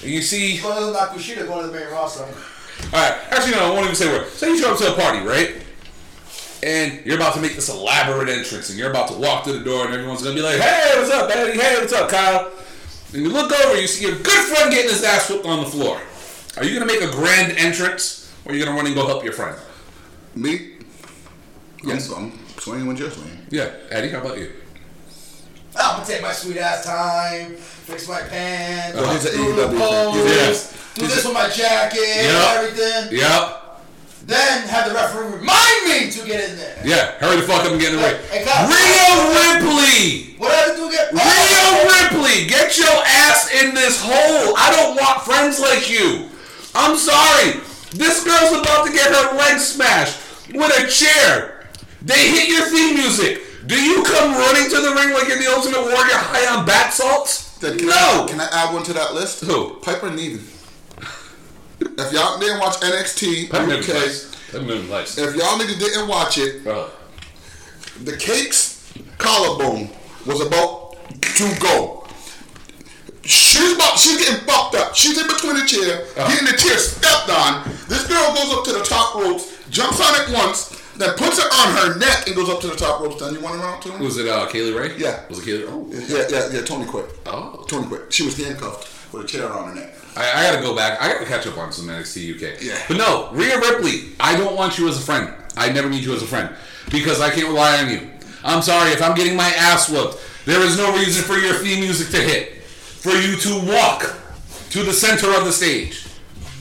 Speaker 5: And you see
Speaker 3: Well, it's not Kushida going to the main roster.
Speaker 5: Alright, actually, no, I won't even say where. Say you show up to a party, right? And you're about to make this elaborate entrance, and you're about to walk through the door, and everyone's gonna be like, hey, what's up, Eddie? Hey, what's up, Kyle? And you look over, you see your good friend getting his ass whipped on the floor. Are you gonna make a grand entrance, or are you gonna run and go help your friend?
Speaker 1: Me?
Speaker 5: Yes.
Speaker 1: I'm, I'm swinging when you're swinging.
Speaker 5: Yeah, Eddie, how about you?
Speaker 3: I'm gonna take my sweet ass time, fix my pants,
Speaker 1: Well, Oh, he's an
Speaker 3: do the
Speaker 1: AEW fan.
Speaker 3: pose,
Speaker 5: Yes.
Speaker 3: do this with my jacket,
Speaker 5: Yeah.
Speaker 3: and everything.
Speaker 5: Yep.
Speaker 3: Then have the referee remind me to get in there.
Speaker 5: Yeah, hurry the fuck up and get in the ring.
Speaker 3: Hey, Kyle.
Speaker 5: Rio Ripley!
Speaker 3: What I have to do get
Speaker 5: Rio Ripley, get your ass in this hole. I don't want friends like you. I'm sorry. This girl's about to get her leg smashed with a chair. They hit your theme music. Do you come running to the ring like you're the Ultimate Warrior high on bat salts?
Speaker 1: Then can
Speaker 5: no.
Speaker 1: I, can I add one to that list?
Speaker 5: Who?
Speaker 1: Piper Niven. if y'all didn't watch NXT UK,
Speaker 5: That movie nice.
Speaker 1: if y'all niggas didn't watch it, The cake's collarbone was about to go. She's about, she's getting fucked up. She's in between the chair, getting the chair stepped on. This girl goes up to the top ropes, jumps on it once, then puts it on her neck and goes up to the top ropes. Then you want to run up to him?
Speaker 5: Was it uh, Kaylee Ray?
Speaker 1: Yeah.
Speaker 5: Was it Kaylee? Oh,
Speaker 1: Yeah, yeah, yeah. Tony quit.
Speaker 5: Oh.
Speaker 1: Tony quit. She was handcuffed with a chair on her neck.
Speaker 5: I, I gotta go back. I gotta catch up on some NXT UK.
Speaker 1: Yeah.
Speaker 5: But no, Rhea Ripley, I don't want you as a friend. I never need you as a friend because I can't rely on you. I'm sorry if I'm getting my ass whooped. There is no reason for your theme music to hit, for you to walk to the center of the stage,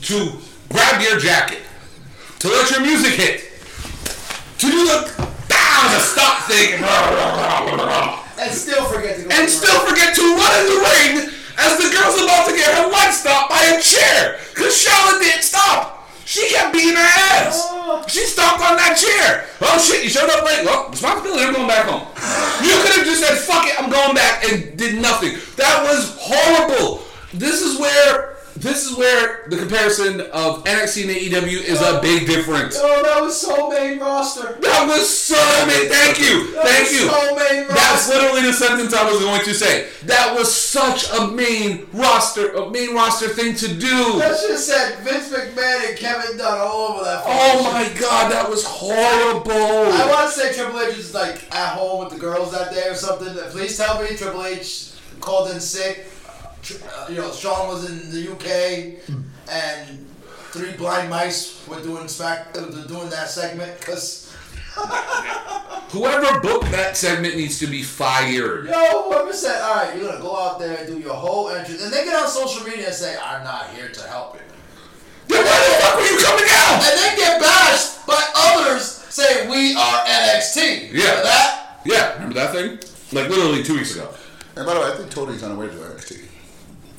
Speaker 5: to grab your jacket, to let your music hit, to do the down the stop thing.
Speaker 3: And still forget to go.
Speaker 5: and still forget to run in the ring as the girl's about to get her leg stopped by a chair because Charlotte didn't stop. She kept beating her ass. She stopped on that chair. Oh shit, you showed up late. Well, responsibility, I'm going back home. You could have just said, fuck it, I'm going back and did nothing. That was horrible. This is where this is where the comparison of NXT and AEW is a big difference.
Speaker 3: Oh, that was so main roster.
Speaker 5: That was so amazing. Thank you.
Speaker 3: That
Speaker 5: Thank
Speaker 3: was
Speaker 5: you.
Speaker 3: so main
Speaker 5: That's
Speaker 3: roster.
Speaker 5: literally the sentence I was going to say. That was such a main roster, a main roster thing to do.
Speaker 3: That should have said Vince McMahon and Kevin Dunn all over that.
Speaker 5: Oh my god, that was
Speaker 3: I
Speaker 5: horrible.
Speaker 3: want to say Triple H is like at home with the girls that day or something. Please tell me Triple H called in sick. Tr- uh, You know, Sean was in the UK, and three blind mice were doing smack, uh, were doing that segment because
Speaker 5: Whoever booked that segment needs to be fired.
Speaker 3: yo, whoever said, all right, you're gonna go out there and do your whole entrance, and they get on social media and say, I'm not here to help you.
Speaker 5: Then why the fuck were you coming out?
Speaker 3: and then get bashed by others saying we are NXT. Remember
Speaker 5: Yeah.
Speaker 3: that?
Speaker 5: Yeah, remember that thing? Like literally two weeks ago.
Speaker 1: And by the way, I think Tony's on her way to NXT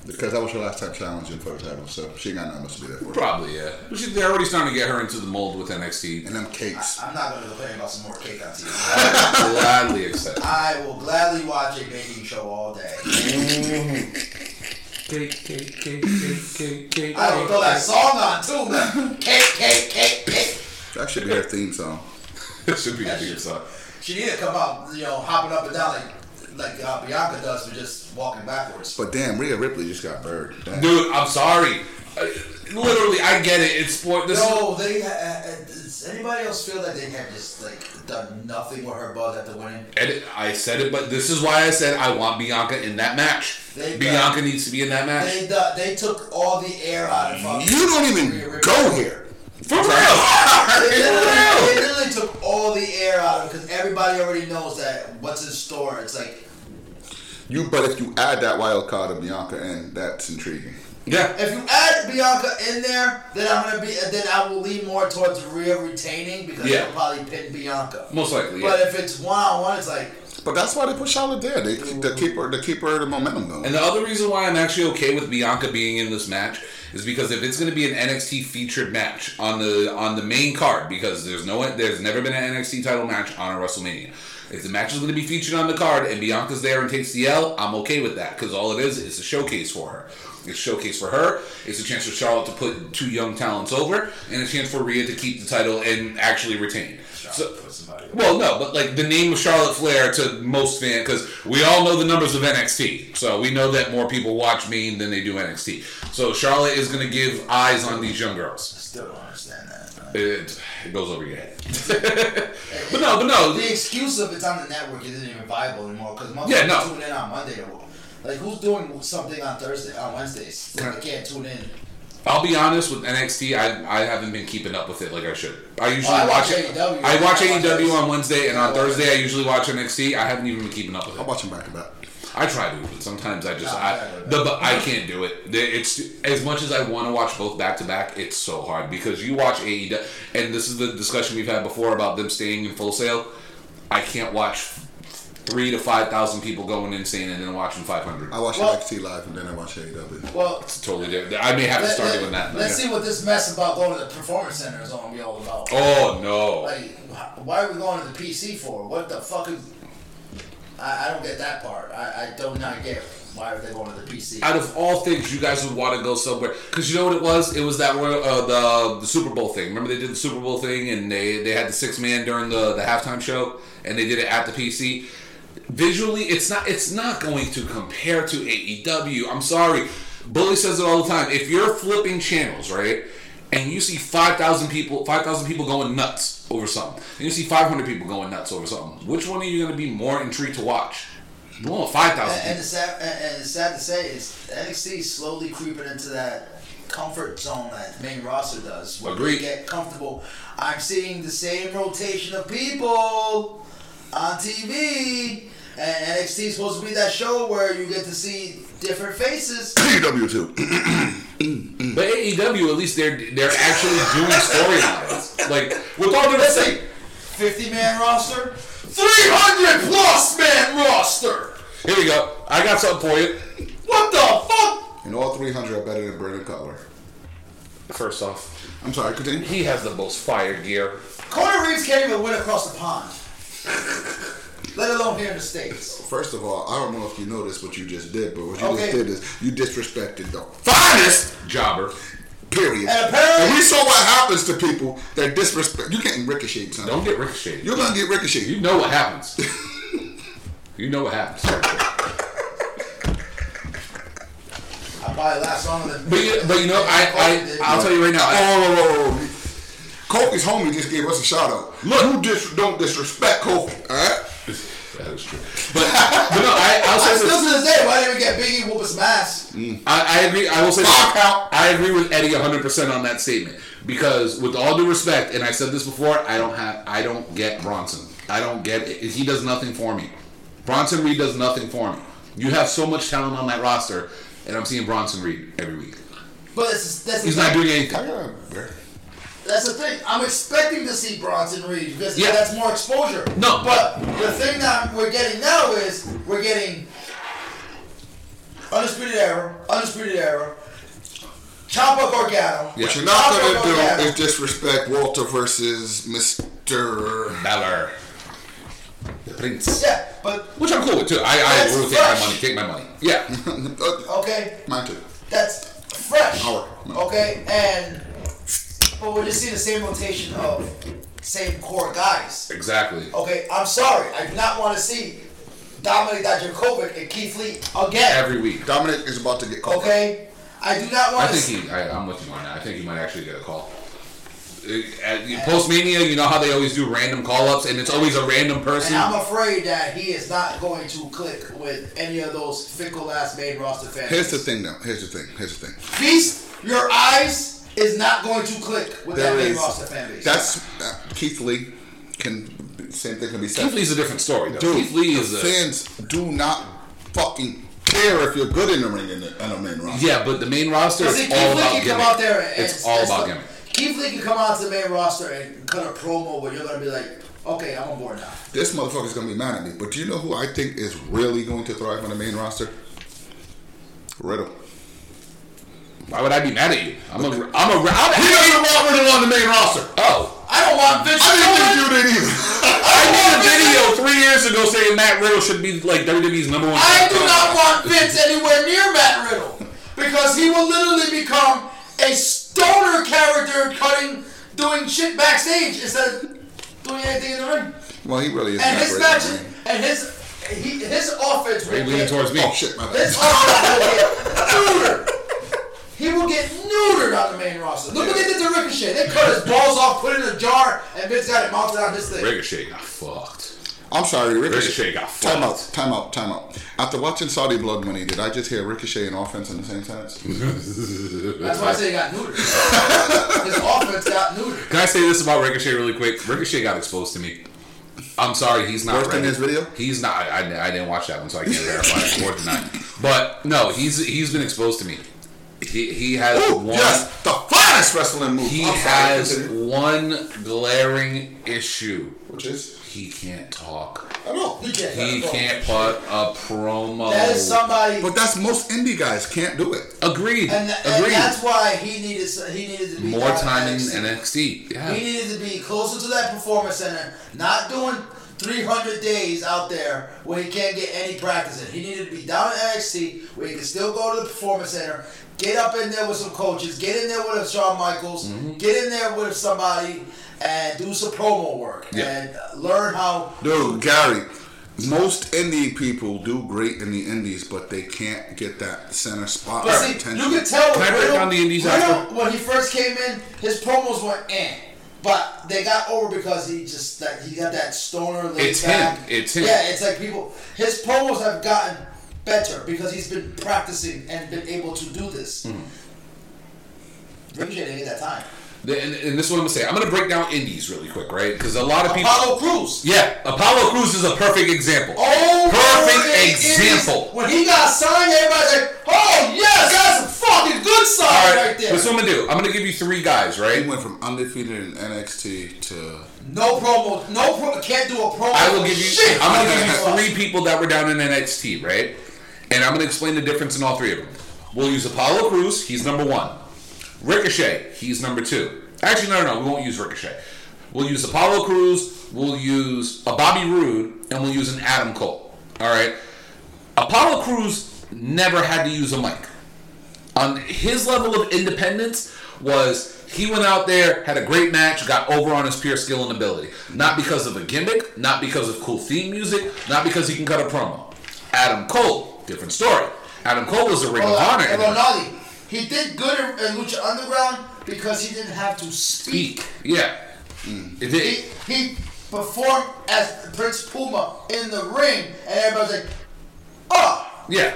Speaker 1: because that was her last time challenging for the title, so she ain't got nothing else to be there for.
Speaker 5: Probably, yeah. But she, they're already starting to get her into the mold with NXT.
Speaker 1: And them cakes.
Speaker 3: I'm not gonna complain about some more cake on TV.
Speaker 5: Gladly accept.
Speaker 3: I will gladly watch a baking show all day.
Speaker 4: Cake, cake, cake, cake, cake, cake.
Speaker 3: I will throw that song on too, man. Cake, cake, cake, cake.
Speaker 1: That should be her theme song.
Speaker 5: It should be a theme song.
Speaker 3: She need to come out, you know, hopping up and down like like uh, Bianca does, but just walking backwards.
Speaker 1: But damn, Rhea Ripley just got buried. Damn.
Speaker 5: Dude, I'm sorry. Uh, Literally, I get it. It's sport. This is
Speaker 3: No, they. Uh, uh, does anybody else feel that they have just like done nothing with her buzz after winning?
Speaker 5: And it- I said it, but this is why I said I want Bianca in that match.
Speaker 3: They-
Speaker 5: Bianca needs to be in that match.
Speaker 3: They uh, they took all the air out of her.
Speaker 1: You don't even go here.
Speaker 5: For real! For
Speaker 3: They literally, they
Speaker 5: real!
Speaker 3: literally took all the air out of it because everybody already knows that what's in store. It's like
Speaker 1: You, but if you add that wild card of Bianca in, that's intriguing.
Speaker 5: Yeah.
Speaker 3: if you add Bianca in there, then I'm gonna be then I will lean more towards Rhea retaining because
Speaker 5: Yeah.
Speaker 3: they'll probably pin Bianca.
Speaker 5: Most likely,
Speaker 3: But
Speaker 5: yeah.
Speaker 3: if it's one on one, it's like
Speaker 1: But that's why they put Charlotte there. They, they keep her, they keep her the momentum going.
Speaker 5: And the other reason why I'm actually okay with Bianca being in this match is because if it's going to be an NXT featured match on the on the main card, because there's no there's never been an NXT title match on a WrestleMania. If the match is going to be featured on the card and Bianca's there and takes the L, I'm okay with that because all it is is a showcase for her. It's a showcase for her. It's a chance for Charlotte to put two young talents over, and a chance for Rhea to keep the title and actually retain. So, well, no, but like the name of Charlotte Flair to most fans, because we all know the numbers of NXT, so we know that more people watch Maine than they do NXT. So Charlotte is going to give eyes on these young
Speaker 3: I
Speaker 5: girls.
Speaker 3: still don't understand that.
Speaker 5: It, it goes over your head. but no, but no,
Speaker 3: The excuse of it's on the network isn't even viable anymore because motherfuckers
Speaker 5: Yeah, no.
Speaker 3: tune in on Monday. To, like who's doing something on Thursday on Wednesdays? Like, they can't tune in.
Speaker 5: I'll be honest with NXT. I, I haven't been keeping up with it like I should. I usually
Speaker 3: Oh, I
Speaker 5: watch
Speaker 3: watch
Speaker 5: it.
Speaker 3: AEW.
Speaker 5: I watch
Speaker 3: I watch
Speaker 5: AEW
Speaker 3: NXT.
Speaker 5: on Wednesday, and on
Speaker 3: Yeah.
Speaker 5: Thursday I usually watch NXT. I haven't even been keeping up with
Speaker 1: I'll
Speaker 5: it.
Speaker 1: watch them back to back.
Speaker 5: I try to, but sometimes I just
Speaker 3: Nah,
Speaker 5: I
Speaker 3: yeah, yeah, yeah.
Speaker 5: the but I can't do it. The- It's as much as I want to watch both back to back. It's so hard because you watch AEW, and this is the discussion we've had before about them staying in full sale. I can't watch three to five thousand people going insane and then watching five hundred.
Speaker 3: Oh.
Speaker 1: I watch
Speaker 3: Well-
Speaker 1: NXT live and then I E watch AEW.
Speaker 3: Well,
Speaker 5: It's totally different. I may have to
Speaker 3: Let,
Speaker 5: start doing that.
Speaker 3: us see what this mess about going to the performance center is going to be all about.
Speaker 5: Oh no.
Speaker 3: Like, wh- why are we going to the PC for? What the fuck is? I, I don't get that part. I, I do not get. it. Why are they going to the PC?
Speaker 5: Out of all things, you guys would want to go somewhere because you know what it was. It was that Royal- uh, the the Super Bowl thing. Remember they did the Super Bowl thing and they they had the six man during the the halftime show and they did it at the PC. Visually, it's not it's not going to compare to AEW. I'm sorry, Bully says it all the time. If you're flipping channels, right? And you see five thousand people, five thousand people going nuts over something. And you see five hundred people going nuts over something. Which one are you going to be more intrigued to watch? The one with five thousand.
Speaker 3: And, and, it's sad, and, and it's sad to say is NXT is slowly creeping into that comfort zone that the main roster does. Where
Speaker 5: Agreed.
Speaker 3: they get comfortable. I'm seeing the same rotation of people on TV. And NXT is supposed to be that show where you get to see different faces.
Speaker 1: PW two.
Speaker 5: But AEW, at least they're they're actually doing storylines. Like with all due respect,
Speaker 3: 50 man roster.
Speaker 5: 300 plus man roster. Here we go. I got something for you. What the fuck?
Speaker 1: And all 300 are better than Brandon Cutler.
Speaker 5: First off,
Speaker 1: I'm sorry, continue.
Speaker 5: he has the most fire gear.
Speaker 3: Corner Reeves can't even win across the pond. Let alone here in the States.
Speaker 1: First of all, I don't know if you noticed what you just did, but what you
Speaker 3: Okay.
Speaker 1: just did is you disrespected the finest
Speaker 5: Jobber.
Speaker 1: period.
Speaker 3: And apparently-
Speaker 1: And we saw what happens to people that disrespect. You getting ricocheted, son.
Speaker 5: Don't get ricocheted.
Speaker 1: You're gonna get ricocheted.
Speaker 5: You know what happens. you know what happens.
Speaker 3: I probably last longer than.
Speaker 5: But you, but you know, I, I I'll tell you right now. I-
Speaker 1: Oh, whoa, whoa, whoa. Kofi's homie just gave us a shout out. Look, you dis- don't disrespect Kofi, all right?
Speaker 5: that is true. But, but no, I, I'll
Speaker 3: I
Speaker 5: say
Speaker 3: still
Speaker 5: this.
Speaker 3: to this day, why didn't we get Biggie whoop his mask?
Speaker 5: I, I agree. I will say
Speaker 1: Fuck out.
Speaker 5: I agree with Eddie 100 percent on that statement because, with all due respect, and I said this before, I don't have, I don't get Bronson. I don't get it. He does nothing for me. Bronson Reed does nothing for me. You have so much talent on that roster, and I'm seeing Bronson Reed every week.
Speaker 3: But that's that's the
Speaker 5: He's not
Speaker 3: thing.
Speaker 5: doing
Speaker 1: I
Speaker 5: anything.
Speaker 1: got a bear.
Speaker 3: that's the thing. I'm expecting to see Bronson Reed because
Speaker 5: Yeah.
Speaker 3: that's more exposure.
Speaker 5: No.
Speaker 3: but the thing that we're getting now is we're getting undisputed era, undisputed era, Ciampa Gargano.
Speaker 1: What you're not
Speaker 3: Ciampa
Speaker 1: gonna do
Speaker 3: Gargano.
Speaker 1: is disrespect Walter versus Mr.
Speaker 5: Balor, the Prince,
Speaker 3: yeah, but
Speaker 5: which I'm cool with too. I, I
Speaker 3: That's
Speaker 5: agree with take my
Speaker 3: fresh.
Speaker 5: money. Take my money. Yeah.
Speaker 1: Uh,
Speaker 3: okay,
Speaker 1: Mine too.
Speaker 3: that's fresh.
Speaker 1: Our-
Speaker 3: Okay, and but we're just seeing the same rotation of same core guys.
Speaker 5: Exactly.
Speaker 3: Okay, I'm sorry. I do not want to see Dominic Dijakovic and Keith Lee again.
Speaker 5: Every week.
Speaker 1: Dominic is about to get called.
Speaker 3: Okay, I do not
Speaker 5: I
Speaker 3: want to. See,
Speaker 5: think he. I, I'm with you on that. I think he might actually get a call. Post Mania, you know how they always do random call ups, and it's always a random person.
Speaker 3: and I'm afraid that he is not going to click with any of those fickle ass main roster fans.
Speaker 1: Here's the thing, though. Here's the thing. Here's the thing.
Speaker 3: Feast your eyes is not going to click with that
Speaker 1: There
Speaker 3: main
Speaker 1: is-
Speaker 3: roster fan base.
Speaker 1: That's uh, Keith Lee. Can same thing can be said.
Speaker 5: Keith Lee's a different story, though.
Speaker 1: Dude,
Speaker 5: Keith Lee
Speaker 1: the
Speaker 5: is a.
Speaker 1: fans do not fucking care if you're good in the ring in the, in the main roster.
Speaker 5: Yeah, but the main roster
Speaker 3: But
Speaker 5: is
Speaker 3: see, Keith
Speaker 5: all
Speaker 3: Lee
Speaker 5: about
Speaker 3: can
Speaker 5: gimmick.
Speaker 3: come out there and
Speaker 5: it's all
Speaker 3: and
Speaker 5: about
Speaker 3: stuff.
Speaker 5: gimmick.
Speaker 3: Keith Lee can come out to the main roster and cut a promo where you're gonna be like, okay, I'm on board now.
Speaker 1: This motherfucker's gonna be mad at me. But do you know who I think is really going to thrive on the main roster? Riddle.
Speaker 5: Why would I be mad at you? I'm a. I'm a. I'm a he
Speaker 1: doesn't want Riddle on the main roster.
Speaker 5: Oh.
Speaker 3: I don't want Vince.
Speaker 1: I
Speaker 3: McMahon.
Speaker 1: didn't think you did either.
Speaker 5: I did a video three years ago saying Matt Riddle should be like WWE's number one.
Speaker 3: I do not want Vince anywhere near Matt Riddle because he will literally become a stoner character, cutting, doing shit backstage instead of doing anything in the ring.
Speaker 1: Well, he really is.
Speaker 3: And
Speaker 1: not
Speaker 3: his
Speaker 1: great
Speaker 3: match,
Speaker 1: in the ring.
Speaker 3: and his he, his offense
Speaker 5: Are you
Speaker 3: will
Speaker 5: leaning
Speaker 3: get
Speaker 5: towards me?
Speaker 1: Oh shit, my bad.
Speaker 3: his offense will get neutered. He will get neutered on the main roster. Look what they did to Ricochet. They cut his balls off, put it in a jar, and Vince got it mounted on his thing.
Speaker 5: Ricochet got fucked.
Speaker 1: I'm sorry,
Speaker 5: Ricochet got
Speaker 1: Time out,
Speaker 5: fucked.
Speaker 1: time out, time out. After watching Saudi Blood Money, did I just hear Ricochet and offense in the same sentence?
Speaker 3: That's why I say he got neutered. his offense got neutered.
Speaker 5: Can I say this about Ricochet really quick? Ricochet got exposed to me. I'm sorry, he's not
Speaker 1: Worse than
Speaker 5: ready.
Speaker 1: his video?
Speaker 5: He's not. I, I, I didn't watch that one, so I can't verify it. More than that. But no, he's he's been exposed to me. He he has
Speaker 1: Ooh,
Speaker 5: one.
Speaker 1: yes, the finest wrestling move.
Speaker 5: He
Speaker 1: I'm sorry,
Speaker 5: has
Speaker 1: continue.
Speaker 5: one glaring issue.
Speaker 1: which is
Speaker 5: He can't talk.
Speaker 1: I don't know.
Speaker 3: He can't.
Speaker 5: He can't put a promo.
Speaker 3: That is somebody,
Speaker 1: But that's most indie guys can't do it.
Speaker 5: Agreed.
Speaker 3: and, tha- and
Speaker 5: Agreed.
Speaker 3: that's why he needed s- he needed to be
Speaker 5: More
Speaker 3: down
Speaker 5: time in
Speaker 3: NXT.
Speaker 5: NXT. Yeah.
Speaker 3: He needed to be closer to that performance center, not doing 300 days out there where he can't get any practice in. He needed to be down in NXT where he could still go to the Performance Center, get up in there with some coaches, get in there with a Shawn Michaels,
Speaker 5: Mm-hmm.
Speaker 3: get in there with somebody, and do some promo work
Speaker 5: Yeah.
Speaker 3: and learn how.
Speaker 1: Dude, Gary, most indie people do great in the indies, but they can't get that center spot
Speaker 3: But
Speaker 1: or
Speaker 3: see,
Speaker 1: attention.
Speaker 3: you can tell
Speaker 5: Can I break down the indies
Speaker 3: Riddle,
Speaker 5: after?
Speaker 3: when he first came in, his promos were eh. But they got over because he just that he got that stoner laid
Speaker 5: It's
Speaker 3: back.
Speaker 5: him. It's him.
Speaker 3: Yeah, it's like people. His promos have gotten better because he's been practicing and been able to do this.
Speaker 5: Hmm.
Speaker 3: Ricochet didn't get that time.
Speaker 5: The- And, and this is what I'm gonna say. I'm gonna break down indies really quick, right? Because a lot of people.
Speaker 3: Apollo Cruz.
Speaker 5: Yeah, Apollo Cruz is a perfect example.
Speaker 3: Oh,
Speaker 5: Perfect
Speaker 3: Lord, it
Speaker 5: example.
Speaker 3: is- When he got signed, everybody's like, "Oh yes, that's a fucking good sign
Speaker 5: All
Speaker 3: right,
Speaker 5: right,
Speaker 3: there."
Speaker 5: What's what I'm gonna do? I'm gonna give you three guys,
Speaker 1: He
Speaker 5: right?
Speaker 1: went from undefeated in NXT to
Speaker 3: No promo. No pro, can't do a promo.
Speaker 5: I will give you.
Speaker 3: Oh, Shit.
Speaker 5: I'm gonna give you three people that were down in NXT, right? And I'm gonna explain the difference in all three of them. We'll use Apollo Cruz. He's number one. Ricochet. He's number two. Actually, no, no, no. We won't use Ricochet. We'll use Apollo Cruz. We'll use a Bobby Roode, and we'll use an Adam Cole. All right. Apollo Cruz never had to use a mic. on his level of independence was he went out there, had a great match, got over on his pure skill and ability. Not because of a gimmick, not because of cool theme music, not because he can cut a promo. Adam Cole, different story. Adam Cole was a Ring of Honor.
Speaker 3: And Ronaldi, he did good in, in Lucha Underground because he didn't have to speak.
Speaker 5: Speak. Yeah. It did-
Speaker 3: He, he performed as Prince Puma in the ring, and everybody's like, "Oh,"
Speaker 5: yeah.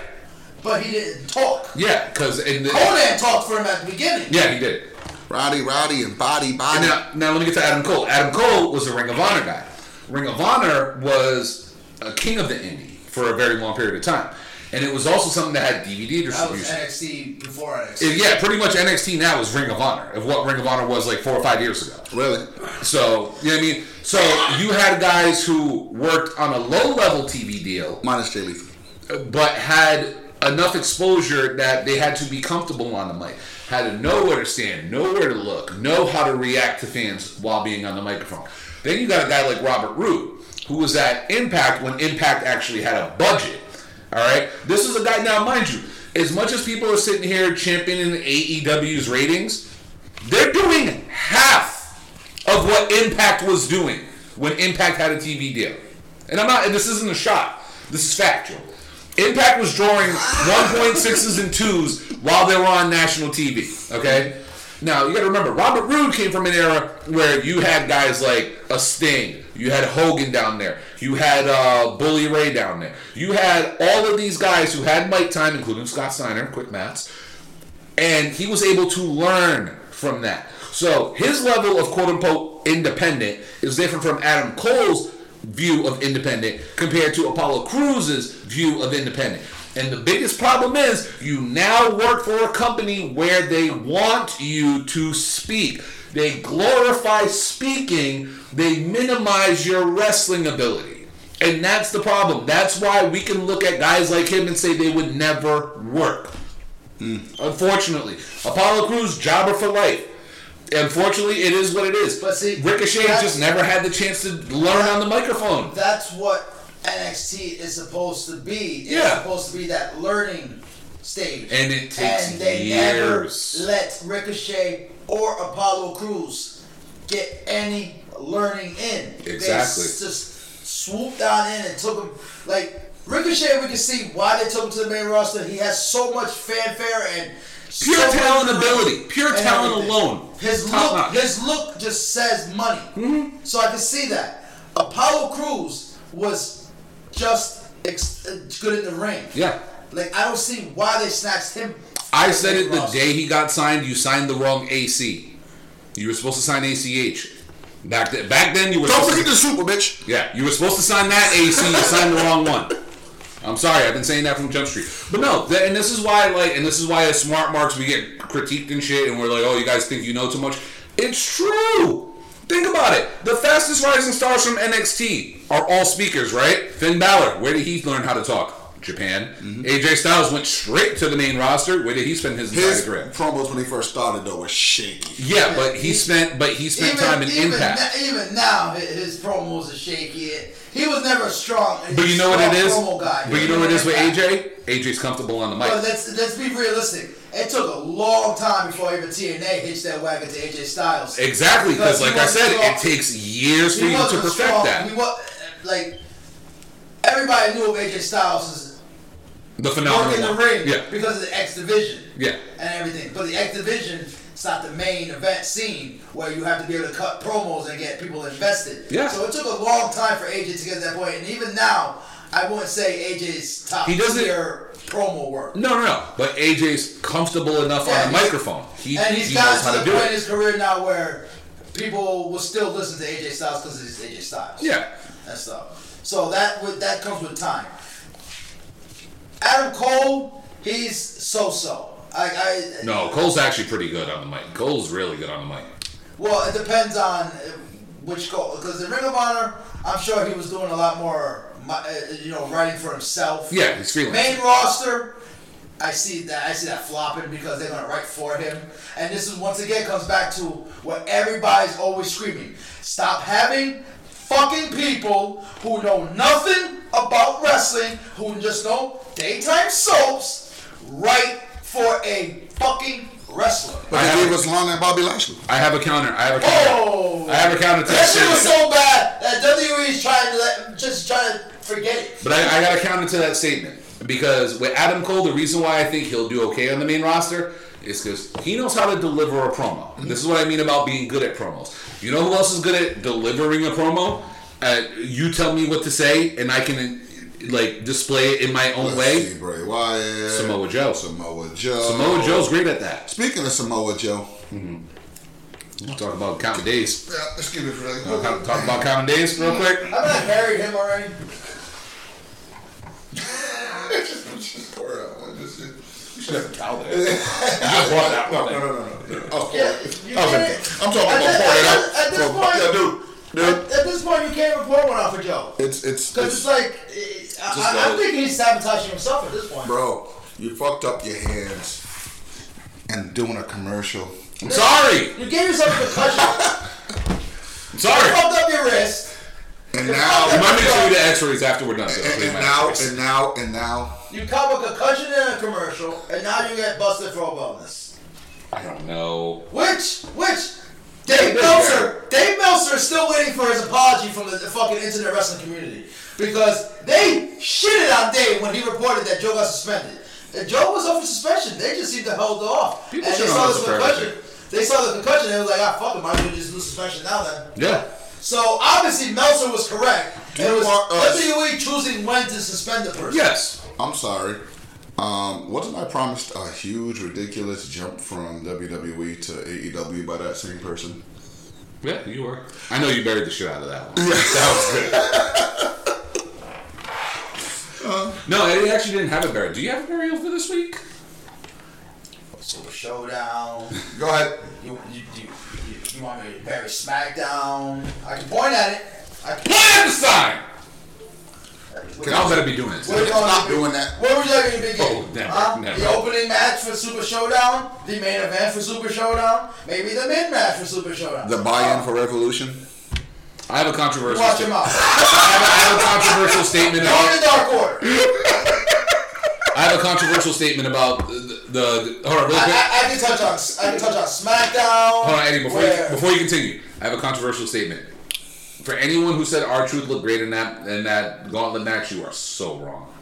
Speaker 3: but he didn't talk.
Speaker 5: Yeah. Because in the.
Speaker 3: Conan talked for him at the beginning.
Speaker 5: Yeah, he did.
Speaker 1: Roddy Roddy and Body
Speaker 5: And uh,
Speaker 1: Body.
Speaker 5: now, now let me get to Adam Cole. Adam Cole was a Ring of Honor guy. Ring of Honor was a king of the indie for a very long period of time, and it was also something that had DVD
Speaker 3: That was
Speaker 5: distribution.
Speaker 3: NXT before NXT.
Speaker 5: It- yeah, pretty much NXT now is Ring of Honor of what Ring of Honor was like four or five years ago.
Speaker 1: Really?
Speaker 5: So you know what I mean. So you had guys who worked on a low level TV deal,
Speaker 1: Minus Jay Lethal.
Speaker 5: but had enough exposure that they had to be comfortable on the mic, had to know where to stand, know where to look, know how to react to fans while being on the microphone. Then you got a guy like Robert Roode, who was at Impact when Impact actually had a budget. All right, this is a guy now, mind you. As much as people are sitting here championing AEW's ratings, they're doing half of what Impact was doing when Impact had a TV deal. And I'm not. And this isn't a shot. This is factual. Impact was drawing 1.6s and twos while they were on national TV. Okay. Now you got to remember, Robert Roode came from an era where you had guys like a Sting, you had Hogan down there, you had uh, Bully Ray down there, you had all of these guys who had mic time, including Scott Steiner. Quick maths and he was able to learn from that. So his level of quote unquote independent is different from Adam Cole's view of independent compared to Apollo Cruz's view of independent. And the biggest problem is you now work for a company where they want you to speak. They glorify speaking, they minimize your wrestling ability. And that's the problem. That's why we can look at guys like him and say they would never work. Unfortunately, Apollo Crews jobber for life. Unfortunately, it is what it is.
Speaker 3: But see,
Speaker 5: Ricochet
Speaker 3: that's-
Speaker 5: just never had the chance to learn on the microphone.
Speaker 3: that's what NXT is supposed to be. It's
Speaker 5: Yeah.
Speaker 3: supposed to be that learning stage.
Speaker 5: And it takes
Speaker 3: And they
Speaker 5: years.
Speaker 3: never let Ricochet or Apollo Cruz get any learning in. They
Speaker 5: Exactly.
Speaker 3: s- just swooped down in and took him like Ricochet. We can see why they took him to the main roster. He has so much fanfare and
Speaker 5: Pure
Speaker 3: so much
Speaker 5: talent
Speaker 3: room
Speaker 5: ability. Pure
Speaker 3: and
Speaker 5: talent
Speaker 3: everything.
Speaker 5: alone.
Speaker 3: His
Speaker 5: Top
Speaker 3: look,
Speaker 5: notch.
Speaker 3: his look just says money.
Speaker 5: Mm-hmm.
Speaker 3: So I can see that. Apollo Cruz was just ex- uh, good in the ring.
Speaker 5: Yeah.
Speaker 3: Like I don't see why they snatched him.
Speaker 5: I said it the
Speaker 3: Ross.
Speaker 5: day he got signed. You signed the wrong AC. You were supposed to sign ACH. Back then, back then you were.
Speaker 1: Don't
Speaker 5: supposed
Speaker 1: forget
Speaker 5: to,
Speaker 1: the super, bitch.
Speaker 5: Yeah, you were supposed to sign that AC. You signed the wrong one. I'm sorry, I've been saying that from Jump Street. But no, th- and this is why, like, and this is why as smart marks we get critiqued and shit, and we're like, oh, you guys think you know too much. It's true. Think about it. The fastest rising stars from NXT are all speakers, right? Finn Balor, where did he learn how to talk? Japan. AJ Styles went straight to the main roster. Where did he spend his entire
Speaker 1: His
Speaker 5: career?
Speaker 1: promos when he first started though were shaky.
Speaker 5: Yeah, but he spent but he spent time in
Speaker 3: even,
Speaker 5: Impact.
Speaker 3: na- even now, hi- his promos are shaky. He was never a strong.
Speaker 5: But you know what it
Speaker 3: strong
Speaker 5: is.
Speaker 3: Promo guy.
Speaker 5: But you know what it is with
Speaker 3: Impact.
Speaker 5: AJ. AJ's comfortable on the
Speaker 3: But
Speaker 5: mic.
Speaker 3: let's let's be realistic. It took a long time before even TNA hitched that wagon to AJ Styles.
Speaker 5: Exactly, because
Speaker 3: Because he
Speaker 5: like I
Speaker 3: wasn't
Speaker 5: said,
Speaker 3: strong.
Speaker 5: it takes years for you to
Speaker 3: wasn't
Speaker 5: perfect
Speaker 3: strong.
Speaker 5: that.
Speaker 3: He was like everybody knew of AJ Styles as
Speaker 5: The
Speaker 3: working
Speaker 5: phenomenal
Speaker 3: the
Speaker 5: one.
Speaker 3: ring
Speaker 5: Yeah,
Speaker 3: because of the X Division.
Speaker 5: Yeah.
Speaker 3: And everything, but the X Division it's not the main event scene where you have to be able to cut promos and get people invested.
Speaker 5: Yeah.
Speaker 3: So it took a long time for AJ to get to that point, and even now, I wouldn't say AJ's top
Speaker 5: He doesn't-
Speaker 3: tier promo work.
Speaker 5: no, no, no. But AJ's comfortable enough
Speaker 3: Yeah,
Speaker 5: on a
Speaker 3: he's-
Speaker 5: microphone. He,
Speaker 3: and
Speaker 5: he
Speaker 3: he's
Speaker 5: knows
Speaker 3: gotten
Speaker 5: how to
Speaker 3: to the
Speaker 5: do
Speaker 3: point in
Speaker 5: it.
Speaker 3: his career now where people will still listen to AJ Styles because it's AJ Styles.
Speaker 5: Yeah,
Speaker 3: and stuff. So that with that comes with time. Adam Cole, he's so-so. I, I
Speaker 5: no, Cole's actually pretty good on the mic. Cole's really good on the mic.
Speaker 3: Well, it depends on uh, which Cole, because in Ring of Honor, I'm sure he was doing a lot more, mi- uh, you know, writing for himself.
Speaker 5: Yeah, he's freelance.
Speaker 3: Main roster, I see that I see that flopping because they're gonna write for him. And this is once again comes back to what everybody's always screaming. Stop having fucking people who know nothing about wrestling, who just know daytime soaps, write for a fucking wrestler.
Speaker 1: But
Speaker 5: I
Speaker 1: they
Speaker 5: have-
Speaker 1: gave us Lana and Bobby Lashley.
Speaker 5: I have a counter. I have a counter.
Speaker 3: Oh!
Speaker 5: I have a counter to
Speaker 3: That shit was
Speaker 5: that.
Speaker 3: so bad that WWE is trying to let, just trying to forget it.
Speaker 5: But I, I got to counter to that statement because with Adam Cole, the reason why I think he'll do okay on the main roster is because he knows how to deliver a promo. This is what I mean about being good at promos. You know who else is good at delivering a promo? Uh, you tell me what to say, and I can like display it in my own
Speaker 1: Let's
Speaker 5: way.
Speaker 1: see, Bray Wyatt,
Speaker 5: Samoa Joe.
Speaker 1: Samoa Joe.
Speaker 5: Samoa Joe's great at that.
Speaker 1: Speaking of Samoa Joe,
Speaker 5: Talk about counting days.
Speaker 1: yeah, excuse me for a second.
Speaker 5: Talk talk about counting days real quick.
Speaker 3: Haven't I married him already?
Speaker 1: You should have a towel there. No, no, no, no, no. Oh,
Speaker 3: Yeah,
Speaker 1: I'm
Speaker 3: you
Speaker 1: talking
Speaker 3: did it.
Speaker 1: about pouring
Speaker 3: At
Speaker 1: it
Speaker 3: thi- at
Speaker 1: out.
Speaker 3: thi- at this
Speaker 1: for-
Speaker 3: point-
Speaker 1: yeah, dude,
Speaker 3: At,
Speaker 1: dude,
Speaker 3: at this point, you can't report one out for Joe.
Speaker 1: it's it's,
Speaker 3: Because it's,
Speaker 1: it's
Speaker 3: like,
Speaker 1: Just
Speaker 3: I, I,
Speaker 1: go.
Speaker 3: I think he's sabotaging himself at this point.
Speaker 1: bro. You fucked up your hands and doing a commercial.
Speaker 5: I'm sorry.
Speaker 3: You gave yourself a concussion,
Speaker 5: I'm
Speaker 3: you
Speaker 5: sorry.
Speaker 3: fucked up your wrist,
Speaker 1: And now,
Speaker 5: Remind me to show you the X-rays after we're done. So
Speaker 1: and,
Speaker 5: please,
Speaker 1: and
Speaker 5: my
Speaker 1: now,
Speaker 5: X-rays.
Speaker 1: and now, and now.
Speaker 3: you caught a concussion in a commercial, and now you get busted for a wellness.
Speaker 5: I don't know.
Speaker 3: Which, which, Dave Meltzer, Dave Meltzer is still waiting for his apology from the fucking internet wrestling community because they shitted on Dave when he reported that Joe got suspended. And Joe was up for suspension. They just seemed to hold off.
Speaker 5: People
Speaker 3: and they
Speaker 5: shouldn't
Speaker 3: saw
Speaker 5: hold
Speaker 3: this
Speaker 5: us up for
Speaker 3: concussion. They saw the concussion. They was like, ah, fuck him. I should just lose suspension now then.
Speaker 5: Yeah.
Speaker 3: So obviously Meltzer was correct.
Speaker 1: Do
Speaker 3: it
Speaker 1: you
Speaker 3: was
Speaker 1: want us-
Speaker 3: WWE choosing when to suspend the person.
Speaker 5: Yes.
Speaker 1: I'm sorry. Um, wasn't I promised a huge, ridiculous jump from WWE to AEW by that same person?
Speaker 5: Yeah, you were. I know you buried the shit out of that one. that was good. no, it actually didn't have a burial. Do you have a burial for this week?
Speaker 3: Super Showdown.
Speaker 1: Go ahead.
Speaker 3: You, you, you, you, you want me to bury SmackDown? I can point at it. I can.
Speaker 5: Point at the sign!
Speaker 1: Can
Speaker 5: Y'all
Speaker 1: I
Speaker 5: better be doing it.
Speaker 3: Where do you want
Speaker 1: stop
Speaker 3: me to-
Speaker 1: doing that?
Speaker 3: Where would you like me to begin?
Speaker 5: Oh, never,
Speaker 3: huh?
Speaker 5: never.
Speaker 3: The opening match for Super Showdown, the main event for Super Showdown, maybe the mid match for Super Showdown.
Speaker 1: the buy-in for Revolution?
Speaker 5: I have a controversial
Speaker 3: Watch him
Speaker 5: statement.
Speaker 3: out.
Speaker 5: I have, I have a controversial statement
Speaker 3: Go
Speaker 5: about
Speaker 3: in the dark order.
Speaker 5: I have a controversial statement about the, the, the hold on real
Speaker 3: I,
Speaker 5: quick.
Speaker 3: I, I can touch on I can touch on SmackDown.
Speaker 5: Hold on, Eddie. Before you,
Speaker 3: where-
Speaker 5: before you continue, I have a controversial statement. For anyone who said our truth looked great in that in that gauntlet match, you are so wrong.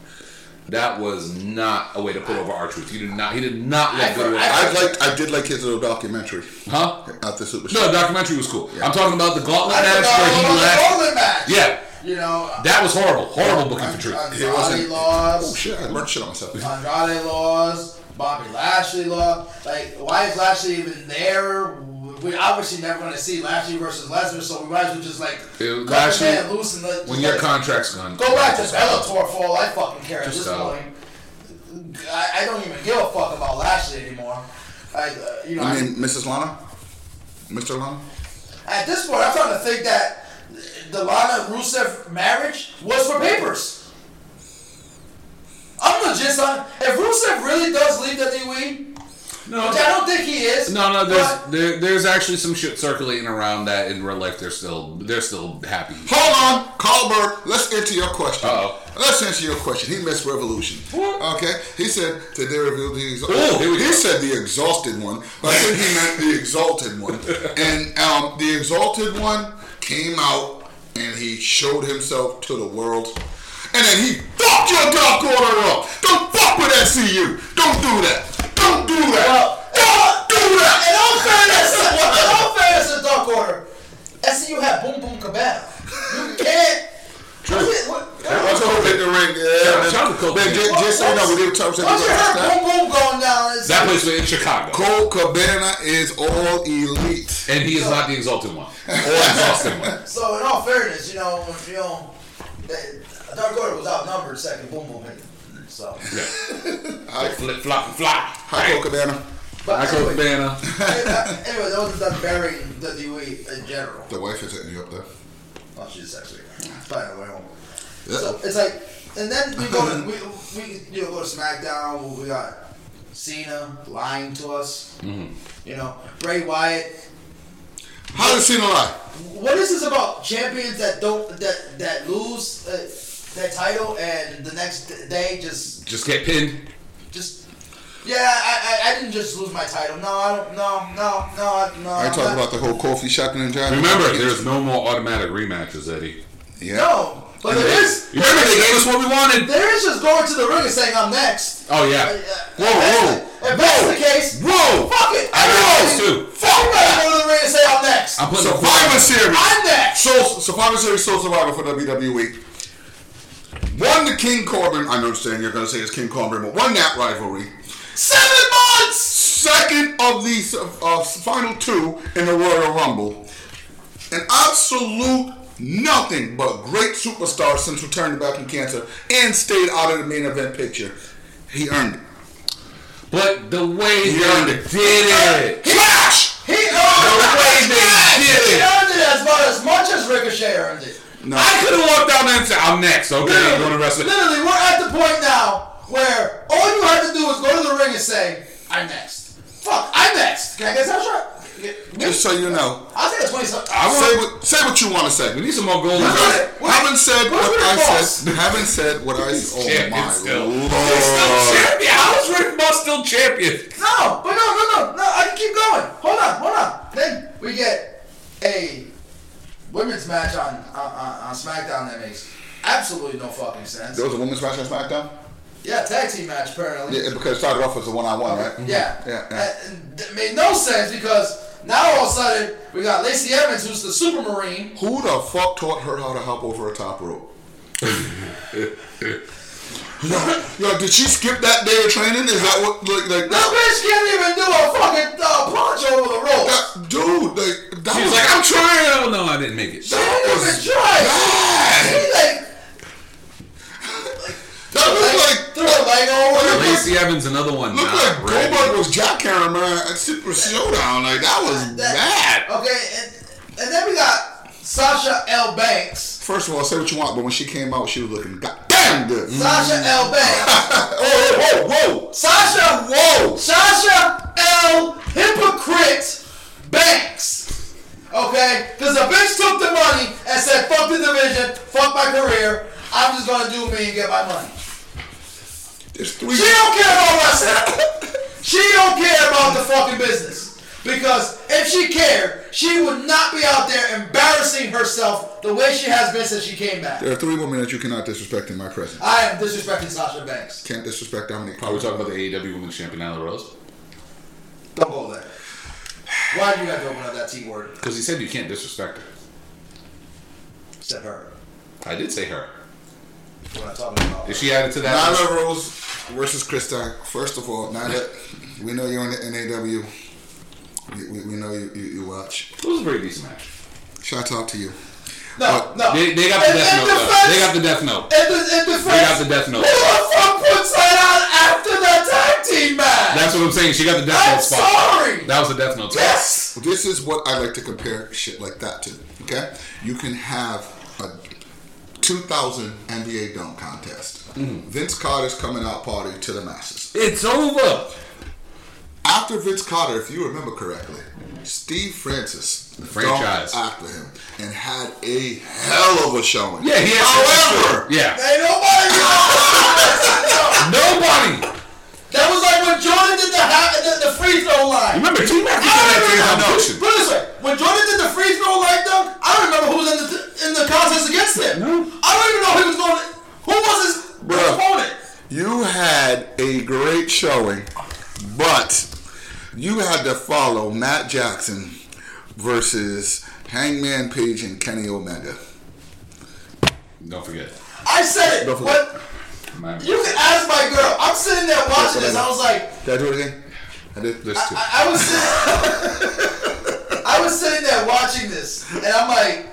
Speaker 5: That was not a way to pull over our truth. You did not. He did not look good. with-
Speaker 1: I like. I did like his little documentary
Speaker 5: huh?
Speaker 1: at the Super
Speaker 5: No, the documentary was cool. I'm talking about the gauntlet
Speaker 3: I
Speaker 5: match
Speaker 3: forgot
Speaker 5: where
Speaker 3: about
Speaker 5: he
Speaker 3: the
Speaker 5: left.
Speaker 3: Roman match.
Speaker 5: Yeah,
Speaker 3: You know,
Speaker 5: that was horrible. Horrible booking for truth.
Speaker 1: It wasn't-
Speaker 3: Andrade lost.
Speaker 1: Oh shit! I learned shit on myself.
Speaker 3: Uh, Andrade lost, Bobby Lashley lost. Like, why is Lashley even there? We're obviously never going to see Lashley versus Lesnar, so we might as well just like
Speaker 5: Dude,
Speaker 3: cut
Speaker 5: Lashley-
Speaker 3: the man loose and let, just,
Speaker 5: When your
Speaker 3: like,
Speaker 5: contract's gone,
Speaker 3: go back to
Speaker 5: just-
Speaker 3: Bellator for all I fucking care at
Speaker 5: Just
Speaker 3: this
Speaker 5: go.
Speaker 3: point. I, I don't even give a fuck about Lashley anymore. I, uh, you know,
Speaker 1: I mean, Mrs. Lana, Mr. Lana.
Speaker 3: at this point, I'm starting to think that the Lana Rusev marriage was for papers. I'm legit son. If Rusev really does leave WWE,
Speaker 5: No,
Speaker 3: which E, I don't think he is.
Speaker 5: no, no. There's
Speaker 3: but-
Speaker 5: there, there's actually some shit circulating around that in real life. They're still they're still happy.
Speaker 1: Hold on, Carlberg. Let's answer your question.
Speaker 5: Uh-oh.
Speaker 1: Let's answer your question. He missed Revolution. Okay. He said that they revealed the
Speaker 5: Oh,
Speaker 1: exalted.
Speaker 5: here we
Speaker 1: he
Speaker 5: go.
Speaker 1: said the exhausted one, but I think he meant the exalted one. And um, the exalted one came out and he showed himself to the world. And then he fucked your dark order up. Don't fuck with SCU. Don't do that. Don't do that.
Speaker 3: Well,
Speaker 1: Don't do
Speaker 3: In
Speaker 1: that.
Speaker 3: all fairness, in all fairness to Dark Order, SCU had Boom Boom Cabana. You can't. What- what-
Speaker 1: Let's go in the ring.
Speaker 5: Shout-
Speaker 1: Yeah,
Speaker 5: shout out to Cole.
Speaker 1: man, just, just so you know, we did talk
Speaker 3: Once you heard
Speaker 1: about
Speaker 3: Boom Boom going down, it's
Speaker 5: That place was in Chicago,
Speaker 1: Cole Cabana is all elite.
Speaker 5: and he is not the exalted one or exhausted one.
Speaker 3: So in all fairness, you know, if you don't, they, Dark Order was outnumbered second boom boom hit. So,
Speaker 5: Flip flop and flop.
Speaker 1: Hi, Cole Cabana.
Speaker 3: but
Speaker 5: Michael
Speaker 3: anyway,
Speaker 5: Cabana.
Speaker 3: anyway, anyway, that was done burying the WWE in general.
Speaker 1: The wife is hitting you up there.
Speaker 3: Oh, she's actually it's probably on the way home.
Speaker 1: Yeah.
Speaker 3: So it's like, and then we go to we, we you know go to SmackDown. We got Cena lying to us. You know, Bray Wyatt
Speaker 1: How does Cena lie?
Speaker 3: What is this about champions that don't that that lose uh, that title and the next day just
Speaker 5: Just get pinned.
Speaker 3: just yeah I, I I didn't just lose my title no I don't no no no I- no
Speaker 1: Are you
Speaker 3: I'm
Speaker 1: talking
Speaker 3: not-
Speaker 1: about the whole Kofi Shotgun and John?
Speaker 5: Remember, there's no more automatic rematches, Eddie.
Speaker 1: yeah.
Speaker 3: no but there is
Speaker 5: You remember they gave us what we wanted.
Speaker 3: there is just going to the ring and saying I'm next
Speaker 5: Oh yeah.
Speaker 3: Uh,
Speaker 5: Whoa,
Speaker 3: if
Speaker 5: whoa,
Speaker 3: that's the- if that's the case
Speaker 5: whoa!
Speaker 3: fuck it
Speaker 5: I got those
Speaker 3: Everybody-
Speaker 5: too.
Speaker 3: everybody go to the ring and say I'm next
Speaker 5: I'm putting
Speaker 1: Survivor Series.
Speaker 3: I'm next
Speaker 1: So Survivor Series Soul Survivor for WWE. Won the King Corbin. I understand you're going to say it's King Corbin, but won that rivalry. Seven months. Second of the uh, final two in the Royal Rumble. An absolute nothing but great superstar since returning back from cancer and stayed out of the main event picture. He earned it.
Speaker 5: But the way
Speaker 1: He
Speaker 5: they
Speaker 1: earned
Speaker 5: did
Speaker 1: it.
Speaker 5: it,
Speaker 1: Flash!
Speaker 3: he earned
Speaker 5: the
Speaker 3: it
Speaker 5: way they
Speaker 3: he
Speaker 5: did it,
Speaker 3: earned it as about as much as Ricochet earned it
Speaker 1: No.
Speaker 5: I could have walked down there and said, "I'm next." Okay, I'm going to wrestle.
Speaker 3: Literally, we're at the point now where all you have to do is go to the ring and say, I'm next. Fuck, I'm next. Can I get a title shot?
Speaker 1: Just so you know,
Speaker 3: I'll take a 20 something.
Speaker 1: I say, what, say what you want to say.
Speaker 5: We need some more gold.
Speaker 1: Haven't-
Speaker 3: Wait,
Speaker 1: haven't said
Speaker 3: where's
Speaker 1: what
Speaker 3: Rick
Speaker 1: I
Speaker 3: Boss?
Speaker 1: said. Haven't said what I. s- Oh
Speaker 5: champion
Speaker 1: my
Speaker 5: still. He's still
Speaker 1: lord!
Speaker 5: champion. How is Rick Boss still champion?
Speaker 3: No, but no, no, no, no, I can keep going. Hold on, hold on. Then we get a women's match on, on, on, on SmackDown that makes absolutely no fucking sense.
Speaker 1: There was a women's match on SmackDown.
Speaker 3: Yeah, tag team match apparently.
Speaker 1: Yeah, because it started off as a one-on-one, right?
Speaker 3: Yeah.
Speaker 1: Yeah, yeah.
Speaker 3: And it made no sense because now all of a sudden we got Lacey Evans, who's the Super Marine.
Speaker 1: Who the fuck taught her how to hop over a top rope? yo, yo, did she skip that day of training? Is that what like like
Speaker 3: This bitch can't even do a fucking uh, punch over the ropes.
Speaker 1: that dude? Like that
Speaker 5: He
Speaker 1: was
Speaker 5: was like, "I'm trying." Oh no, I didn't make it.
Speaker 3: She didn't
Speaker 1: that
Speaker 3: even
Speaker 1: was
Speaker 3: try. She
Speaker 1: bad.
Speaker 3: like,
Speaker 1: That was like
Speaker 3: like threw a leg over. her.
Speaker 5: Lacey Evans, another one.
Speaker 1: Looked
Speaker 5: not
Speaker 1: like
Speaker 5: ready.
Speaker 1: Goldberg was jackhammering her at Super Showdown. Like that was bad.
Speaker 3: Okay, and, and then we got Sasha L. Banks.
Speaker 1: First of all, say what you want, but when she came out, she was looking goddamn good.
Speaker 3: Sasha L. Banks.
Speaker 1: Oh, whoa, whoa,
Speaker 3: Sasha.
Speaker 1: whoa!
Speaker 3: Sasha L. Hypocrite Banks. Okay? Because the bitch took the money and said, fuck the division, fuck my career. I'm just going to do me and get my money.
Speaker 1: There's three.
Speaker 3: She don't care about wrestling. She don't care about the fucking business. Because if she cared, she would not be out there embarrassing herself the way she has been since she came back.
Speaker 1: There are three women that you cannot disrespect in my presence.
Speaker 3: I am disrespecting Sasha Banks.
Speaker 1: Can't disrespect Dominic.
Speaker 5: Are we
Speaker 1: Cruz.
Speaker 5: talking about the AEW Women's Champion Nyla Rose?
Speaker 3: Don't go there. Why do you have to open up that T word?
Speaker 5: Because he said you can't disrespect her.
Speaker 3: Except her.
Speaker 5: I did say her.
Speaker 3: What I'm talking about.
Speaker 5: Is she added to that? list?
Speaker 1: Nyla Rose versus Krista. First of all, Nyla, we know you're in the NAW. We, we, we know you, you, you watch.
Speaker 5: It was a pretty decent match.
Speaker 1: Shout out to you.
Speaker 3: No, no.
Speaker 5: Oh, They, they got the
Speaker 3: In-
Speaker 5: death
Speaker 3: in
Speaker 5: note. though. They got the death note.
Speaker 3: in, the, in defense,
Speaker 5: They got the death note.
Speaker 3: Who the fuck puts that on after the tag team match?
Speaker 5: That's what I'm saying. She got the death
Speaker 3: I'm
Speaker 5: note spot.
Speaker 3: sorry.
Speaker 5: That was the death note spot.
Speaker 3: yes.
Speaker 1: This is what I like to compare shit like that to. Okay, you can have a 2000 NBA dunk contest.
Speaker 3: Mm.
Speaker 1: Vince Carter's coming out party to the masses.
Speaker 5: It's over.
Speaker 1: After Vince Carter, if you remember correctly, Steve Francis dunked
Speaker 5: franchise.
Speaker 1: after him and had a hell of a showing.
Speaker 5: Yeah, he has
Speaker 1: However,
Speaker 5: Yeah.
Speaker 3: Ain't nobody
Speaker 5: Nobody.
Speaker 3: That was like when Jordan did the, ha- the, the free throw line.
Speaker 5: Remember, T Mac was
Speaker 3: I don't
Speaker 5: in
Speaker 3: remember.
Speaker 5: that
Speaker 3: No,
Speaker 5: competition.
Speaker 3: Put it this way: when Jordan did the free throw leg dunk, I don't remember who was in the in the contest against him. I don't even know who was going. Who was his
Speaker 1: Bruh.
Speaker 3: opponent?
Speaker 1: you had a great showing, but you had to follow Matt Jackson versus Hangman Page and Kenny Omega.
Speaker 5: Don't forget.
Speaker 3: I said it.
Speaker 1: Don't forget.
Speaker 3: What you can ask my girl. I'm sitting there watching this. I was like,
Speaker 1: Did I do it again? I did.
Speaker 5: There's two.
Speaker 3: I, I was sitting, I was sitting there watching this, and I'm like,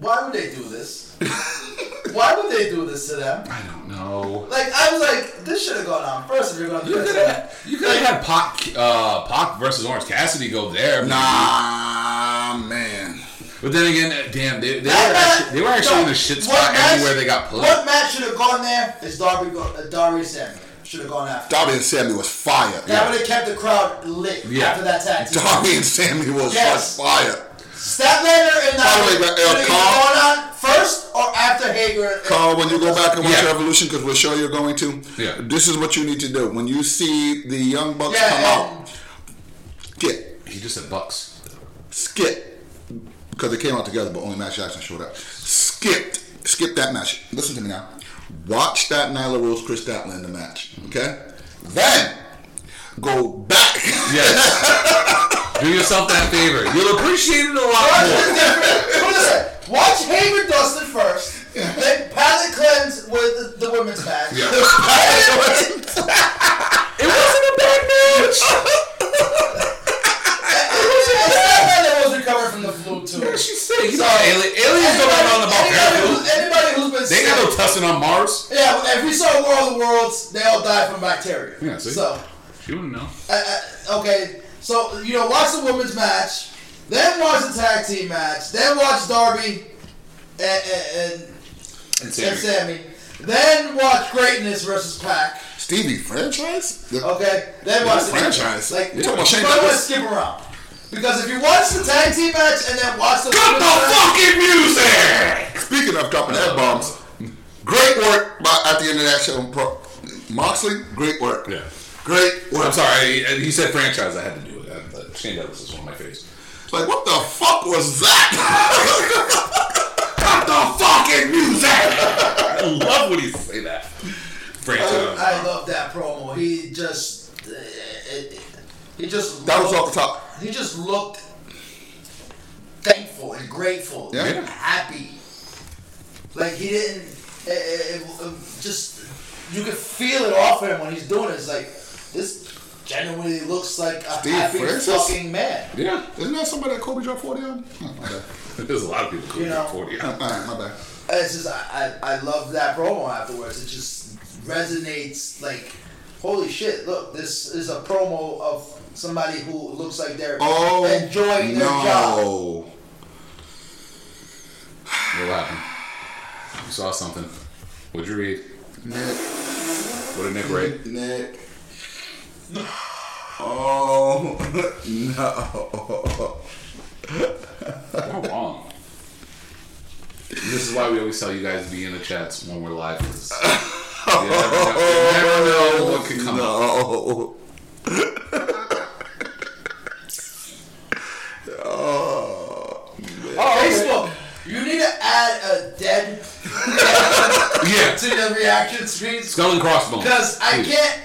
Speaker 3: why would they do this? Why would they do this to them?
Speaker 5: I don't know.
Speaker 3: Like I was like, this should have gone on first if you're gonna do
Speaker 5: You could
Speaker 3: this.
Speaker 5: have you could have had Pac uh, Pac versus Orange Cassidy go there.
Speaker 1: Nah, man.
Speaker 5: But then again, uh, damn, they, they, were,
Speaker 3: That match-
Speaker 5: actually, they were actually
Speaker 3: no,
Speaker 5: in the shit
Speaker 3: what
Speaker 5: spot
Speaker 3: match-
Speaker 5: everywhere they got put.
Speaker 3: What match should have gone there is Darby go, uh, Darius Samuel should have gone after.
Speaker 1: Darby and Sammy was fire.
Speaker 3: That would have kept the crowd lit
Speaker 5: Yeah.
Speaker 3: after that tag team.
Speaker 1: Darby and Sammy was
Speaker 3: Yes.
Speaker 1: fire.
Speaker 3: Statlander and
Speaker 1: By the way,
Speaker 3: Nakamura
Speaker 1: uh,
Speaker 3: should have
Speaker 1: Carl-
Speaker 3: gone on first or after Hager. and-
Speaker 1: Carl, when you go back and watch
Speaker 5: Yeah.
Speaker 1: Revolution, because we'll show you're going to,
Speaker 5: Yeah.
Speaker 1: this is what you need to do. When you see the Young Bucks
Speaker 3: Yeah,
Speaker 1: come
Speaker 3: and-
Speaker 1: out, skip,
Speaker 5: He just said Bucks.
Speaker 1: skip, because they came out together, but only Matt Jackson showed up. Skipped, skip that match. Listen to me now. Watch that Nyla Rose Chris Statlander match, okay? Then go back.
Speaker 5: Yes. Do yourself that favor. You'll appreciate it a
Speaker 3: Watch
Speaker 5: lot
Speaker 3: the different- what is that? Watch Hager Dustin first, then palate cleanse with the, the women's match.
Speaker 5: Yeah.
Speaker 3: And,
Speaker 5: more. It wasn't a bad match.
Speaker 3: and Statlander was recovering from the flu too.
Speaker 5: What she say? You know, alien, aliens don't know nothing about
Speaker 3: anybody,
Speaker 5: paraflu.
Speaker 3: who's, anybody who's been
Speaker 5: They
Speaker 3: sick.
Speaker 5: got no testing on Mars.
Speaker 3: Yeah, if we saw World of Worlds, they all died from bacteria.
Speaker 5: Yeah, see?
Speaker 3: So,
Speaker 5: She wouldn't know.
Speaker 3: uh, uh, okay, so you know, watch the women's match, then watch the tag team match, then watch Darby and and, and,
Speaker 5: And
Speaker 3: and
Speaker 5: Sammy.
Speaker 3: Sammy, then watch Greatness versus Pac.
Speaker 1: Stevie franchise? The-
Speaker 3: Okay, then
Speaker 1: Yeah,
Speaker 3: watch the
Speaker 1: franchise.
Speaker 3: Like,
Speaker 1: You
Speaker 3: you
Speaker 1: talking about Shane
Speaker 3: might want to
Speaker 1: Douglas?
Speaker 3: skip around because if you watch the tag team match and then watch the
Speaker 5: Cut
Speaker 3: women's
Speaker 5: the
Speaker 3: match-
Speaker 5: fucking music!
Speaker 1: Speaking of dropping F bombs, great work by, at the end of that show. Pro- Moxley, great work.
Speaker 5: Yeah.
Speaker 1: Great work.
Speaker 5: I'm sorry. I- I- He said franchise. I had to do it. I- but Shane Douglas is one of my faves.
Speaker 1: Like, what the fuck was that? Cut the fucking music!
Speaker 5: I love when you say that. Franchise.
Speaker 3: I love that promo. He just, uh, it, it- he just.
Speaker 1: That was
Speaker 3: looked-
Speaker 1: off the top.
Speaker 3: He just looked thankful and grateful,
Speaker 1: Yeah.
Speaker 3: and happy. Like he didn't. It, it, it, it just you could feel it off him when he's doing it. It's like this genuinely looks like a
Speaker 1: Steve
Speaker 3: happy
Speaker 1: Francis?
Speaker 3: fucking man.
Speaker 5: Yeah.
Speaker 1: Isn't that somebody that Kobe dropped 40 on? Oh, my bad.
Speaker 5: There's a lot of people who
Speaker 3: You
Speaker 5: are
Speaker 3: know.
Speaker 5: 40.
Speaker 1: All right, my bad.
Speaker 3: It's just I, I, I love that promo afterwards. It just resonates like holy shit, look, this is a promo of somebody who looks like they're
Speaker 1: Oh,
Speaker 3: enjoying their job.
Speaker 1: no.
Speaker 5: What happened? You saw something. What'd you read?
Speaker 1: Nick,
Speaker 5: What did Nick write?
Speaker 1: Nick. Oh, no.
Speaker 5: You're wrong. This is why we always tell you guys to be in the chats when we're live. 'cause You never know, you never know what could come up.
Speaker 1: Oh, No. Oh,
Speaker 3: Facebook, you need to add a dead
Speaker 5: Yeah.
Speaker 3: to the reaction screens
Speaker 5: Skull and crossbones.
Speaker 3: because I
Speaker 5: Please.
Speaker 3: can't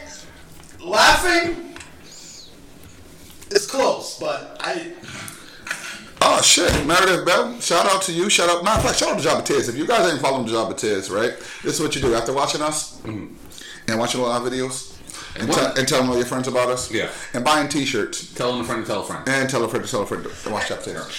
Speaker 3: laughing. It's close, but I
Speaker 1: Oh shit, Meredith Bell, shout out to you. Shout out, matter of fact, shout out to Jobateers. If you guys ain't following Jobateers, right? This is what you do after watching us and watching all our videos and,
Speaker 5: Mm-hmm. what-
Speaker 1: te- and telling all your friends about us.
Speaker 5: Yeah.
Speaker 1: And buying T-shirts
Speaker 5: Tell a friend to tell a friend.
Speaker 1: and tell a friend to tell a friend to watch Jobateers.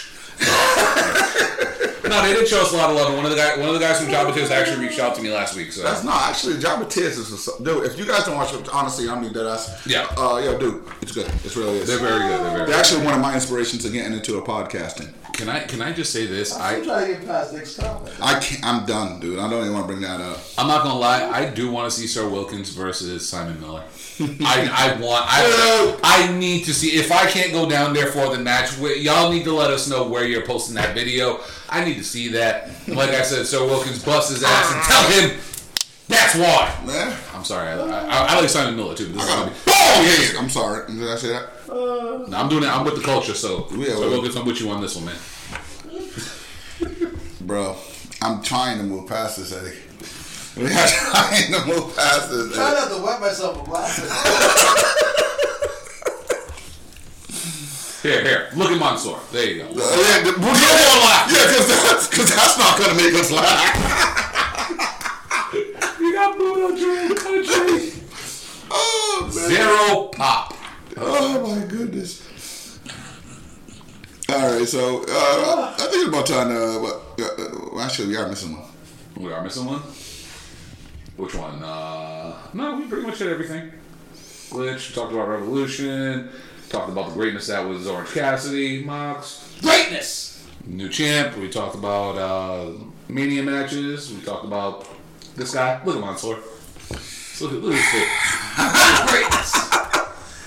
Speaker 5: No, they did show us a lot of love. and One of the guy, one of the guys from Jabba Tips actually reached out to me last week. So
Speaker 1: That's not actually Jabba Tears is a, dude. If you guys don't watch it, honestly, I mean that ass.
Speaker 5: Yeah.
Speaker 1: Uh, yeah, dude, it's good. It's really is.
Speaker 5: they're very good. They're very.
Speaker 1: They're actually one of my inspirations to getting into a podcasting.
Speaker 5: Can I can I just say this?
Speaker 3: I'm
Speaker 5: I Uh,
Speaker 3: trying to get past next topic.
Speaker 1: I can't, I'm done, dude. I don't even want to bring that up.
Speaker 5: I'm not gonna lie. I do want to see Sir Wilkins versus Simon Miller. I, I want
Speaker 1: No.
Speaker 5: I I need to see if I can't go down there for the match. wh- Y'all need to let us know where you're posting that video. I need to see that. Like I said, Sir Wilkins busts his ass and tell him that's why.
Speaker 1: Man,
Speaker 5: I'm sorry. I, I, I like Simon Miller too. But this is gonna be.
Speaker 1: oh, yeah. I'm sorry. Did I say that?
Speaker 5: No, I'm doing it. I'm with the culture, so
Speaker 1: Yeah,
Speaker 5: Sir
Speaker 1: well-
Speaker 5: Wilkins, I'm with you on this one, man.
Speaker 1: Bro, I'm trying to move past this, Eddie. We are trying to move past this.
Speaker 3: Try
Speaker 1: Eddie.
Speaker 3: not to wet myself with laughing.
Speaker 5: Here, here. Look at Mansoor. There you go.
Speaker 1: Uh, yeah, the- well, yeah, yeah, because that's, 'cause that's not going to make us laugh.
Speaker 4: You got Buddha dream country.
Speaker 1: Oh, man.
Speaker 5: Zero pop.
Speaker 1: Oh, my goodness. All right, so uh, I think it's about time. Uh, what, uh, uh, actually, we are missing one.
Speaker 5: We are missing one. Which one? Uh, no, we pretty much did everything. Glitch. We talked about Revolution. Talked about the greatness that was Orange Cassidy. Mox.
Speaker 3: Greatness!
Speaker 5: New champ. We talked about uh, Mania matches. We talked about this guy. Look at Mansoor. Look at, look at this kid.
Speaker 3: Greatness!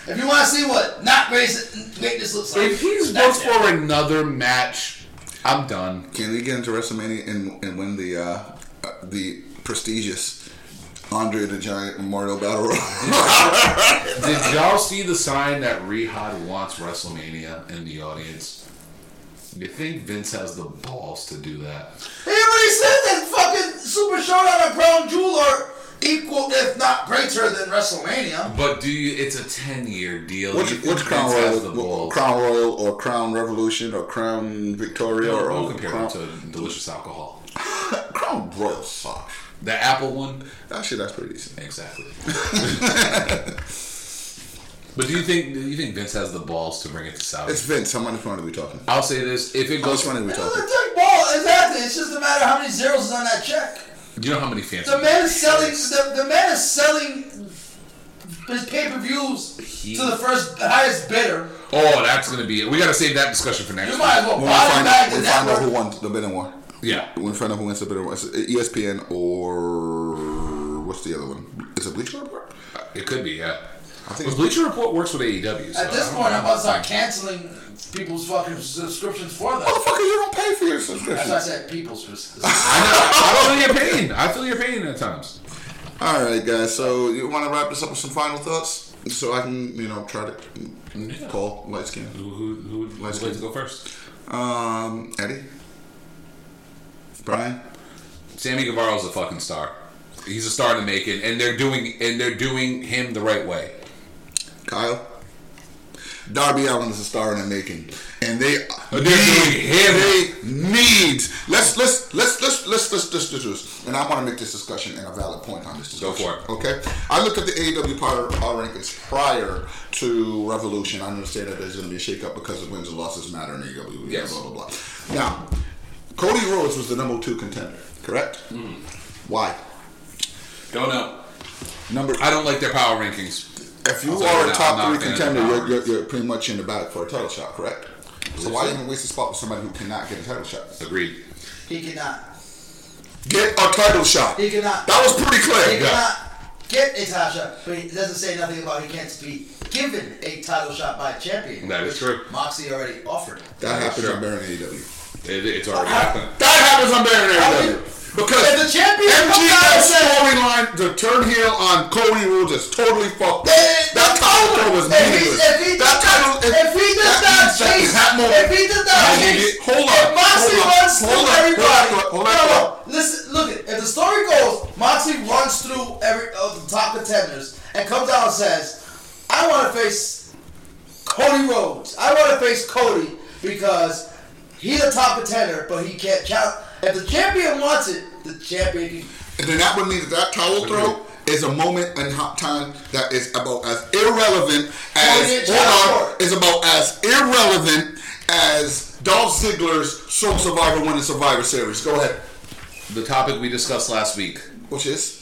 Speaker 3: if you want to see what not greatness, greatness looks like,
Speaker 5: If he's booked
Speaker 3: that's it.
Speaker 5: for another match, I'm done.
Speaker 1: Can we get into WrestleMania and, and win the uh, uh, the prestigious Andre the Giant Memorial Battle Royal?
Speaker 5: Did y'all see the sign that Rehad wants WrestleMania in the audience? You think Vince has the balls to do that?
Speaker 3: He already said that fucking Super Showdown and Crown Jewel are equal, if not greater, than WrestleMania.
Speaker 5: But do you? It's a ten-year deal.
Speaker 1: Which,
Speaker 5: You think
Speaker 1: which Crown
Speaker 5: Vince has
Speaker 1: Royal?
Speaker 5: the
Speaker 1: wh-
Speaker 5: balls?
Speaker 1: Crown Royal or Crown Revolution or Crown Victoria
Speaker 5: Don't-
Speaker 1: or
Speaker 5: don't
Speaker 1: or
Speaker 5: compare
Speaker 1: Crown,
Speaker 5: them to delicious alcohol.
Speaker 1: Crown Royal sucks.
Speaker 5: The apple one,
Speaker 1: Actually, that's pretty decent.
Speaker 5: exactly. but do you think? Do you think Vince has the balls to bring it to
Speaker 1: It's
Speaker 5: Saudi?
Speaker 1: Vince. How much money are we talking?
Speaker 5: I'll say this: if it
Speaker 1: How much
Speaker 5: goes,
Speaker 1: money are we
Speaker 3: It
Speaker 1: talking?
Speaker 3: doesn't take ball, exactly. It's just a matter of how many zeros is on that check.
Speaker 5: you know how many fans?
Speaker 3: The man is selling. The, the man is selling his pay per views to the first the highest bidder.
Speaker 5: Oh, that's gonna be it. We gotta save that discussion for next.
Speaker 3: You
Speaker 5: week.
Speaker 3: might as well
Speaker 1: When we
Speaker 3: buy it
Speaker 1: find out,
Speaker 3: back
Speaker 1: we
Speaker 3: to
Speaker 1: find out who
Speaker 3: network.
Speaker 1: won the bidding war.
Speaker 5: Yeah.
Speaker 1: When we find out who wins the bidding war, E it's ESPN or what's the other one? Is it Bleacher Report?
Speaker 5: It could be, yeah. I
Speaker 1: think-
Speaker 5: think Bleacher Report works with AEW. so
Speaker 3: At this
Speaker 5: I don't
Speaker 3: point,
Speaker 5: know.
Speaker 3: I'm about to start canceling people's fucking subscriptions for them.
Speaker 1: Motherfucker, you don't pay for your
Speaker 3: That's
Speaker 1: subscription.
Speaker 3: why I said people's. subscriptions.
Speaker 5: I know. I feel your pain. I feel your pain at times.
Speaker 1: All right, guys. So you want to wrap this up with some final thoughts, so I can, you know, try to call light skin.
Speaker 5: Who, who, who would
Speaker 1: Let's
Speaker 5: would
Speaker 1: get-
Speaker 5: like to go first?
Speaker 1: Um, Eddie, Brian.
Speaker 5: Sammy Guevara's a fucking star. He's a star in the making, and they're doing and they're doing him the right way.
Speaker 1: Kyle. Darby Allen is a star in the making, and they
Speaker 5: But they're doing him.
Speaker 1: They need. Let's let's let's let's let's let's let's do this. And I want to make this discussion and a valid point on this.
Speaker 5: Go
Speaker 1: Discussion.
Speaker 5: for it.
Speaker 1: Okay. I looked at the AEW power, power rankings prior to Revolution. I understand that there's going to be a shakeup because of wins and losses matter in E AEW.
Speaker 5: Yes.
Speaker 1: Blah blah blah. Now, Cody Rhodes was the number two contender. Correct.
Speaker 5: Mm.
Speaker 1: Why?
Speaker 5: Don't know.
Speaker 1: Number
Speaker 5: I don't like their power rankings.
Speaker 1: if you
Speaker 5: I'll tell you
Speaker 1: are a
Speaker 5: that
Speaker 1: top
Speaker 5: I'm
Speaker 1: three
Speaker 5: not a fan of
Speaker 1: contender,
Speaker 5: the
Speaker 1: you're,
Speaker 5: Power
Speaker 1: you're, you're pretty much in the bag for a title shot, correct? So why even waste a spot with somebody who cannot get a title shot?
Speaker 5: Agreed.
Speaker 3: He cannot.
Speaker 1: Get a title shot.
Speaker 3: He cannot.
Speaker 1: That was pretty
Speaker 3: He
Speaker 1: clear.
Speaker 3: cannot get a title shot, but it doesn't say nothing about he can't be given a title shot by a champion.
Speaker 5: That is
Speaker 3: which
Speaker 5: true.
Speaker 3: Moxie already offered.
Speaker 1: That happens
Speaker 5: Sure.
Speaker 1: on Baron AEW.
Speaker 5: It, it's already happened.
Speaker 1: That happens on
Speaker 3: I
Speaker 1: Baron E
Speaker 3: mean,
Speaker 1: AEW.
Speaker 3: If
Speaker 1: Because
Speaker 3: the champion comes out and
Speaker 1: MGF's
Speaker 3: says,
Speaker 1: storyline to E turn heel on Cody Rhodes is totally fucked up.
Speaker 3: Hey,
Speaker 1: That
Speaker 3: that's
Speaker 1: title was
Speaker 3: over. If he-
Speaker 1: meaningless.
Speaker 3: if he
Speaker 1: That
Speaker 3: does
Speaker 1: title,
Speaker 3: not- if he does
Speaker 1: that-
Speaker 3: not
Speaker 1: that-
Speaker 3: chase-
Speaker 1: that moment-
Speaker 3: if he does not
Speaker 1: I
Speaker 3: chase-
Speaker 1: need it. hold on,
Speaker 3: if Moxie
Speaker 1: hold on,
Speaker 3: runs
Speaker 1: hold
Speaker 3: through
Speaker 1: on,
Speaker 3: everybody,
Speaker 1: hold on, hold
Speaker 3: no,
Speaker 1: on, hold on.
Speaker 3: no, listen, look it. If the story goes, Moxie runs through every of the top contenders and comes out and says, "I want to face Cody Rhodes. I want to face Cody because he's a top contender, but he can't count." If the champion wants it, the champion can
Speaker 1: And then that would mean that that towel throw is a moment in hot time that is about as irrelevant
Speaker 3: Point
Speaker 1: as
Speaker 3: in,
Speaker 1: hold on,
Speaker 3: towel throw.
Speaker 1: is about as irrelevant as Dolph Ziggler's Stroke Survivor winning Survivor Series. Go ahead.
Speaker 5: The topic we discussed last week.
Speaker 1: Which is,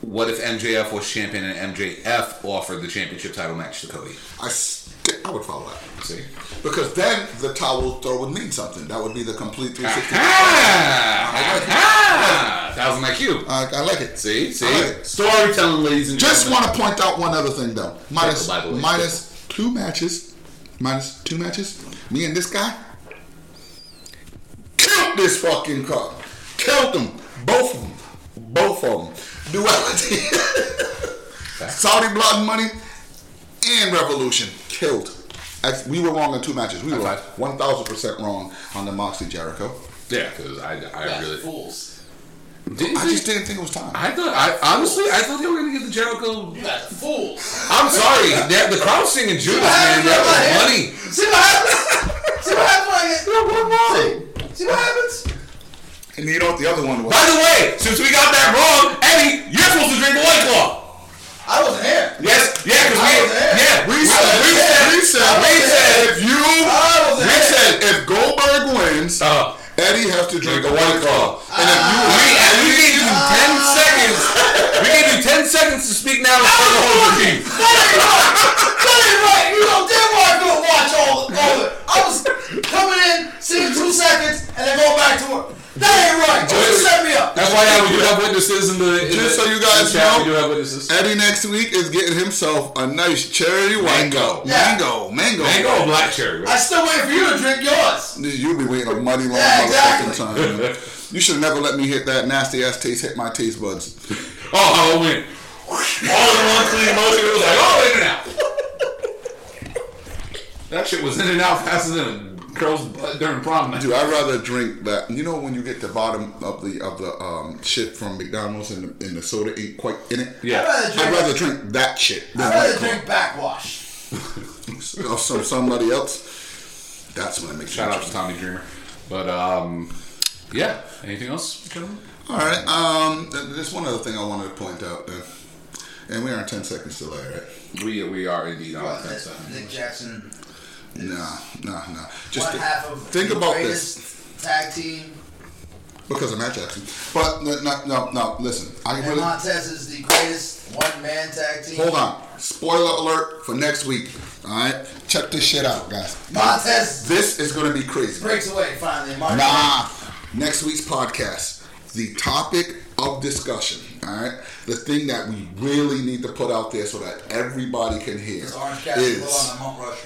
Speaker 5: What if MJF was champion and MJF offered the championship title match to Cody?
Speaker 1: I, st- I would follow that.
Speaker 5: See?
Speaker 1: Because then the towel throw would mean something. That would be the complete 360.
Speaker 5: Ah! Thousand IQ.
Speaker 1: I, I like it.
Speaker 5: See, see,
Speaker 1: Alright.
Speaker 5: storytelling, ladies and
Speaker 1: Just
Speaker 5: gentlemen.
Speaker 1: want to point out one other thing though. Minus,
Speaker 5: by the way.
Speaker 1: minus two matches, minus two matches. Me and this guy killed this fucking car. Killed them, both of them, both of them. Duality, Saudi blood and money, and revolution killed. That's- We were wrong in two matches. We were
Speaker 5: High five.
Speaker 1: one thousand percent wrong on the Moxley Jericho.
Speaker 5: Yeah, because I, I really
Speaker 2: fools.
Speaker 5: didn't.
Speaker 1: I
Speaker 5: they-
Speaker 1: just didn't think it was time.
Speaker 5: I thought. I honestly, I thought they were gonna get the Jericho.
Speaker 2: You guys are fools.
Speaker 5: I'm sorry, that, the crowd singing Judas, man. That was funny.
Speaker 3: See what happens? See what happens? when I get- See what happens?
Speaker 1: and you know what the other one was?
Speaker 5: By the way, since we got that wrong, Eddie, you're supposed to drink a white claw.
Speaker 3: I wasn't here.
Speaker 5: Yes, yeah, because we,
Speaker 3: I was there.
Speaker 5: yeah, we
Speaker 1: Reset,
Speaker 5: said, we
Speaker 1: reset,
Speaker 5: said,
Speaker 1: reset,
Speaker 5: we said,
Speaker 1: If you,
Speaker 3: I was
Speaker 1: we
Speaker 3: there.
Speaker 1: said if Goldberg wins,
Speaker 5: Uh,
Speaker 1: Eddie has to drink a white claw, and if you
Speaker 5: we,
Speaker 1: win,
Speaker 5: and we gave you ten seconds. We gave you ten seconds to speak now in front of the whole team.
Speaker 3: That ain't right. That ain't right. You know damn well I couldn't watch all, all of it. I was coming in, seeing two seconds, and then going back to work. That ain't right. You set me up.
Speaker 5: That's why now we do have witnesses in the. In
Speaker 1: Just
Speaker 5: the,
Speaker 1: so you guys
Speaker 5: in the chat,
Speaker 1: know.
Speaker 5: we do have witnesses.
Speaker 1: Eddie next week is getting himself a nice cherry white
Speaker 5: Mango.
Speaker 3: Yeah.
Speaker 1: mango, mango,
Speaker 5: Mango or black cherry?
Speaker 3: I
Speaker 5: Right?
Speaker 3: still waiting for you to drink yours.
Speaker 1: You'll be waiting a mighty long
Speaker 3: Yeah,
Speaker 1: motherfucking
Speaker 3: exactly.
Speaker 1: time. man. You should never let me hit that nasty ass taste hit my taste buds.
Speaker 5: Oh, I went all in one clean motion. It was like, oh, in and out. oh, That shit was in and out faster than a girl's butt during prom night.
Speaker 1: Dude, I'd rather drink that. You know when you get the bottom of the of the um, shit from McDonald's and the, and the soda ain't quite in it.
Speaker 3: I'd
Speaker 5: Yeah.
Speaker 3: rather
Speaker 1: I'd
Speaker 3: drink,
Speaker 1: rather drink that shit than
Speaker 3: I'd
Speaker 1: White
Speaker 3: rather
Speaker 1: Claw.
Speaker 3: drink backwash.
Speaker 1: or some somebody else. That's when I make
Speaker 5: Shout
Speaker 1: sense.
Speaker 5: out to Tommy Dreamer. But um, yeah. Anything else, gentlemen?
Speaker 1: All right. Um, th- there's one other thing I wanted to point out, uh, and we are in ten seconds delay, right?
Speaker 5: We we are indeed on
Speaker 3: But
Speaker 5: offense.
Speaker 3: Nick Jackson,
Speaker 1: Nah, nah, nah. Just
Speaker 3: one
Speaker 1: thi-
Speaker 3: half of
Speaker 1: think
Speaker 3: the
Speaker 1: about
Speaker 3: greatest
Speaker 1: this
Speaker 3: tag team.
Speaker 1: because of Matt Jackson. But no, no, no. no listen, I
Speaker 3: And
Speaker 1: really
Speaker 3: Montez is the greatest one man tag team.
Speaker 1: hold on. Spoiler alert for next week. All right, check this shit out, guys.
Speaker 3: Montez
Speaker 1: This is gonna be crazy.
Speaker 3: breaks away finally. Mark
Speaker 1: Nah. Next week's podcast, the topic of discussion. All right, the thing that we really need to put out there so that everybody can hear
Speaker 3: is Orange Cassidy
Speaker 1: is
Speaker 3: on the Mount Rushmore.